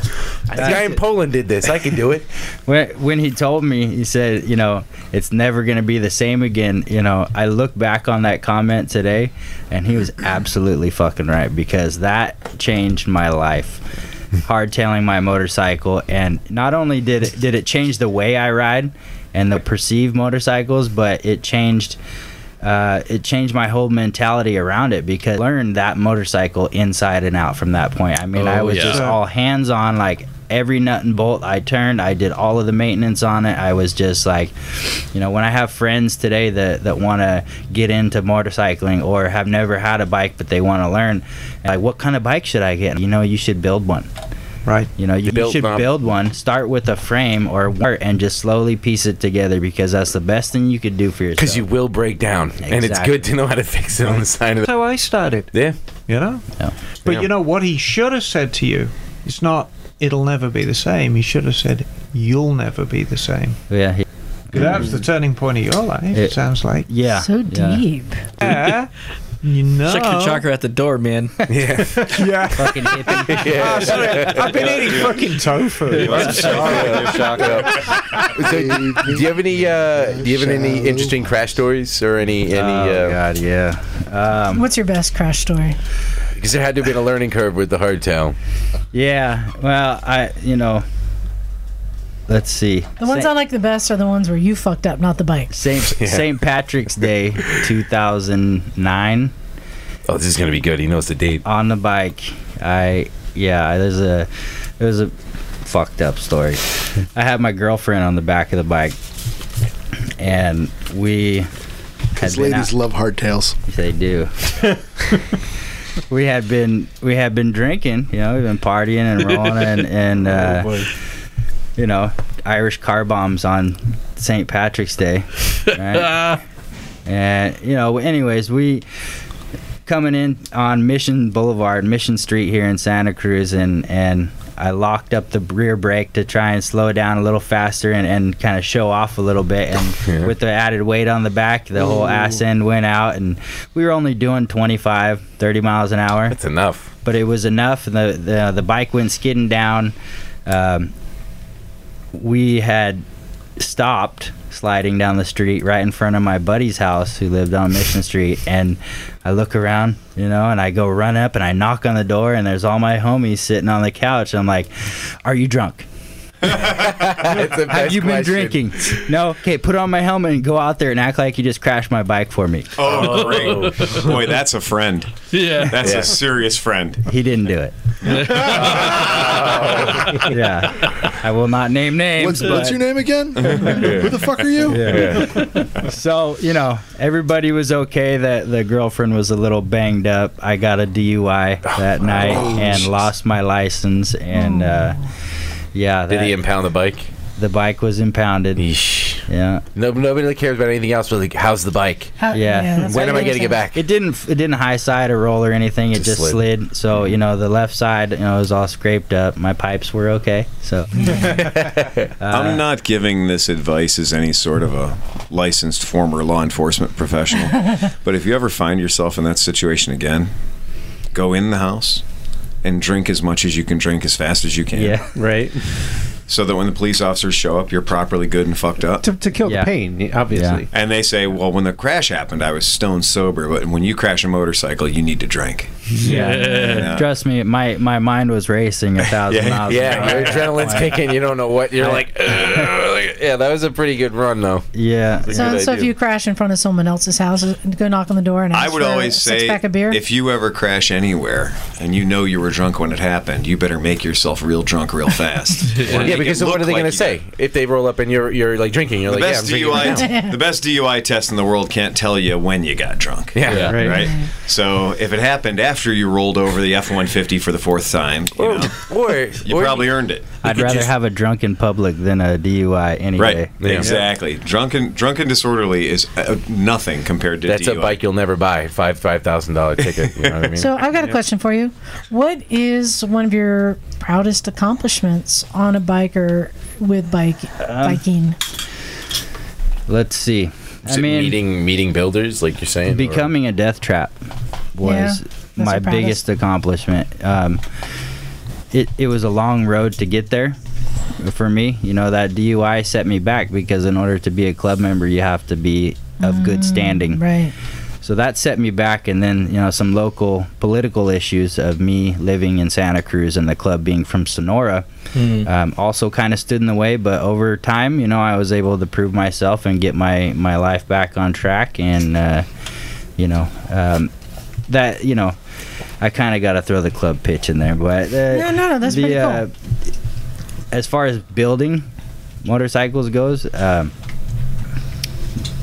Speaker 1: This guy in Poland did this. I can do it.
Speaker 9: [laughs] When, when he told me, he said, you know, it's never going to be the same again. You know, I look back on that comment today, and he was absolutely fucking right because that changed my life. Hardtailing my motorcycle, and not only did it, did it change the way I ride and the perceived motorcycles, but it changed uh, it changed my whole mentality around it because I learned that motorcycle inside and out from that point. I mean, I
Speaker 5: Oh,
Speaker 9: was
Speaker 5: yeah.
Speaker 9: just
Speaker 5: Sure.
Speaker 9: all hands on, like every nut and bolt I turned, I did all of the maintenance on it. I was just like, you know, when I have friends today that, that want to get into motorcycling or have never had a bike but they want to learn, like, what kind of bike should I get? You know, you should build one.
Speaker 8: Right.
Speaker 9: You know, you,
Speaker 8: Build
Speaker 9: should
Speaker 8: them.
Speaker 9: build one. Start with a frame or wart and just slowly piece it together because that's the best thing you could do for yourself.
Speaker 1: Because you will break down. And it's
Speaker 9: Exactly.
Speaker 1: good to know how to fix it on the side of
Speaker 8: That's
Speaker 1: the.
Speaker 8: how I started.
Speaker 1: Yeah.
Speaker 8: You know? But you know what he should have said to you? It's not, it'll never be the same. He should have said, you'll never be the same.
Speaker 9: Yeah. he-
Speaker 8: That was the turning point of your life, it,
Speaker 9: Mm. It-
Speaker 8: sounds like.
Speaker 9: Yeah.
Speaker 2: So deep.
Speaker 8: Yeah. You know.
Speaker 5: Check your chakra at the door, man.
Speaker 1: Yeah.
Speaker 8: yeah.
Speaker 9: Fucking hippie.
Speaker 8: Ah, sorry. I've been eating fucking tofu.
Speaker 1: I'm sorry. So, do you have any? Uh, do you have any interesting crash stories or any? Any?
Speaker 9: Oh,
Speaker 1: uh,
Speaker 9: God, yeah. Um,
Speaker 2: What's your best crash story?
Speaker 1: Because there had to have been a learning curve with the hardtail.
Speaker 9: Yeah. Well, I you know, let's see.
Speaker 2: The ones
Speaker 9: Sa-
Speaker 2: I like the best are the ones where you fucked up, not the bikes.
Speaker 1: [laughs]
Speaker 9: Saint Saint Patrick's Day, 2009.
Speaker 1: Oh, this is gonna be good. He knows the date.
Speaker 9: On the bike, I yeah. There's a it was a fucked up story. I had my girlfriend on the back of the bike, and we had
Speaker 4: Because
Speaker 9: been
Speaker 4: ladies
Speaker 9: out-
Speaker 4: love hardtails.
Speaker 9: They do. [laughs] we had been we had been drinking, you know, we've been partying and [laughs] rolling and, and uh, you know, Irish car bombs on St. Patrick's Day. Right? [laughs] and you know, anyways, we coming in on Mission Boulevard, Mission Street here in Santa Cruz, and and I locked up the rear brake to try and slow down a little faster and, and kind of show off a little bit. And
Speaker 1: [laughs] Yeah.
Speaker 9: with the added weight on the back, the whole ass end went out, and we were only doing 25, 30 miles an hour
Speaker 1: That's enough.
Speaker 9: but it was enough. and The the, the bike went skidding down. Um, we had stopped sliding down the street right in front of my buddy's house who lived on Mission Street and I look around, you know, and I go run up and I knock on the door and there's all my homies sitting on the couch. I'm like, Are you drunk?
Speaker 1: It's the
Speaker 9: [laughs] Have
Speaker 1: best
Speaker 9: you been
Speaker 1: question.
Speaker 9: drinking? No. Okay, put on my helmet and go out there and act like you just crashed my bike for me.
Speaker 11: Oh, great. Boy, that's a friend.
Speaker 5: Yeah.
Speaker 11: That's
Speaker 1: Yeah.
Speaker 11: a serious friend.
Speaker 9: He didn't do it. yeah. I will not name names.
Speaker 4: What's,
Speaker 9: but
Speaker 4: what's your name [laughs]
Speaker 1: [laughs]
Speaker 4: again? Who the fuck are you?
Speaker 9: [laughs] So, you know, everybody was okay. That the girlfriend was a little banged up. I got a DUI
Speaker 1: Oh,
Speaker 9: that night and lost my license. And uh, yeah,
Speaker 1: Did
Speaker 9: that-
Speaker 1: he impound the bike?
Speaker 9: the bike was impounded.
Speaker 1: Yeesh.
Speaker 9: Yeah,
Speaker 1: No, nobody cares about anything else. But like, how's the bike?
Speaker 2: How,
Speaker 9: Yeah.
Speaker 2: that's
Speaker 1: when
Speaker 2: what
Speaker 1: am I
Speaker 2: was
Speaker 1: going to
Speaker 2: saying.
Speaker 1: get back?
Speaker 9: it didn't it didn't high side or roll or anything. It
Speaker 1: Just
Speaker 9: just
Speaker 1: slid.
Speaker 9: slid. So you know, the left side you know was all scraped up. My pipes were okay. So
Speaker 6: Uh,
Speaker 11: I'm not giving this advice as any sort of a licensed former law enforcement
Speaker 6: [laughs]
Speaker 11: professional, but if you ever find yourself in that situation again, go in the house and drink as much as you can drink as fast as you can.
Speaker 9: yeah,
Speaker 6: Right.
Speaker 11: so that when the police officers show up, you're properly good and fucked up.
Speaker 6: To, to kill the pain, obviously.
Speaker 11: And they say, well, when the crash happened, I was stone sober, but when you crash a motorcycle, you need to drink.
Speaker 9: Yeah.
Speaker 11: Yeah.
Speaker 9: [laughs] Trust me, my, my mind was racing a thousand
Speaker 1: Yeah,
Speaker 9: miles. an
Speaker 1: yeah,
Speaker 9: hour.
Speaker 1: your adrenaline's
Speaker 9: Like,
Speaker 1: kicking. You don't know what you're
Speaker 9: I-
Speaker 1: like. "Ugh." yeah, that was a pretty good run though.
Speaker 9: Yeah.
Speaker 2: So, so if you crash in front of someone else's house, go knock on the door and ask
Speaker 11: I would
Speaker 2: for
Speaker 11: always
Speaker 2: a
Speaker 11: say,
Speaker 2: six pack of beer.
Speaker 11: if you ever crash anywhere and you know you were drunk when it happened, you better make yourself real drunk real [laughs] fast. Or
Speaker 1: yeah,
Speaker 11: make
Speaker 1: because
Speaker 11: it
Speaker 1: what
Speaker 11: look
Speaker 1: are they
Speaker 11: like
Speaker 1: going
Speaker 11: you
Speaker 1: to say if they roll up and you're you're like drinking? You're
Speaker 11: the
Speaker 1: like,
Speaker 11: best
Speaker 1: yeah, I'm
Speaker 11: DUI,
Speaker 1: drinking right
Speaker 11: [laughs]
Speaker 1: now."
Speaker 11: the best DUI test in the world can't tell you when you got drunk.
Speaker 1: Yeah. Yeah.
Speaker 11: right.
Speaker 1: Right.
Speaker 11: So if it happened after you rolled over the F one fifty for the fourth time, you, know, you probably earned it.
Speaker 9: I'd rather have a drunk in public than a DUI any
Speaker 11: Right,
Speaker 9: day.
Speaker 11: exactly. Drunken, drunken disorderly is uh, nothing compared to
Speaker 1: That's a bike you'll never buy. Five five thousand dollar ticket. You
Speaker 2: [laughs]
Speaker 1: know what I mean?
Speaker 2: So I've got a question for you. What is one of your proudest accomplishments on a bike or with bike
Speaker 11: Um,
Speaker 2: biking?
Speaker 9: [laughs] Let's see.
Speaker 1: Is
Speaker 9: I
Speaker 1: it
Speaker 9: mean,
Speaker 1: meeting meeting builders, like you're saying, or-
Speaker 9: becoming a death trap was
Speaker 1: Yeah, that's
Speaker 9: my
Speaker 1: the proudest.
Speaker 9: biggest accomplishment. Um, it it was a long road to get there for me. You know that DUI set me back because in order to be a club member, you have to be of good standing.
Speaker 2: Right.
Speaker 9: So that set me back, and then you know some local political issues of me living in Santa Cruz and the club being from Sonora
Speaker 11: hmm.
Speaker 2: Mm.
Speaker 9: um, also kind of stood in the way. But over time, you know, I was able to prove myself and get my my life back on track, and uh, you know um, that you know I kind of got to throw the club pitch in there, but uh,
Speaker 2: No, no, no, that's pretty cool.
Speaker 9: as far as building motorcycles goes, um,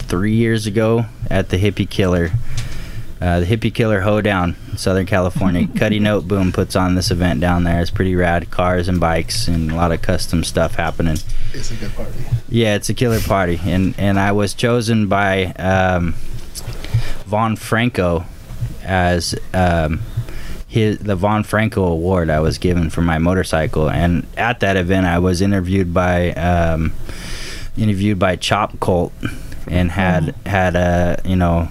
Speaker 9: three years ago at the Hippie Killer, uh, the Hippie Killer Hoedown in Southern California. Cuddy Note Boom puts on this event down there. It's pretty rad. Cars and bikes and a lot of custom stuff happening.
Speaker 4: It's a good party.
Speaker 9: Yeah, it's a killer party, and and I was chosen by um, Von Franco as um, his the Von Franco Award I was given for my motorcycle, and at that event I was interviewed by um, interviewed by Chop Colt, and had
Speaker 1: Mm-hmm.
Speaker 9: had a you know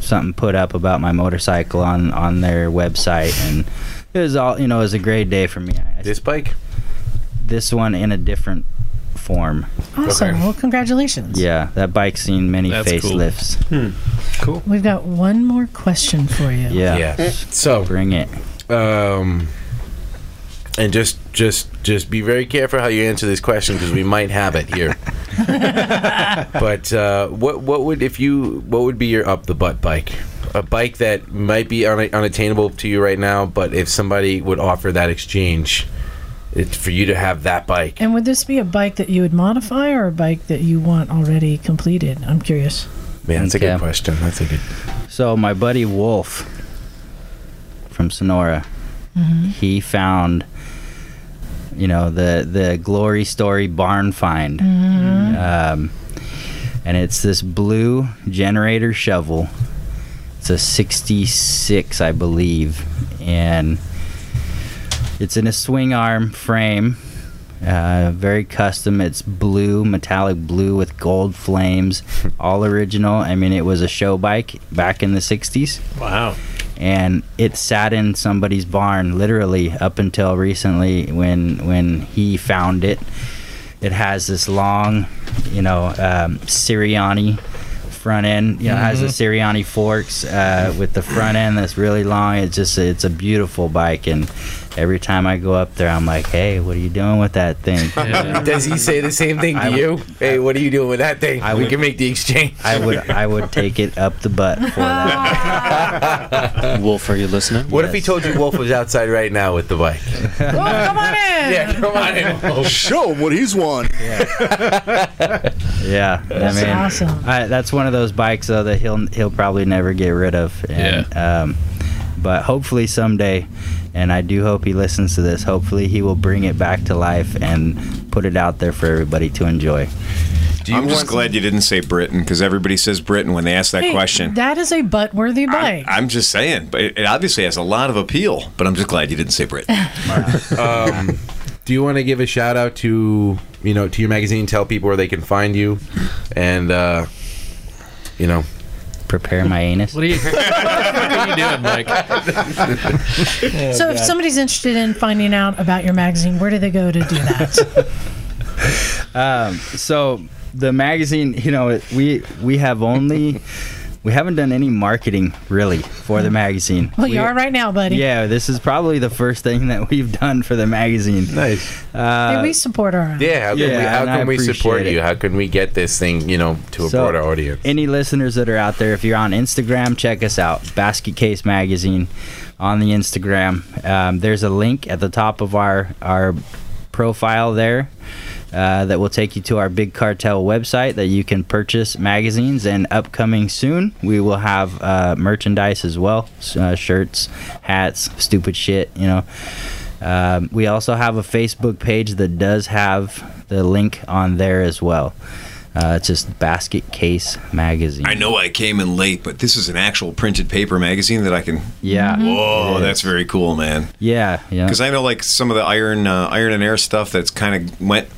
Speaker 9: something put up about my motorcycle on on their website, and it was all you know it was a great day for me.
Speaker 1: This bike,
Speaker 9: this one in a different form.
Speaker 2: Awesome. Well, congratulations.
Speaker 9: Yeah, that bike's seen many facelifts.
Speaker 5: Hmm.
Speaker 2: Cool. We've got one more question for you.
Speaker 9: Yeah.
Speaker 2: Eh.
Speaker 1: So
Speaker 9: bring it.
Speaker 1: Um, and just just just be very careful how you answer this question because we might have it
Speaker 9: [laughs]
Speaker 1: here. but uh, what what would if you what would be your up the butt bike? A bike that might be un- unattainable to you right now, but if somebody would offer that exchange, it's for you to have that bike.
Speaker 2: And would this be a bike that you would modify or a bike that you want already completed? I'm curious.
Speaker 1: Man, that's a
Speaker 9: Okay.
Speaker 1: good question. That's a good.
Speaker 9: So my buddy Wolf from Sonora,
Speaker 2: Mhm.
Speaker 9: he found, you know, the the glory story barn find,
Speaker 2: Mhm.
Speaker 9: um, and it's this blue generator shovel. It's a '66, I believe, and it's in a swing arm frame. Uh, very custom. It's blue, metallic blue with gold flames. All original. I mean, it was a show bike back in the 60s.
Speaker 6: Wow.
Speaker 9: And it sat in somebody's barn literally up until recently when when he found it. It has this long, you know, um, Sirianni front end. You know, it has the
Speaker 10: Mhm.
Speaker 9: Sirianni forks uh, with the front end that's really long. It's just it's a beautiful bike, and every time I go up there, I'm like, hey, what are you doing with that thing?
Speaker 1: Does he say the same thing to you? Hey, what are you doing with that thing? we
Speaker 9: would-
Speaker 1: can make the exchange.
Speaker 9: I would I would take it up the butt for that.
Speaker 1: Wolf, are you listening? What if he told you Wolf was outside right now with the bike?
Speaker 4: Oh,
Speaker 2: come on in.
Speaker 1: Yeah, come on in. Wolf.
Speaker 4: Show him what he's won.
Speaker 9: [laughs] [laughs] Yeah,
Speaker 4: That's
Speaker 9: I mean,
Speaker 4: awesome.
Speaker 9: I, that's one of those bikes though that he'll he'll probably never get rid of. And, yeah. Um, but hopefully someday, and I do hope he listens to this. Hopefully he will bring it back to life and put it out there for everybody to enjoy.
Speaker 11: I'm just glad you didn't say Britain because everybody says Britain when they ask that
Speaker 2: Hey,
Speaker 11: question.
Speaker 2: That is a butt worthy bike.
Speaker 11: I'm just saying, but it, it obviously has a lot of appeal. But I'm just glad you didn't say Britain.
Speaker 2: [laughs]
Speaker 1: um, do you want to give a shout out to you know to your magazine? Tell people where they can find you, and uh, you know,
Speaker 9: prepare my anus.
Speaker 1: What are you?
Speaker 5: what are you doing, Mike?
Speaker 2: so if somebody's interested in finding out about your magazine, where do they go to do that?
Speaker 9: um, so the magazine, you know, it- we we have only we haven't done any marketing really for the magazine.
Speaker 2: Well,
Speaker 9: We-
Speaker 2: you are right now, buddy.
Speaker 9: Yeah, this is probably the first thing that we've done for the magazine. Nice. Uh,
Speaker 2: Hey, we support our own.
Speaker 1: [laughs] Yeah, how can we, how
Speaker 9: and I
Speaker 1: can we support
Speaker 9: appreciate
Speaker 1: you? How can we get this thing, you know, to a
Speaker 9: So,
Speaker 1: broader audience?
Speaker 9: Any listeners that are out there, if you're on Instagram, check us out. Basket Case Magazine on the Instagram. Um, there's a link at the top of our our profile there uh, that will take you to our Big Cartel website that you can purchase magazines. And upcoming soon, we will have uh, merchandise as well s- uh, shirts, hats, stupid shit, you know. Um, we also have a Facebook page that does have the link on there as well. Uh, it's just Basket Case Magazine.
Speaker 11: I know I came in late, but this is an actual printed paper magazine that I can.
Speaker 9: Yeah.
Speaker 2: Mm-hmm.
Speaker 9: Mhm.
Speaker 11: Whoa,
Speaker 9: It
Speaker 11: that's
Speaker 9: is.
Speaker 11: very cool, man.
Speaker 9: Yeah, yeah.
Speaker 11: Because I know like some of the iron, uh, iron and air stuff that's kind of went,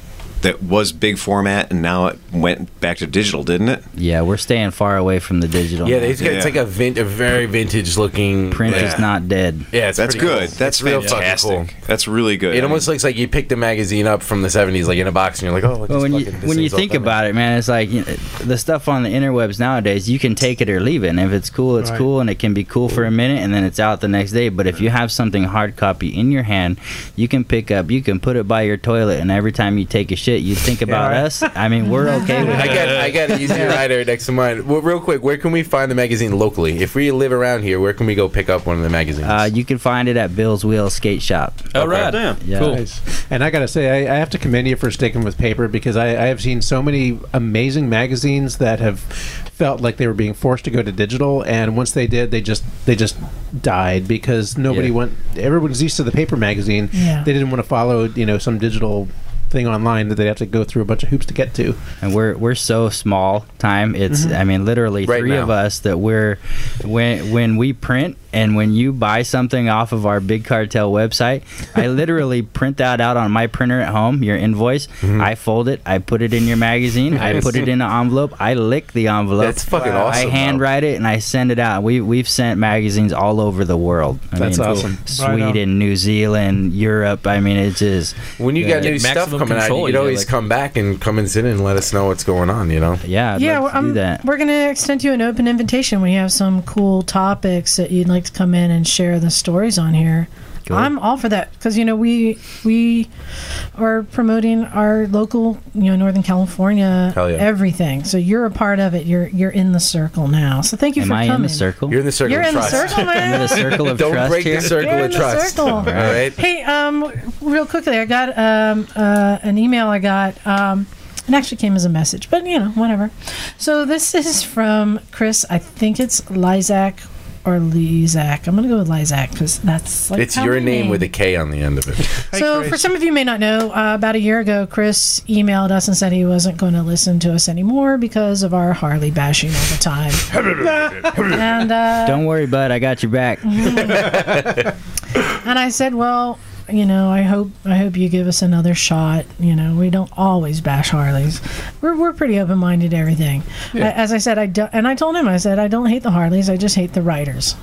Speaker 11: that was big format, and now it went back to digital, didn't it?
Speaker 9: Yeah, we're staying far away from the digital.
Speaker 1: Yeah, it's, got- it's like a, vin- a very vintage looking
Speaker 9: print is not dead.
Speaker 1: Yeah, it's
Speaker 11: that's
Speaker 1: pretty cool.
Speaker 11: good. That's
Speaker 1: It's real fucking
Speaker 11: fantastic.
Speaker 1: cool.
Speaker 11: That's really good.
Speaker 1: It almost looks like you picked a magazine up from the '70s, like in a box, and you're like, "Oh, look,
Speaker 9: Well,
Speaker 1: this
Speaker 9: when you
Speaker 1: fucking- this
Speaker 9: when you
Speaker 1: thing's all
Speaker 9: think
Speaker 1: done.
Speaker 9: about it, man, it's like you know, the stuff on the interwebs nowadays. You can take it or leave it. And if it's cool, it's
Speaker 10: Right.
Speaker 9: cool, and it can be cool for a minute, and then it's out the next day. But if you have something hard copy in your hand, you can pick up, you can put it by your toilet, and every time you take a shit, you think about
Speaker 1: right.
Speaker 9: us. I mean, we're okay with
Speaker 1: [laughs]
Speaker 9: it.
Speaker 1: I got I got an easy rider next to mine. Well, real quick, where can we find the magazine locally? If we live around here, where can we go pick up one of the magazines?
Speaker 9: Uh, you can find it at Bill's Wheel Skate Shop.
Speaker 1: Oh, rad.
Speaker 9: Yeah.
Speaker 6: Nice. And I gotta say, I, I have to commend you for sticking with paper because I, I have seen so many amazing magazines that have felt like they were being forced to go to digital, and once they did, they just they just died because nobody
Speaker 9: Yeah.
Speaker 6: went. Everyone's used to the paper magazine.
Speaker 2: Yeah.
Speaker 6: They didn't want to follow, you know, some digital thing online that they have to go through a bunch of hoops to get to. Mm-hmm.
Speaker 9: and we're we're so small time it's i mean literally
Speaker 6: Right
Speaker 9: three
Speaker 6: now.
Speaker 9: of us that we're when when we print and when you buy something off of our big cartel website
Speaker 1: [laughs]
Speaker 9: i literally print that out on my printer at home your invoice i fold it i put it in your magazine i
Speaker 1: Mm-hmm. Nice.
Speaker 9: put it in an envelope i lick the envelope
Speaker 1: That's fucking awesome,
Speaker 9: i
Speaker 1: though.
Speaker 9: handwrite it and i send it out we, we've sent magazines all over the world I
Speaker 1: That's
Speaker 9: mean,
Speaker 1: awesome. Right on.
Speaker 9: sweden new zealand europe i mean it's just
Speaker 1: when you got new stuff coming out, you could always come back and come and sit and let us know what's going on. You know?
Speaker 9: Yeah.
Speaker 2: yeah, we're, um, we're going to extend you an open invitation when you have some cool topics that you'd like to come in and share the stories on here.
Speaker 9: Cool.
Speaker 2: I'm all for that because you know we we are promoting our local, you know, Northern California
Speaker 1: Hell yeah.
Speaker 2: everything. So you're a part of it. You're you're in the circle now. So thank you
Speaker 9: Am
Speaker 2: for
Speaker 9: I
Speaker 2: coming.
Speaker 9: in the circle?
Speaker 1: You're in the circle.
Speaker 2: You're
Speaker 1: of
Speaker 2: in the
Speaker 1: trust.
Speaker 2: circle,
Speaker 9: [laughs]
Speaker 2: man.
Speaker 9: You're in the circle of
Speaker 1: [laughs] Don't
Speaker 9: trust
Speaker 1: break
Speaker 9: here?
Speaker 1: the circle
Speaker 9: You're
Speaker 1: of
Speaker 9: in the
Speaker 1: trust.
Speaker 9: circle.
Speaker 1: All right.
Speaker 2: Hey, um, real quickly, I got um, uh, an email I got. Um, it actually came as a message, but you know, whatever. So this is from Chris. I think it's Lizak or Lizak. I'm gonna go with Lizak because that's like
Speaker 1: it's
Speaker 2: how
Speaker 1: your
Speaker 2: my
Speaker 1: name, with a K on the end of it.
Speaker 2: so, for some of you may not know, uh, about a year ago, Chris emailed us and said he wasn't going to listen to us anymore because of our Harley bashing all the
Speaker 1: [laughs]
Speaker 2: time. and uh,
Speaker 9: Don't worry, bud. I got your
Speaker 2: [laughs]
Speaker 9: back.
Speaker 2: and I said, "Well, you know, I hope I hope you give us another shot. You know, we don't always bash Harleys. We're we're pretty open minded to everything.
Speaker 12: Yeah.
Speaker 2: I- as I said, I do, and I told him, I said, I don't hate the Harleys. I just hate the riders.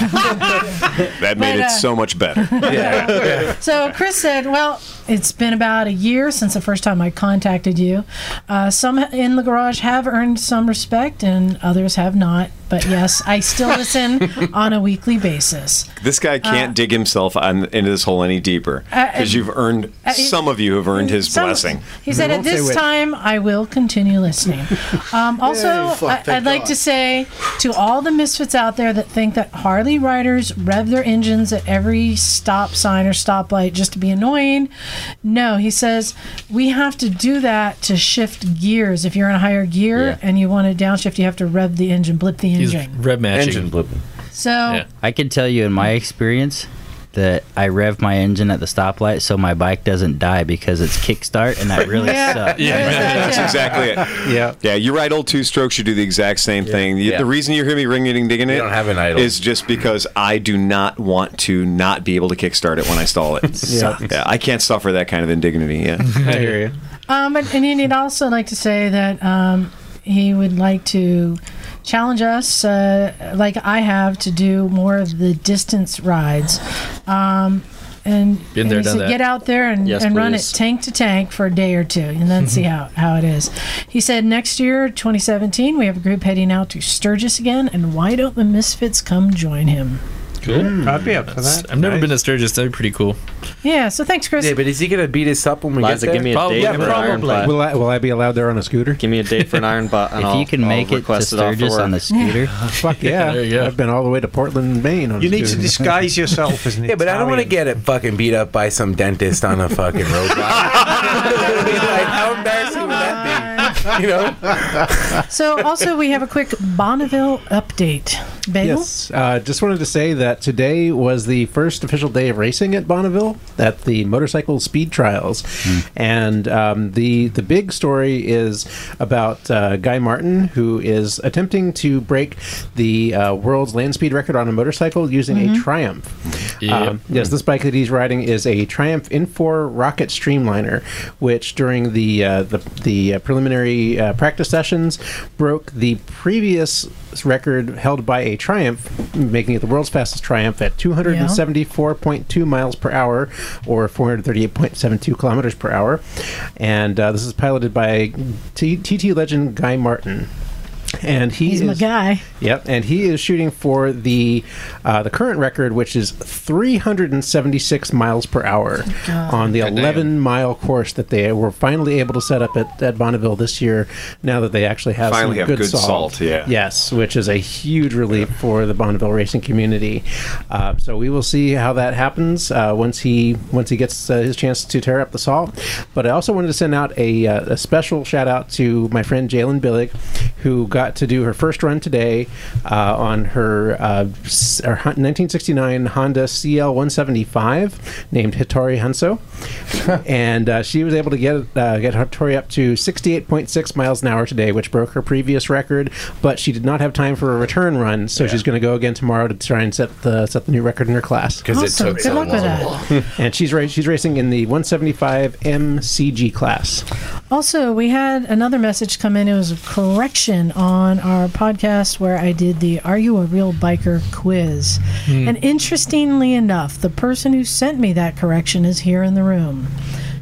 Speaker 11: That made
Speaker 2: But, uh,
Speaker 11: it so much
Speaker 2: [laughs]
Speaker 11: better. yeah.
Speaker 2: So Chris said, "Well, it's been about a year since the first time I contacted you. Uh, some in the garage have earned some respect, and others have not. But yes, I still listen on a weekly basis."
Speaker 11: This guy can't dig himself on, into this hole any deeper
Speaker 2: Uh,
Speaker 11: because you've earned
Speaker 2: uh, he-
Speaker 11: some of you have earned his
Speaker 2: Some-
Speaker 11: blessing.
Speaker 2: He said, "At
Speaker 11: [laughs]
Speaker 2: this time, I will continue listening."
Speaker 12: [laughs]
Speaker 2: Um, also,
Speaker 12: Yay, fuck,
Speaker 2: I, I'd
Speaker 12: thank
Speaker 2: like
Speaker 12: God.
Speaker 2: to say to all the misfits out there that think that Harley riders rev their engines at every stop sign or stoplight just to be annoying. No, he says we have to do that to shift gears. If you're in a higher gear
Speaker 9: Yeah.
Speaker 2: and you want to downshift, you have to rev the engine, blip the engine.
Speaker 9: rev matching.
Speaker 1: Engine
Speaker 9: blipping.
Speaker 2: So.
Speaker 9: I can tell you in my experience that I rev my engine at the stoplight so my bike doesn't die because it's kickstart
Speaker 2: [laughs]
Speaker 9: and that really
Speaker 2: Yeah.
Speaker 9: sucks.
Speaker 11: Yeah, [laughs] that's exactly it. Yeah, yeah. You ride old two strokes, you do the exact same thing. You- The reason you hear me ringing and digging it
Speaker 1: don't have an idol.
Speaker 11: is just because I do not want to not be able to kickstart it when I stall it.
Speaker 2: Sucks.
Speaker 11: [laughs] Yeah, I can't suffer that kind of indignity. Yeah, [laughs] I hear you.
Speaker 2: Um, and, and he'd also like to say that um, he would like to challenge us, uh, like I have, to do more of the distance rides. Um, and,
Speaker 5: Been
Speaker 2: and
Speaker 5: there,
Speaker 2: he
Speaker 5: done
Speaker 2: said,
Speaker 5: that.
Speaker 2: get out there and,
Speaker 5: Yes,
Speaker 2: and run it
Speaker 5: please.
Speaker 2: tank to tank for a day or two and then
Speaker 5: [laughs]
Speaker 2: see how, how it is. He said next year, 2017, we have a group heading out to Sturgis again, and why don't the Misfits come join him?
Speaker 5: Cool.
Speaker 8: I'd be Mm. up for
Speaker 5: That's-
Speaker 8: that.
Speaker 5: I've never been to Sturgis. That'd be pretty cool.
Speaker 2: Yeah, so thanks, Chris.
Speaker 1: Yeah, but is he gonna beat us up when we
Speaker 7: Liza,
Speaker 1: get there?
Speaker 7: give me a Probably. date Yeah, for an iron probably. butt.
Speaker 6: Will I, will I be allowed there on a scooter?
Speaker 7: Give me a date for an iron butt. And
Speaker 6: If
Speaker 7: I'll,
Speaker 6: you can
Speaker 7: I'll
Speaker 6: make it to
Speaker 7: request it off for
Speaker 6: Sturgis on
Speaker 7: work.
Speaker 6: the scooter. [laughs] Fuck yeah!
Speaker 1: There you go.
Speaker 6: I've been all the way to Portland, Maine. On
Speaker 1: You
Speaker 6: a
Speaker 1: need to
Speaker 6: scooter.
Speaker 1: disguise
Speaker 6: [laughs]
Speaker 8: yourself as an
Speaker 1: Yeah, but I don't want to get it fucking beat up by some dentist on a fucking roadblock. like, how embarrassing would that be? You
Speaker 5: [laughs]
Speaker 1: know?
Speaker 2: So, also, we have a quick Bonneville update. Bagel?
Speaker 6: Yes. Uh, just wanted to say that today was the first official day of racing at Bonneville at the motorcycle speed trials, and um, the the big story is about uh, Guy Martin, who is attempting to break the uh, world's land speed record on a motorcycle using a Triumph.
Speaker 5: Yep.
Speaker 6: Um, yes, this bike that he's riding is a Triumph N4 Rocket Streamliner, which during the uh, the, the uh, preliminary uh, practice sessions broke the previous record held by a Triumph, making it the world's fastest Triumph at 274.2 miles per hour, or 438.72 kilometers per hour. And uh, this is piloted by T- TT legend Guy Martin. And he
Speaker 2: He's
Speaker 6: is
Speaker 2: my guy.
Speaker 6: Yep, and he is shooting for the uh, the current record, which is 376 miles per hour
Speaker 2: Oh God.
Speaker 6: on the
Speaker 5: Goddamn.
Speaker 6: 11 mile course that they were finally able to set up at, at Bonneville this year. Now that they actually have
Speaker 11: Finally
Speaker 6: some
Speaker 11: have
Speaker 6: good,
Speaker 11: good
Speaker 6: salt.
Speaker 11: salt, yeah.
Speaker 6: yes, which is a huge relief for the Bonneville racing community. Uh, so we will see how that happens uh, once he once he gets uh, his chance to tear up the salt. But I also wanted to send out a, uh, a special shout out to my friend Jalen Billick, who got to do her first run today uh, on her, uh, s- her hun- 1969 Honda CL175 named Hitori
Speaker 1: [laughs]
Speaker 6: Hanso, and uh, she was able to get uh, get Hitori up to 68.6 miles an hour today, which broke her previous record. But she did not have time for a return run, so she's going to go again tomorrow to try and set the set the new record in her class.
Speaker 1: 'Cause it Awesome. took Good so luck with long.
Speaker 6: [laughs] and she's ra- she's racing in the 175 MCG class.
Speaker 2: Also, we had another message come in. It was a correction on our podcast where I did the Are You a Real Biker quiz.
Speaker 12: Hmm.
Speaker 2: And interestingly enough, the person who sent me that correction is here in the room.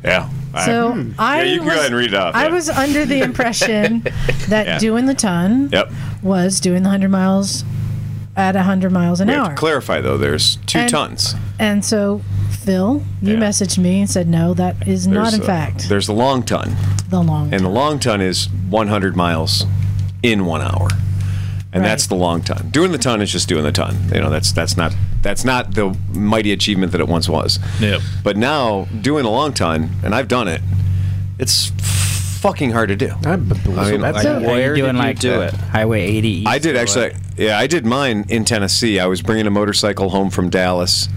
Speaker 11: Yeah. Hmm.
Speaker 2: So
Speaker 11: yeah,
Speaker 2: I
Speaker 11: you can
Speaker 2: was,
Speaker 11: go ahead and read it off.
Speaker 2: I
Speaker 11: yeah.
Speaker 2: was under the impression that
Speaker 11: Yeah.
Speaker 2: doing the ton
Speaker 11: [laughs] Yep.
Speaker 2: was doing the 100 miles at 100 miles an
Speaker 11: We have
Speaker 2: hour.
Speaker 11: to clarify though. There's two
Speaker 2: And-
Speaker 11: tons.
Speaker 2: And so, Phil, you messaged me and said, no, that is not,
Speaker 11: There's
Speaker 2: in
Speaker 11: a-
Speaker 2: fact,
Speaker 11: There's the long ton,
Speaker 2: the long.
Speaker 11: and the long ton is 100 miles in one hour, and that's the long ton. Doing the ton is just doing the ton. You know, that's that's not that's not the mighty achievement that it once was.
Speaker 5: Yep.
Speaker 11: But now doing a long ton, and I've done it. It's fucking hard to do.
Speaker 6: I,
Speaker 11: mean,
Speaker 9: that's-
Speaker 11: I-
Speaker 9: So- Are you doing like the Highway 80 East
Speaker 11: I did
Speaker 9: or
Speaker 11: actually. Yeah, I did mine in Tennessee. I was bringing a motorcycle home from Dallas,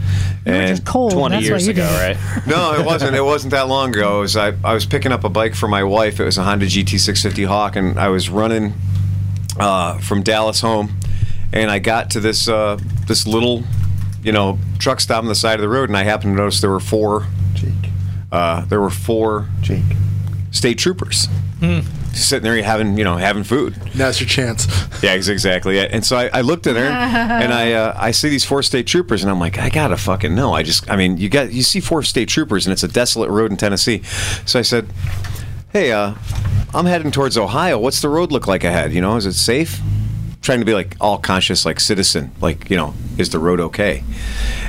Speaker 11: and
Speaker 2: cold, 20 that's why years you ago, did
Speaker 11: right? no, it wasn't. It wasn't that long ago. It was, I I was picking up a bike for my wife. It was a Honda GT650 Hawk, and I was running uh, from Dallas home, and I got to this uh, this little, you know, truck stop on the side of the road, and I happened to notice there were four. Uh, there were four state troopers Hmm. sitting there having you know having food.
Speaker 4: Now's your chance.
Speaker 11: [laughs] Yeah, ex- exactly. it. And so I, I looked at her and I uh, I see these four state troopers and I'm like I gotta fucking know. I just I mean you got you see four state troopers and it's a desolate road in Tennessee. So I said, hey, uh, I'm heading towards Ohio. What's the road look like ahead? You know, is it safe? Trying to be like all conscious, like citizen, like you know, is the road okay?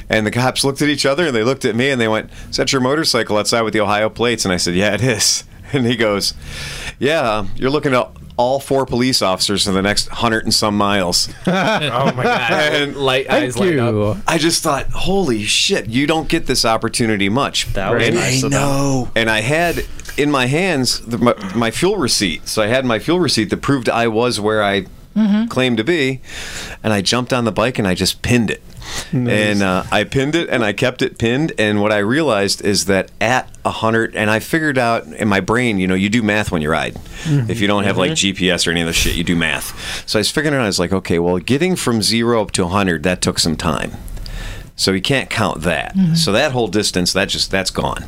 Speaker 11: And the cops looked at each other and they looked at me and they went, "Is that your motorcycle outside with the Ohio plates?" And I said, "Yeah, it is." [laughs] And he goes, "Yeah, um, you're looking at all four police officers in the next hundred and some miles."
Speaker 1: [laughs] oh my
Speaker 11: [laughs]
Speaker 1: god!
Speaker 11: And
Speaker 1: light eyes light up.
Speaker 11: I just thought, holy shit, you don't get this opportunity much. That
Speaker 1: was nice
Speaker 11: I
Speaker 1: of them.
Speaker 11: know. And I had in my hands the, my, my fuel receipt, so I had my fuel receipt that proved I was where I claimed to be, and I jumped on the bike and I just pinned it. And uh, I pinned it and I kept it pinned. And what I realized is that at 100, and I figured out in my brain, you know, you do math when you ride.
Speaker 5: Mhm.
Speaker 11: If you don't have like
Speaker 5: Mhm.
Speaker 11: GPS or any of this shit, you do math. So I was figuring out, I was like, okay, well, getting from zero up to 100, that took some time. So you can't count that.
Speaker 12: Mhm.
Speaker 11: So that whole distance, that just that's gone.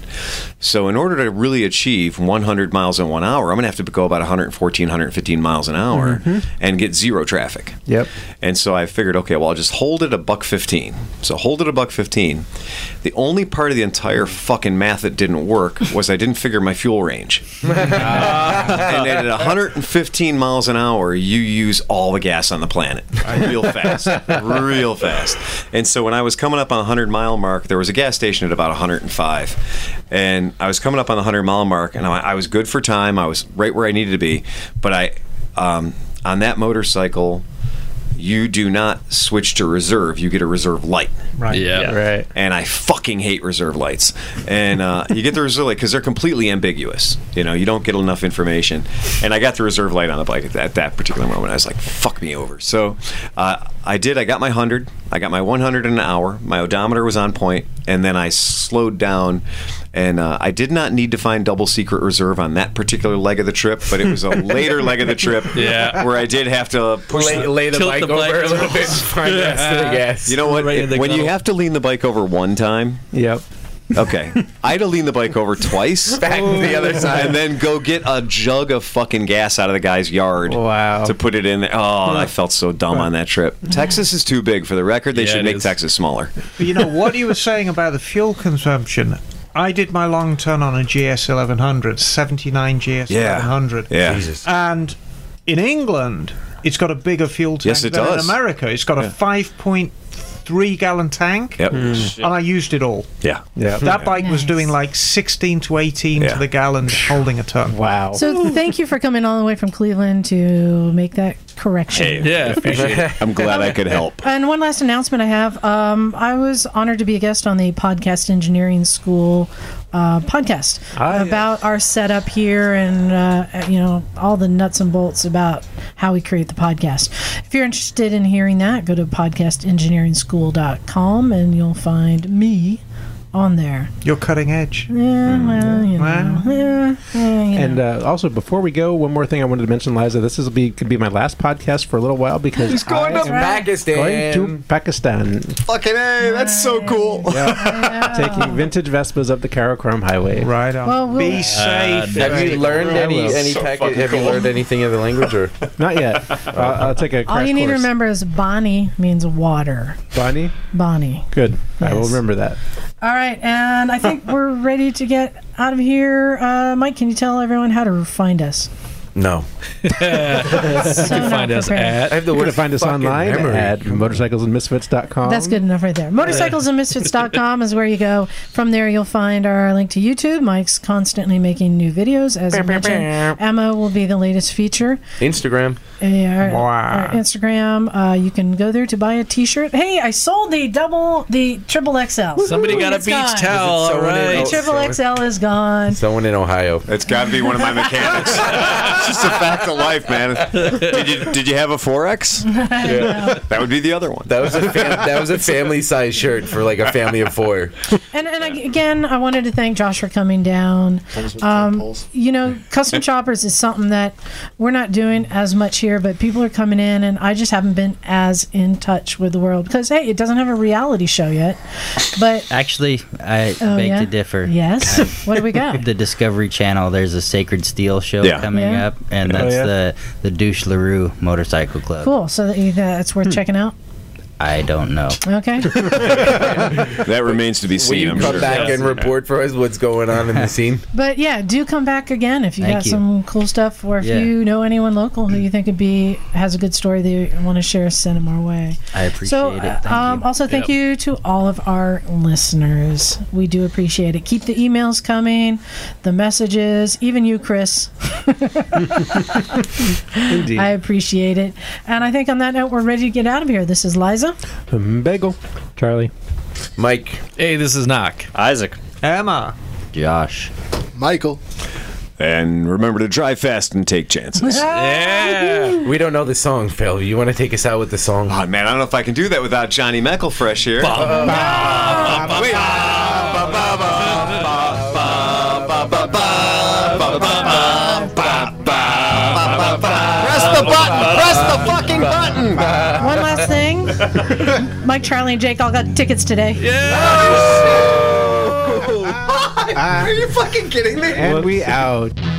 Speaker 11: So in order to really achieve 100 miles in one hour, I'm going to have to go about 114, 115 miles an hour
Speaker 6: Mhm.
Speaker 11: and get zero traffic.
Speaker 6: Yep.
Speaker 11: And so I figured, okay, well, I'll just hold it a buck 15. So hold it a buck 15. The only part of the entire fucking math that didn't work was I didn't figure my fuel range.
Speaker 2: Ah.
Speaker 11: and at 115 miles an hour, you use all the gas on the planet real
Speaker 8: [laughs]
Speaker 11: fast, real fast. And so when I was coming up on the 100 mile mark, there was a gas station at about 105. And I was coming up on the 100 mile mark, and I, I was good for time. I was right where I needed to be. But I, um, on that motorcycle, you do not switch to reserve. You get a reserve light.
Speaker 8: Right.
Speaker 11: Yeah. Right. And I fucking hate reserve lights. And uh, you get the reserve light because they're completely ambiguous. You know, you don't get enough information. And I got the reserve light on the bike at that, at that particular moment. I was like, fuck me over. So uh, I did. I got my 100. I got my 100 in an hour. My odometer was on point, And then I slowed down. And uh, I did not need to find double secret reserve on that particular leg of the trip, but it
Speaker 12: [laughs]
Speaker 10: [laughs]
Speaker 11: was a later leg of the trip
Speaker 12: Yeah.
Speaker 11: where I did have to push
Speaker 12: Lay- lay the Tilt bike the bike over a little bit and [laughs] find gas to the
Speaker 8: [laughs]
Speaker 12: gas.
Speaker 11: You know what?
Speaker 12: Right in
Speaker 11: If-
Speaker 12: the
Speaker 11: when you
Speaker 12: gunnel.
Speaker 11: have to lean the bike over one time.
Speaker 8: Yep. [laughs]
Speaker 11: Okay. I had to lean the bike over twice. Back
Speaker 12: to the other side.
Speaker 11: And then go get a jug of fucking gas out of the guy's yard. Wow. To put it in there. Oh, I felt so dumb on that trip. Texas is too big for the record. They
Speaker 10: Yeah, it
Speaker 11: should make
Speaker 10: is.
Speaker 11: Texas smaller.
Speaker 8: But you know what you were saying about the fuel consumption. I did my long turn on a GS 1100, 79 GS 1100.
Speaker 11: Yeah. Jesus.
Speaker 8: And in England, it's got a bigger fuel tank
Speaker 11: Yes, it
Speaker 8: than
Speaker 11: does.
Speaker 8: in America. It's got
Speaker 11: Yeah.
Speaker 8: a 5.3 gallon tank.
Speaker 11: Yep.
Speaker 8: And I used it all.
Speaker 11: Yeah. Mm. Yeah.
Speaker 8: That bike was doing like 16 to 18 to the gallon holding a ton.
Speaker 6: Wow.
Speaker 2: So thank you for coming all the way from Cleveland to make that correction.
Speaker 11: Hey. Yeah. Appreciate it. [laughs] I'm glad I could
Speaker 8: [laughs]
Speaker 11: help.
Speaker 2: And one last announcement I have. Um, I was honored to be a guest on the Podcast Engineering School uh, podcast about our setup here and, uh, you know, all the nuts and bolts about how we create the podcast. If you're interested in hearing that, go to podcastengineeringschool.com and you'll find me on there.
Speaker 8: You're cutting edge.
Speaker 2: Yeah, well, you know. yeah, yeah, you know.
Speaker 6: And uh, also, before we go, one more thing I wanted to mention, Liza. This is be could be my last podcast for a little while because
Speaker 12: He's going
Speaker 6: I
Speaker 12: to
Speaker 6: am
Speaker 12: Pakistan.
Speaker 6: Going to Pakistan,
Speaker 11: Fucking A, that's so cool. [laughs]
Speaker 6: taking vintage Vespas up the Karakoram Highway.
Speaker 8: Right
Speaker 2: Oh.
Speaker 8: on.
Speaker 2: Well, we'll-
Speaker 8: Be safe.
Speaker 1: have you learned any any packet- Have you learned anything of the language or
Speaker 6: not yet? I'll, I'll take
Speaker 2: [laughs]
Speaker 6: a
Speaker 2: All
Speaker 6: crash
Speaker 2: you need to
Speaker 6: course.
Speaker 2: remember is Bonnie means water.
Speaker 6: Bonnie.
Speaker 2: Bonnie.
Speaker 6: Good. I will
Speaker 2: Yes.
Speaker 6: remember that.
Speaker 2: All right, and I think we're ready to get out of here. Uh, Mike, can you tell everyone how to find us?
Speaker 1: no?
Speaker 2: So not prepared.
Speaker 1: I have the
Speaker 6: you can
Speaker 1: worst
Speaker 6: find us
Speaker 1: fucking
Speaker 6: online
Speaker 1: memory.
Speaker 6: at motorcyclesandmisfits.com.
Speaker 2: That's good enough right there. Motorcyclesandmisfits.com is where you go. From there, you'll find our link to YouTube. Mike's constantly making new videos, as I mentioned. Emma will be the latest feature.
Speaker 1: Instagram.
Speaker 2: Uh, our, our Instagram. Uh, you can go there to buy a T-shirt. Hey, I sold the double, the triple XL.
Speaker 10: Somebody got a
Speaker 2: It's
Speaker 10: beach
Speaker 2: gone.
Speaker 10: towel, all right.
Speaker 2: Triple XL is gone.
Speaker 1: Someone in Ohio.
Speaker 11: It's got to be [laughs] one of my mechanics. it's just a fact of life, man. [laughs] Did you did you have a forex?
Speaker 2: Yeah.
Speaker 11: That would be the other one.
Speaker 1: That was a fam-
Speaker 11: [laughs]
Speaker 1: that was a family size shirt for like a family of four.
Speaker 2: And, and ag- again, I wanted to thank Josh for coming down. Um, you know, custom choppers is something that we're not doing as much here, but people are coming in, and I just haven't been as in touch with the world because, hey, it doesn't have a reality show yet. But
Speaker 9: Actually, I
Speaker 2: Oh,
Speaker 9: beg
Speaker 2: yeah?
Speaker 9: to differ.
Speaker 1: [laughs]
Speaker 2: Yes? [laughs] What do we got?
Speaker 9: the Discovery Channel. There's a Sacred Steel show
Speaker 2: Yeah.
Speaker 9: coming
Speaker 2: Yeah.
Speaker 9: up, and
Speaker 2: Oh,
Speaker 9: that's
Speaker 2: yeah?
Speaker 9: the the Douche Larue Motorcycle Club.
Speaker 2: cool. So that, you- that's
Speaker 1: Hmm.
Speaker 2: worth checking out.
Speaker 9: I don't know.
Speaker 1: [laughs]
Speaker 2: Okay.
Speaker 11: That remains to be
Speaker 1: Will
Speaker 11: seen.
Speaker 1: you
Speaker 11: I'm
Speaker 1: come
Speaker 11: sure.
Speaker 1: back and report for us what's going on in the scene?
Speaker 2: But yeah, do come back again if you
Speaker 1: Thank
Speaker 2: got
Speaker 1: you.
Speaker 2: some cool stuff, or if
Speaker 1: Yeah.
Speaker 2: you know anyone local who you think would be has a good story that you want to share, send them our way.
Speaker 9: I appreciate
Speaker 2: so,
Speaker 9: it.
Speaker 2: uh,
Speaker 9: Thank
Speaker 2: um,
Speaker 9: you.
Speaker 2: also thank you to all of our listeners. We do appreciate it. Keep the emails coming, the messages, even
Speaker 9: [laughs]
Speaker 2: you, Chris.
Speaker 6: Indeed.
Speaker 2: I appreciate it. And I think on that note, we're ready to get out of here. This is Liza.
Speaker 6: Bagel. Charlie.
Speaker 1: Mike.
Speaker 5: Hey, this is Knock.
Speaker 11: Isaac.
Speaker 8: Emma.
Speaker 11: Josh.
Speaker 4: Michael.
Speaker 11: And remember to drive fast and take [laughs] chances.
Speaker 1: Yeah. We don't know the song, Phil. You want to take us out with the song?
Speaker 11: Oh, man, I don't know if I can do that without Johnny Mecklefresh here.
Speaker 12: Press the button. Press the fucking button.
Speaker 2: One last thing. Mike, Charlie, and Jake all got tickets today.
Speaker 14: Yeah.
Speaker 11: Oh, [laughs] Are you fucking kidding me?
Speaker 6: And we out.